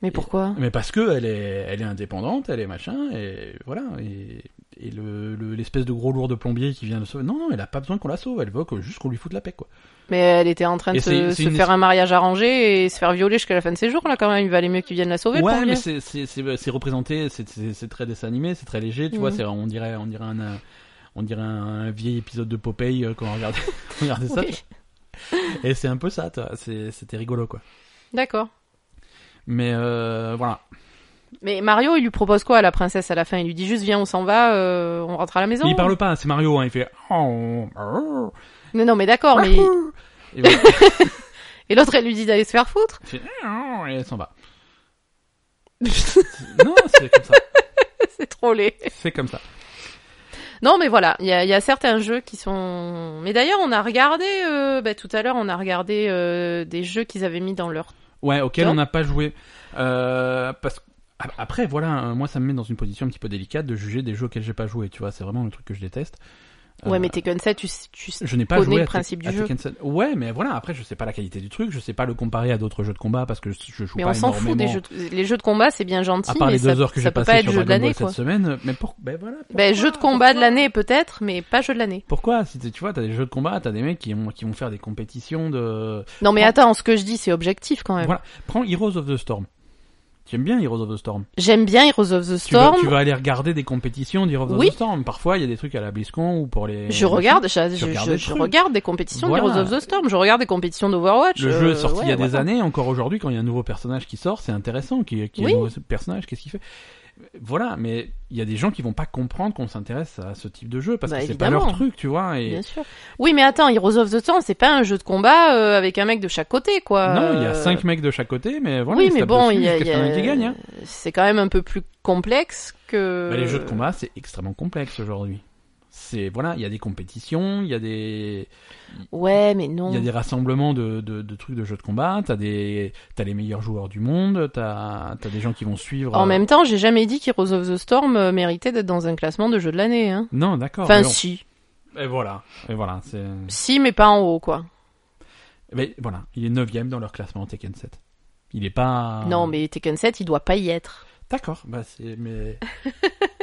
S2: Mais pourquoi
S1: Mais parce que elle est, elle est indépendante, elle est machin, et voilà. Et, et le le- l'espèce de gros lourd de plombier qui vient de sauver, non, non, elle a pas besoin qu'on la sauve, elle veut que juste qu'on lui foute la paix, quoi.
S2: Mais elle était en train de
S1: Et c'est-
S2: se,
S1: c'est
S2: se
S1: une
S2: faire un mariage arrangé et se faire violer jusqu'à la fin de ses jours là quand même. Il valait mieux qu'il vienne la sauver. le
S1: ouais,
S2: pauvre
S1: mais
S2: vieux.
S1: c'est c'est- c'est c'est représenté, c'est- c'est c'est très dessin animé, c'est très léger, tu
S2: Mhm.
S1: vois. C'est on dirait on dirait un euh, on dirait un vieil épisode de Popeye euh, quand on regardait, on regardait ça.
S2: Oui.
S1: Et c'est un peu ça, toi. C'est- c'était rigolo quoi.
S2: D'accord.
S1: Mais euh, voilà.
S2: Mais Mario, il lui propose quoi à la princesse à la fin Il lui dit juste viens, on s'en va, euh, on rentre à la maison.
S1: Il parle pas, c'est Mario, hein, il fait. Non
S2: Mais non, mais d'accord. Mais
S1: Et voilà,
S2: et l'autre, elle lui dit d'aller se faire foutre.
S1: il fait, et elle s'en va. Non, c'est comme ça.
S2: c'est trop laid.
S1: C'est comme ça.
S2: Non, mais voilà, il y a, il y a certains jeux qui sont. Mais d'ailleurs, on a regardé euh, bah, tout à l'heure, on a regardé euh, des jeux qu'ils avaient mis dans leur.
S1: Ouais, auquel
S2: Toi
S1: on n'a pas joué. Euh, parce que- a- après, voilà, euh, moi ça me met dans une position un petit peu délicate de juger des jeux auxquels j'ai pas joué. Tu vois, c'est vraiment le truc que je déteste. Euh,
S2: Ouais, mais Tekken 7, tu, s- tu s-
S1: je n'ai pas
S2: connais
S1: joué
S2: le
S1: à Tek-
S2: principe du
S1: à
S2: jeu.
S1: Tekken Seven. Ouais, mais voilà, après je sais pas la qualité du truc, je sais pas le comparer à d'autres jeux de combat parce que je, je joue
S2: Mais
S1: pas
S2: on s'en fout des
S1: énormément.
S2: jeux. de- Les jeux de combat, c'est bien gentil,
S1: À part
S2: mais
S1: les
S2: ça,
S1: deux heures que
S2: ça
S1: j'ai
S2: peut pas
S1: passées
S2: être
S1: sur
S2: jeu de
S1: Dragon Ball
S2: l'année,
S1: cette
S2: quoi.
S1: semaine, mais pour, ben voilà.
S2: Ben,
S1: pourquoi
S2: jeu de combat de
S1: Pourquoi
S2: l'année peut-être, mais pas jeu de l'année.
S1: Pourquoi Si t'es- tu vois, t'as des jeux de combat, t'as des mecs qui vont qui vont faire des compétitions de.
S2: Non mais
S1: Prends-
S2: attends, ce que je dis c'est objectif quand même.
S1: Voilà. Prends Heroes of the Storm. J'aime bien Heroes of the Storm.
S2: J'aime bien Heroes of the
S1: Tu vas,
S2: Storm.
S1: tu vas aller regarder des compétitions d'Heroes
S2: Oui.
S1: of the Storm. Parfois, il y a des trucs à la BlizzCon ou pour les.
S2: Je regarde, je, je-
S1: regardes
S2: je-
S1: des
S2: je
S1: trucs.
S2: regarde des compétitions
S1: Voilà.
S2: d'Heroes of the Storm, je regarde des compétitions d'Overwatch.
S1: Le
S2: euh,
S1: jeu est sorti
S2: ouais,
S1: il y a des
S2: voilà.
S1: années, encore aujourd'hui, quand il y a un nouveau personnage qui sort, c'est intéressant. Qui, qui
S2: Oui.
S1: est un nouveau personnage Qu'est-ce qu'il fait Voilà, mais il y a des gens qui vont pas comprendre qu'on s'intéresse à ce type de jeu parce
S2: Bah,
S1: que c'est pas
S2: évidemment.
S1: leur truc, tu vois. Et...
S2: Bien sûr. Oui, mais attends, Heroes of the Storm, c'est pas un jeu de combat euh, avec un mec de chaque côté, quoi.
S1: Non, il y a
S2: Euh,
S1: 5 mecs de chaque côté, mais voilà.
S2: oui,
S1: ils se
S2: mais
S1: tapent
S2: bon,
S1: dessus
S2: il y a,
S1: jusqu'à ce qu'il y en ait un qui gagne. hein.
S2: c'est quand même un peu plus complexe que.
S1: Bah, les jeux de combat, c'est extrêmement complexe aujourd'hui. C'est voilà, il y a des compétitions, il y a des
S2: Ouais, mais non.
S1: il y a des rassemblements de, de, de trucs de jeux de combat. T'as des t'as les meilleurs joueurs du monde, t'as t'as des gens qui vont suivre.
S2: En
S1: euh,
S2: même temps, j'ai jamais dit qu'Heroes of the Storm euh, méritait d'être dans un classement de jeu de l'année. Hein.
S1: Non, d'accord.
S2: enfin,
S1: mais bon.
S2: si,
S1: Et voilà, et voilà, c'est.
S2: si, mais pas en haut, quoi.
S1: Mais voilà, il est 9 dans leur classement Tekken 7. Il est pas.
S2: Non, mais Tekken 7, il doit pas y être.
S1: D'accord, bah c'est mais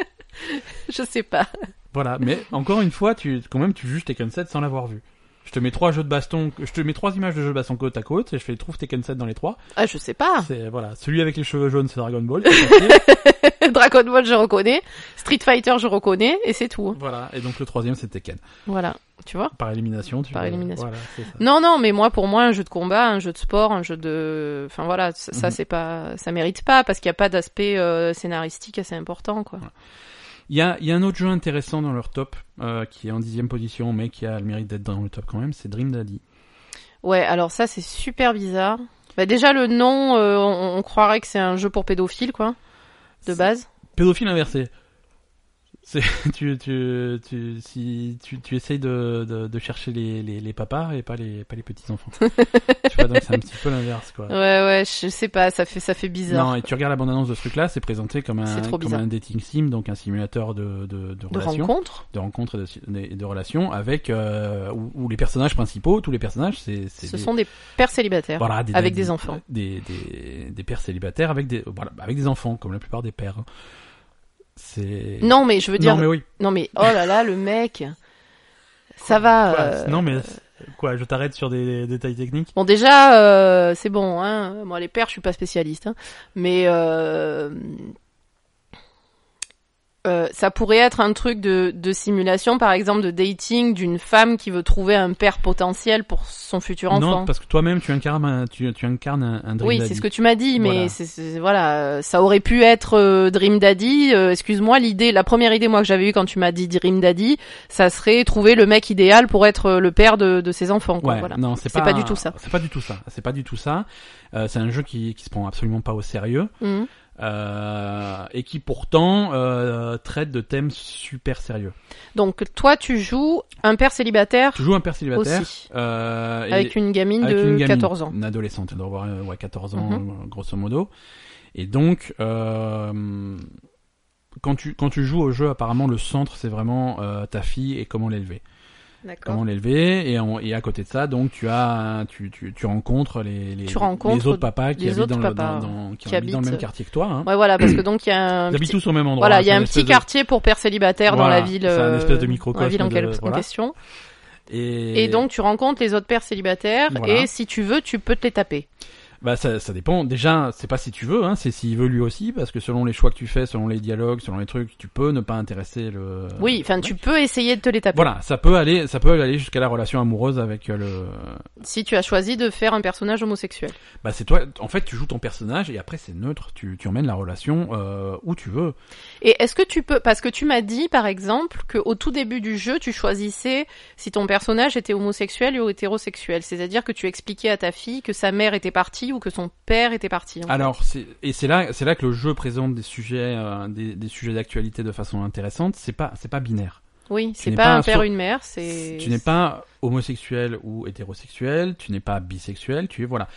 S2: Je sais pas.
S1: voilà, mais encore une fois, tu quand même tu juges Tekken 7 sans l'avoir vu. Je te mets trois jeux de baston, je te mets trois images de jeux de baston côte à côte et je fais trouve Tekken 7 dans les trois.
S2: Ah, je sais pas.
S1: C'est voilà, celui avec les cheveux jaunes, c'est Dragon Ball. c'est facile.
S2: Dragon Ball, je reconnais. Street Fighter, je reconnais. Et c'est tout. hein.
S1: voilà, et donc le troisième c'est Tekken.
S2: Voilà. Tu vois
S1: Par élimination, tu
S2: Par élimination.
S1: Voilà, c'est ça.
S2: Non, non, mais moi, pour moi, un jeu de combat, un jeu de sport, un jeu de. Enfin voilà, ça, ça,
S1: Mhm.
S2: c'est pas. Ça mérite pas parce qu'il n'y a pas d'aspect euh, scénaristique assez important, quoi.
S1: Il y a, il y a un autre jeu intéressant dans leur top euh, qui est en dixième position, mais qui a le mérite d'être dans le top quand même, c'est Dream Daddy.
S2: Ouais, alors ça, c'est super bizarre. Bah, déjà, le nom, euh, on, on croirait que c'est un jeu pour pédophiles, quoi. De
S1: C'est-
S2: base.
S1: Pédophile inversé. C'est tu tu tu si tu tu essayes de de, de chercher les, les les papas et pas les pas les petits enfants. tu vois donc c'est un petit peu l'inverse quoi.
S2: Ouais, ouais, je sais pas, ça fait, ça fait bizarre.
S1: Non, et tu regardes la bande-annonce de ce truc-là, c'est présenté comme
S2: C'est
S1: un,
S2: trop
S1: comme
S2: bizarre.
S1: un dating sim, donc un simulateur de, de, de,
S2: de
S1: relations.
S2: rencontre
S1: de rencontres et de, et de relations avec euh, où, où les personnages principaux, tous les personnages, c'est c'est
S2: Ce
S1: des-
S2: sont des pères célibataires.
S1: voilà,
S2: avec des enfants.
S1: des, des, des pères célibataires avec des voilà, avec des enfants comme la plupart des pères. C'est
S2: Non, mais je veux dire.
S1: non mais oui
S2: Non mais oh là là le mec, ça va.
S1: Voilà,
S2: euh,
S1: non mais Quoi, je t'arrête sur des détails techniques
S2: Bon, déjà, euh, c'est bon. Hein. Moi, les paires, je suis pas spécialiste, hein. mais euh, euh, ça pourrait être un truc de, de simulation, par exemple, de dating d'une femme qui veut trouver un père potentiel pour son futur enfant.
S1: Non, parce que toi-même, tu incarnes, un- tu, tu incarnes un, un Dream
S2: oui,
S1: Daddy.
S2: c'est ce que tu m'as dit, mais
S1: Voilà.
S2: c'est- c'est- voilà, euh, ça aurait pu être euh, Dream Daddy. euh, Excuse-moi, l'idée, la première idée moi que j'avais eue quand tu m'as dit Dream Daddy, ça serait trouver le mec idéal pour être euh, le père de, de ses enfants. Quoi,
S1: Ouais,
S2: voilà.
S1: non, c'est
S2: C'est
S1: pas,
S2: pas du tout ça.
S1: C'est pas du tout ça. C'est pas du tout ça. Euh, c'est un jeu qui, qui se prend absolument pas au sérieux.
S2: Mhm.
S1: euh, et qui pourtant euh, traite de thèmes super sérieux.
S2: Donc toi, tu joues un père célibataire
S1: Tu joues un père célibataire
S2: Aussi.
S1: euh, et-
S2: avec une gamine
S1: avec
S2: de
S1: une gamine,
S2: 14 ans.
S1: une adolescente, elle doit avoir euh, ouais, 14 ans
S2: Mhm.
S1: euh, grosso modo. Et donc euh, quand tu quand tu joues au jeu, apparemment le centre c'est vraiment euh, ta fille et comment l'élever.
S2: D'accord.
S1: Comment l'élever et, en- et à côté de ça, donc tu as tu, tu, tu rencontres les les,
S2: Tu rencontres
S1: les autres papas qui
S2: les
S1: habitent
S2: autres
S1: dans, le-
S2: papas,
S1: dans- dans- qui
S2: qui
S1: habitent dans le
S2: habitent- euh,
S1: même quartier que toi. Hein.
S2: Ouais, voilà, parce que donc il y a un
S1: Ils habitent
S2: petit,
S1: tous au même endroit.
S2: voilà,
S1: hein,
S2: il y a
S1: c'est
S2: un
S1: une
S2: petit
S1: espèce de-
S2: quartier pour pères célibataires dans
S1: Voilà,
S2: la ville,
S1: c'est un
S2: euh,
S1: espèce de
S2: dans la
S1: microcosme
S2: ville en,
S1: de-
S2: quel- en
S1: voilà.
S2: question.
S1: Et,
S2: Et... donc tu rencontres les autres pères célibataires
S1: Voilà.
S2: et si tu veux, tu peux te les taper.
S1: Bah ça, ça dépend. Déjà, c'est pas si tu veux, hein, c'est s'il veut lui aussi, parce que selon les choix que tu fais, selon les dialogues, selon les trucs, tu peux ne pas intéresser le.
S2: oui, enfin tu peux essayer de te les taper.
S1: Voilà, ça peut aller, ça peut aller jusqu'à la relation amoureuse avec euh, le.
S2: Si tu as choisi de faire un personnage homosexuel.
S1: Bah c'est toi. En fait, tu joues ton personnage et après c'est neutre. Tu tu emmènes la relation euh, où tu veux.
S2: Et est-ce que tu peux parce que tu m'as dit par exemple que au tout début du jeu, tu choisissais si ton personnage était homosexuel ou hétérosexuel, c'est-à-dire que tu expliquais à ta fille que sa mère était partie ou que son père était parti. en fait.
S1: Alors c'est et c'est là c'est là que le jeu présente des sujets euh, des, des sujets d'actualité de façon intéressante. C'est pas c'est pas binaire.
S2: oui, c'est
S1: n'es
S2: pas,
S1: pas
S2: un
S1: un
S2: père
S1: sur-
S2: une mère, c'est
S1: Tu n'es pas homosexuel ou hétérosexuel. Tu n'es pas bisexuel. Tu es voilà.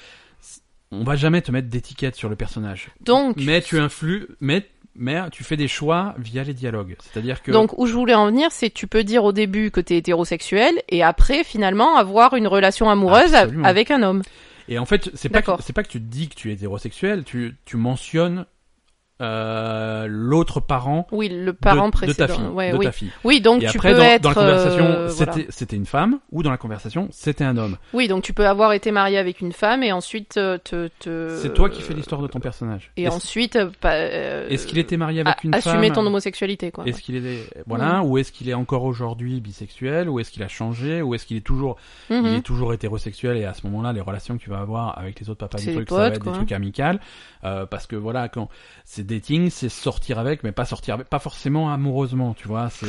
S1: C'est- On va jamais te mettre d'étiquette sur le personnage.
S2: donc
S1: Mais tu influes, mais, mais tu fais des choix via les dialogues. C'est-à-dire que.
S2: Donc où je voulais en venir, c'est tu peux dire au début que t'es hétérosexuel et après finalement avoir une relation amoureuse a-
S1: Absolument.
S2: avec un homme.
S1: et en fait, c'est pas, que-
S2: D'accord.
S1: c'est pas que tu te dis que tu es hétérosexuel, tu, tu mentionnes euh, l'autre parent.
S2: Oui, le
S1: de-
S2: parent
S1: de,
S2: précédent.
S1: ta fille.
S2: Ouais,
S1: de
S2: oui.
S1: ta fille.
S2: oui, donc
S1: et
S2: tu
S1: après,
S2: peux
S1: dans,
S2: être.
S1: dans la conversation,
S2: euh,
S1: c'était,
S2: voilà.
S1: c'était une femme, ou dans la conversation, c'était un homme.
S2: Oui, donc tu peux avoir été marié avec une femme et ensuite euh, te. te-
S1: C'est toi qui fais l'histoire de ton personnage.
S2: Et
S1: Est-ce-
S2: ensuite, euh, pas, euh,
S1: Est-ce qu'il était marié avec
S2: a-
S1: une
S2: assumer
S1: femme
S2: ton homosexualité, quoi.
S1: Est-ce qu'il est voilà ou est-ce qu'il est encore aujourd'hui bisexuel ou est-ce qu'il a changé ou est-ce qu'il est toujours
S2: Mhm.
S1: il est toujours hétérosexuel et à ce moment-là les relations que tu vas avoir avec les autres papas
S2: C'est
S1: du
S2: les
S1: truc ça
S2: potes,
S1: va être
S2: quoi.
S1: des trucs amicales euh, parce que voilà quand c'est dating c'est sortir avec mais pas sortir avec pas forcément amoureusement tu vois c'est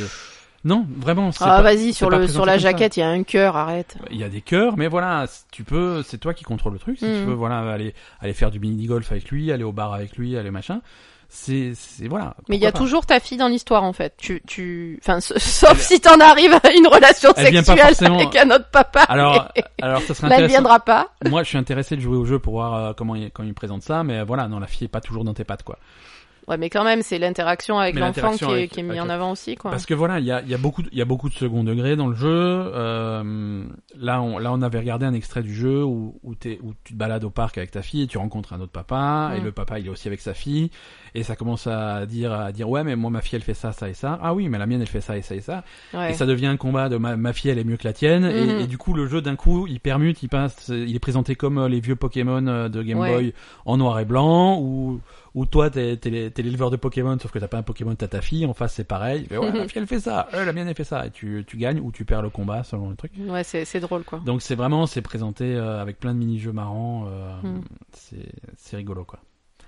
S1: non vraiment c'est
S2: Ah
S1: pas-
S2: vas-y sur
S1: pas
S2: le
S1: présenté
S2: sur la
S1: comme ça.
S2: jaquette, il y a un cœur, arrête.
S1: il y a des cœurs mais voilà c'est- tu peux c'est toi qui contrôle le truc si
S2: Mhm.
S1: tu veux voilà aller aller faire du mini golf avec lui aller au bar avec lui aller machin c'est c'est voilà
S2: Mais il y a
S1: pourquoi pas.
S2: toujours ta fille dans l'histoire en fait. Tu tu enfin s- sauf si t'en arrives à une relation
S1: Elle vient pas
S2: sexuelle
S1: forcément-
S2: avec un autre papa.
S1: alors alors ça serait
S2: mais elle
S1: intéressant
S2: viendra pas.
S1: Moi, je suis intéressé de jouer au jeu pour voir euh, comment ils comment il présentent ça, mais euh, voilà, non, la fille est pas toujours dans tes pattes, quoi.
S2: Ouais, mais quand même, c'est l'interaction avec
S1: Mais
S2: l'enfant qui,
S1: l'interaction
S2: est-
S1: avec-
S2: qui est mis
S1: avec
S2: en
S1: le-
S2: avant aussi, quoi.
S1: Parce que voilà, il y a, il y a beaucoup, de- il y a beaucoup de second degré dans le jeu. Euh, là, on, là, on avait regardé un extrait du jeu où, où, t'es- où tu te balades au parc avec ta fille et tu rencontres un autre papa et
S2: Mm.
S1: le papa il est aussi avec sa fille et ça commence à dire, à dire ouais, mais moi ma fille elle fait ça, ça et ça. Ah oui, mais la mienne elle fait ça et ça et ça.
S2: Ouais.
S1: Et ça devient un combat de ma, ma fille elle est mieux que la tienne et-
S2: Mhm.
S1: et, du coup le jeu d'un coup il permute, il passe, il est présenté comme euh, les vieux Pokémon euh, de Game
S2: Ouais.
S1: Boy en noir et blanc ou ou toi t'es t'es l'é- t'es l'éleveur de Pokémon sauf que t'as pas un Pokémon t'as ta fille en face c'est pareil. Tu fais, ouais, ma fille elle fait ça, euh, la mienne elle fait ça et tu tu gagnes ou tu perds le combat selon le truc.
S2: Ouais, c'est, c'est drôle, quoi.
S1: Donc c'est vraiment c'est présenté euh, avec plein de mini jeux marrants, euh,
S2: Mhm.
S1: c'est c'est rigolo quoi.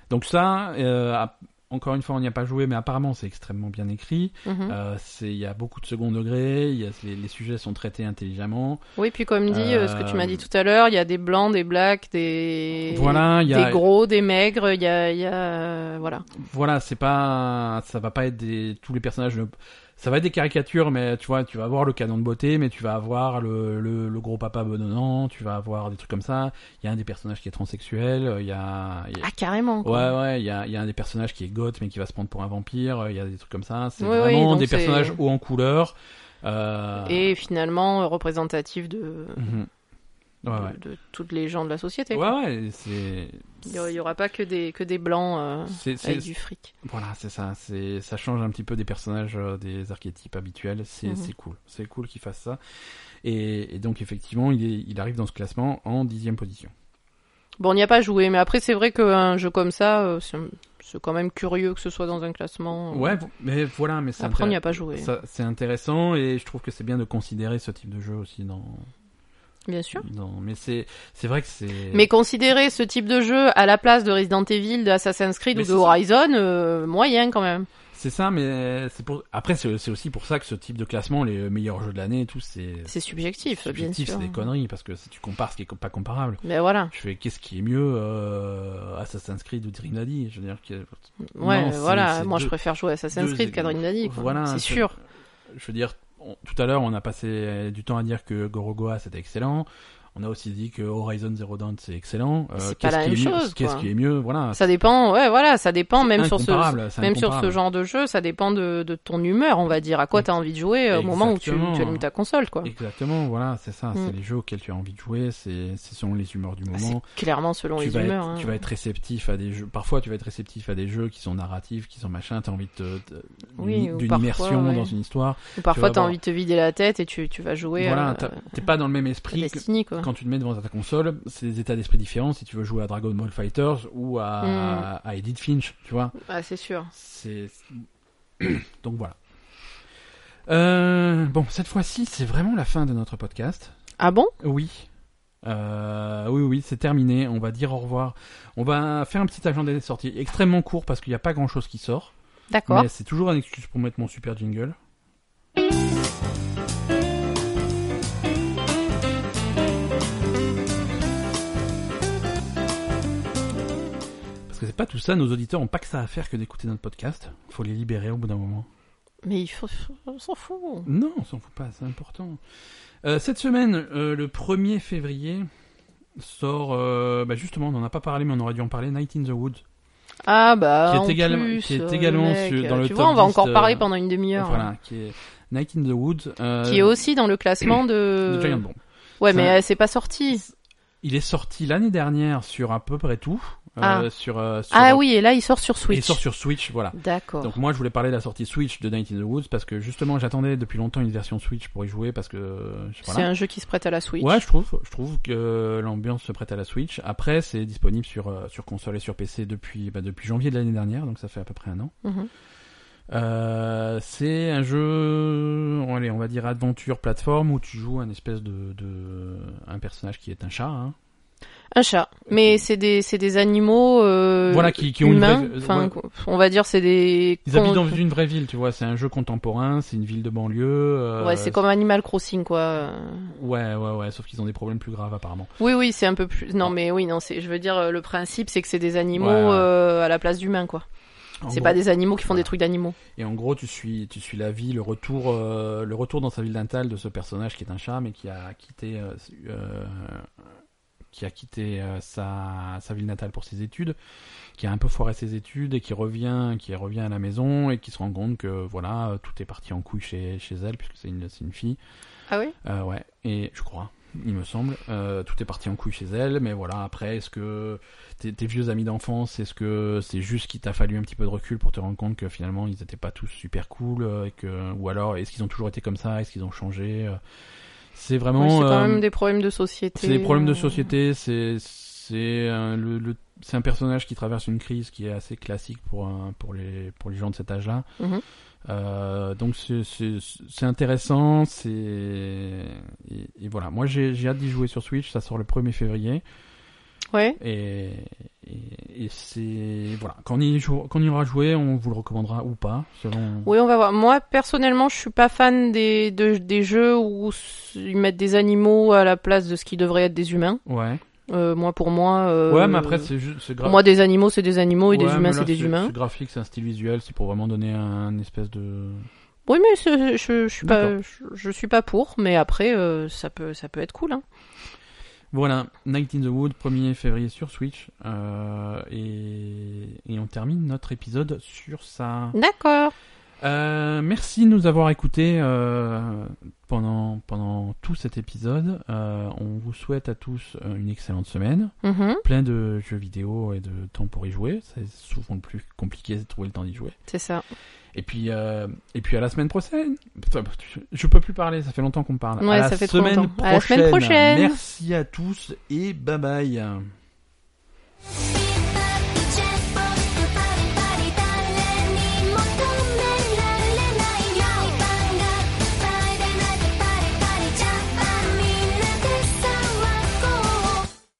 S1: Donc ça euh, à- encore une fois on n'y a pas joué mais apparemment c'est extrêmement bien écrit.
S2: Mhm.
S1: Euh, c'est- Il y a beaucoup de second degré, il y a, les, les sujets sont traités intelligemment.
S2: Oui, puis comme dit, euh, ce que tu m'as
S1: euh,
S2: dit tout à l'heure, il y a des blancs, des blacks, des...
S1: voilà, il y a,
S2: Des gros, des maigres, il y a... il Y a... euh, Voilà.
S1: voilà, c'est pas, ça va pas être des, tous les personnages, ne- ça va être des caricatures, mais tu vois, tu vas avoir le canon de beauté, mais tu vas avoir le, le, le gros papa bedonnant, tu vas avoir des trucs comme ça. Il y a un des personnages qui est transsexuel, euh, il y a, il y a-
S2: Ah, carrément, quoi.
S1: ouais, ouais, il y a, il y a un des personnages qui est goth mais qui va se prendre pour un vampire, euh, il y a des trucs comme ça. C'est
S2: Oui, oui,
S1: vraiment
S2: donc
S1: des
S2: c'est-
S1: personnages hauts en couleur. Euh...
S2: Et finalement, euh, représentatif de...
S1: mhm.
S2: de,
S1: Ouais, ouais.
S2: de toutes les gens de la société.
S1: Ouais,
S2: quoi.
S1: ouais, c'est.
S2: Il y aura- il y aura pas que des, que des blancs euh,
S1: c'est- c'est-
S2: avec du fric.
S1: Voilà, c'est ça. C'est ça change un petit peu des personnages, euh, des archétypes habituels. C'est
S2: Mhm.
S1: c'est cool. C'est cool qu'il fasse ça. Et, et donc effectivement, il, est- il arrive dans ce classement en dixième position.
S2: Bon, on n'y a pas joué, mais après, c'est vrai qu'un jeu comme ça, euh, c'est c'est quand même curieux que ce soit dans un classement. euh.
S1: Ouais, vo- mais voilà, mais c'est
S2: Après, on n'y a
S1: intér-
S2: pas joué.
S1: ça- C'est intéressant et je trouve que c'est bien de considérer ce type de jeu aussi dans.
S2: Bien sûr.
S1: dans mais c'est c'est vrai que c'est.
S2: Ah. Mais considérer ce type de jeu à la place de Resident Evil, de Assassin's Creed
S1: Mais
S2: ou
S1: c'est
S2: de
S1: ça.
S2: Horizon, euh, moyen quand même.
S1: C'est ça, mais c'est pour. Après, c'est c'est aussi pour ça que ce type de classement, les meilleurs jeux de l'année et tout, c'est.
S2: C'est subjectif, bien
S1: subjectif,
S2: sûr.
S1: c'est des conneries parce que si tu compares ce qui est co- pas comparable.
S2: Mais voilà,
S1: Je fais qu'est-ce qui est mieux euh, Assassin's Creed ou Dream Daddy Je veux dire que
S2: ouais, euh,
S1: Non, c'est-
S2: voilà.
S1: c'est
S2: Moi, je
S1: deux-
S2: préfère jouer à Assassin's
S1: deux
S2: Creed
S1: é-
S2: qu'à Dream Daddy, quoi.
S1: Voilà,
S2: c'est
S1: c'est-
S2: sûr.
S1: je veux dire on- tout à l'heure on a passé euh, du temps à dire que Gorogoa c'était excellent. On a aussi dit que Horizon Zero Dawn c'est excellent. Euh,
S2: C'est pas
S1: qu'est-ce
S2: la
S1: qui
S2: même
S1: est mieux-
S2: chose,
S1: Qu'est-ce
S2: quoi.
S1: qui est mieux Voilà.
S2: Ça dépend, ouais, voilà, ça dépend
S1: C'est
S2: même sur ce
S1: incomparable, c'est
S2: même sur ce
S1: incomparable.
S2: genre de jeu, ça dépend de, de ton humeur, on va dire, à quoi t'as envie de jouer euh, au moment où tu,
S1: Exactement.
S2: tu allumes ta console, quoi.
S1: Exactement, voilà, c'est ça.
S2: Mm.
S1: C'est les jeux auxquels tu as envie de jouer. C'est c'est selon les humeurs du
S2: Ah, C'est
S1: moment.
S2: clairement selon
S1: tu
S2: les
S1: vas,
S2: humeurs.
S1: être,
S2: hein.
S1: tu vas être réceptif à des jeux. Parfois, tu vas être réceptif à des jeux qui sont narratifs, qui sont machin. T'as envie de, te- de-
S2: Oui,
S1: d'une-
S2: ou
S1: d'une
S2: parfois,
S1: immersion
S2: ouais.
S1: dans une histoire.
S2: Ou parfois,
S1: vas
S2: t'as
S1: avoir-
S2: envie de te vider la tête et tu, tu vas jouer euh,
S1: voilà,
S2: à,
S1: t'as-
S2: à
S1: t'es pas dans le même esprit que
S2: Destiny, quoi.
S1: quand tu te mets devant ta console. C'est des états d'esprit différents. Si tu veux jouer à Dragon Ball Fighters ou à,
S2: Mm.
S1: à Edith Finch, tu vois.
S2: Ah, c'est sûr.
S1: C'est donc voilà. Euh, bon, cette fois-ci, c'est vraiment la fin de notre podcast.
S2: Ah bon
S1: Oui. Euh, oui, oui, c'est terminé. On va dire au revoir. On va faire un petit agenda des sorties extrêmement court parce qu'il n'y a pas grand chose qui sort.
S2: D'accord.
S1: Mais c'est toujours une excuse pour mettre mon super jingle. Parce que c'est pas tout ça, nos auditeurs ont pas que ça à faire que d'écouter notre podcast. Faut les libérer au bout d'un moment.
S2: Mais il faut, on s'en fout.
S1: Non, on s'en fout pas, c'est important. Euh, cette semaine, euh, le 1er février, sort, euh, bah justement, on n'en a pas parlé, mais on aurait dû en parler, Night in the Woods.
S2: Ah bah.
S1: Qui est
S2: en
S1: également-
S2: plus,
S1: qui est
S2: euh,
S1: également
S2: mec,
S1: sur- dans
S2: euh,
S1: le
S2: Tu
S1: top
S2: vois, on va
S1: 10,
S2: encore
S1: euh,
S2: parler pendant une demi-heure. hein.
S1: Voilà, qui est Night in the Woods. euh,
S2: Qui est aussi dans le classement de.
S1: de Giant Bomb.
S2: Ouais,
S1: Ça-
S2: mais euh, c'est pas sorti.
S1: Il est sorti l'année dernière sur à peu près tout. euh,
S2: Ah.
S1: sur, euh, sur-
S2: Ah oui, et là, il sort sur
S1: et
S2: Switch.
S1: Il sort sur Switch, voilà.
S2: D'accord.
S1: Donc moi je voulais parler de la sortie Switch de Night in the Woods parce que justement j'attendais depuis longtemps une version Switch pour y jouer parce que euh, je-
S2: C'est
S1: voilà.
S2: un jeu qui se prête à la Switch.
S1: Ouais, je trouve, je trouve que l'ambiance se prête à la Switch. Après, c'est disponible sur euh, sur console et sur PC depuis bah, depuis janvier de l'année dernière, donc ça fait à peu près un an.
S2: Mhm.
S1: Euh, c'est un jeu, allez, on va dire aventure plateforme où tu joues un espèce de, de un personnage qui est un chat, hein.
S2: Un chat. Mais c'est des, c'est des animaux. euh,
S1: Euh, Voilà, qui- qui ont une
S2: humains.
S1: vraie-
S2: Enfin,
S1: ouais.
S2: qu- on va dire, c'est des.
S1: Ils
S2: con-
S1: habitent dans une vraie ville, tu vois. C'est un jeu contemporain, c'est une ville de banlieue. euh,
S2: Ouais, c'est comme Animal Crossing, quoi. Euh,
S1: Ouais, ouais, ouais. Sauf qu'ils ont des problèmes plus graves apparemment.
S2: Oui, oui, c'est un peu plus. Non, mais oui, non, c'est. Je veux dire, euh, le principe, c'est que c'est des animaux
S1: Ouais, ouais.
S2: euh, à la place d'humains, quoi.
S1: En
S2: C'est
S1: gros-
S2: pas des animaux qui font
S1: Voilà.
S2: des trucs d'animaux.
S1: Et en gros, tu suis, tu suis la vie, le retour, euh, le retour dans sa ville natale de ce personnage qui est un chat, mais qui a quitté, euh, euh, qui a quitté euh, sa, sa ville natale pour ses études, qui a un peu foiré ses études et qui revient, qui revient à la maison et qui se rend compte que voilà, euh, tout est parti en couille chez, chez elle puisque c'est une, c'est une fille.
S2: Ah oui
S1: Euh, ouais, et je crois, il me semble. Euh, tout est parti en couille chez elle, mais voilà, après, est-ce que tes, tes vieux amis d'enfance, est-ce que c'est juste qu'il t'a fallu un petit peu de recul pour te rendre compte que finalement ils n'étaient pas tous super cool, euh, et que, ou alors est-ce qu'ils ont toujours été comme ça, est-ce qu'ils ont changé euh, C'est vraiment.
S2: Ouais, C'est quand
S1: euh,
S2: même des problèmes de société.
S1: c'est des problèmes de
S2: euh,
S1: société, c'est c'est un, le, le- c'est un personnage qui traverse une crise qui est assez classique pour un, pour les pour les gens de cet âge-là.
S2: Mhm.
S1: Euh, donc c'est- c'est c'est intéressant, c'est et, et voilà. Moi j'ai j'ai hâte d'y jouer sur Switch, ça sort le 1er février
S2: Ouais.
S1: et et, et c'est voilà, quand on y jou- quand on y aura joué, on vous le recommandera ou pas selon
S2: Oui, on va voir. Moi, personnellement, je suis pas fan des, de- des jeux où s- ils mettent des animaux à la place de ce qui devrait être des humains.
S1: Ouais.
S2: Euh, moi, pour moi. euh,
S1: Ouais, mais après c'est juste c'est
S2: Pour
S1: grave.
S2: moi, des animaux, c'est des animaux et
S1: Ouais,
S2: des
S1: mais
S2: humains,
S1: là,
S2: c'est des humains.
S1: Ce graphique, c'est un style visuel, c'est pour vraiment donner un espèce de
S2: Oui, mais c'est- je, je suis pas,
S1: D'accord.
S2: je, je suis pas pour. Mais après, euh, ça peut, ça peut être cool. Hein.
S1: Voilà, Night in the Wood, 1er février sur Switch. euh, et, et on termine notre épisode sur ça.
S2: D'accord.
S1: Euh, merci de nous avoir écoutés euh, pendant, pendant tout cet épisode. Euh, on vous souhaite à tous euh, une excellente semaine.
S2: Mhm,
S1: Plein de jeux vidéo et de temps pour y jouer. C'est souvent le plus compliqué, c'est de trouver le temps d'y jouer.
S2: c'est ça.
S1: Et puis, euh, et puis à la semaine prochaine. Putain, je- Je peux plus parler, ça fait longtemps qu'on parle.
S2: Ouais,
S1: à la
S2: ça fait trop
S1: semaine
S2: longtemps. À la semaine prochaine.
S1: Merci à tous et bye bye.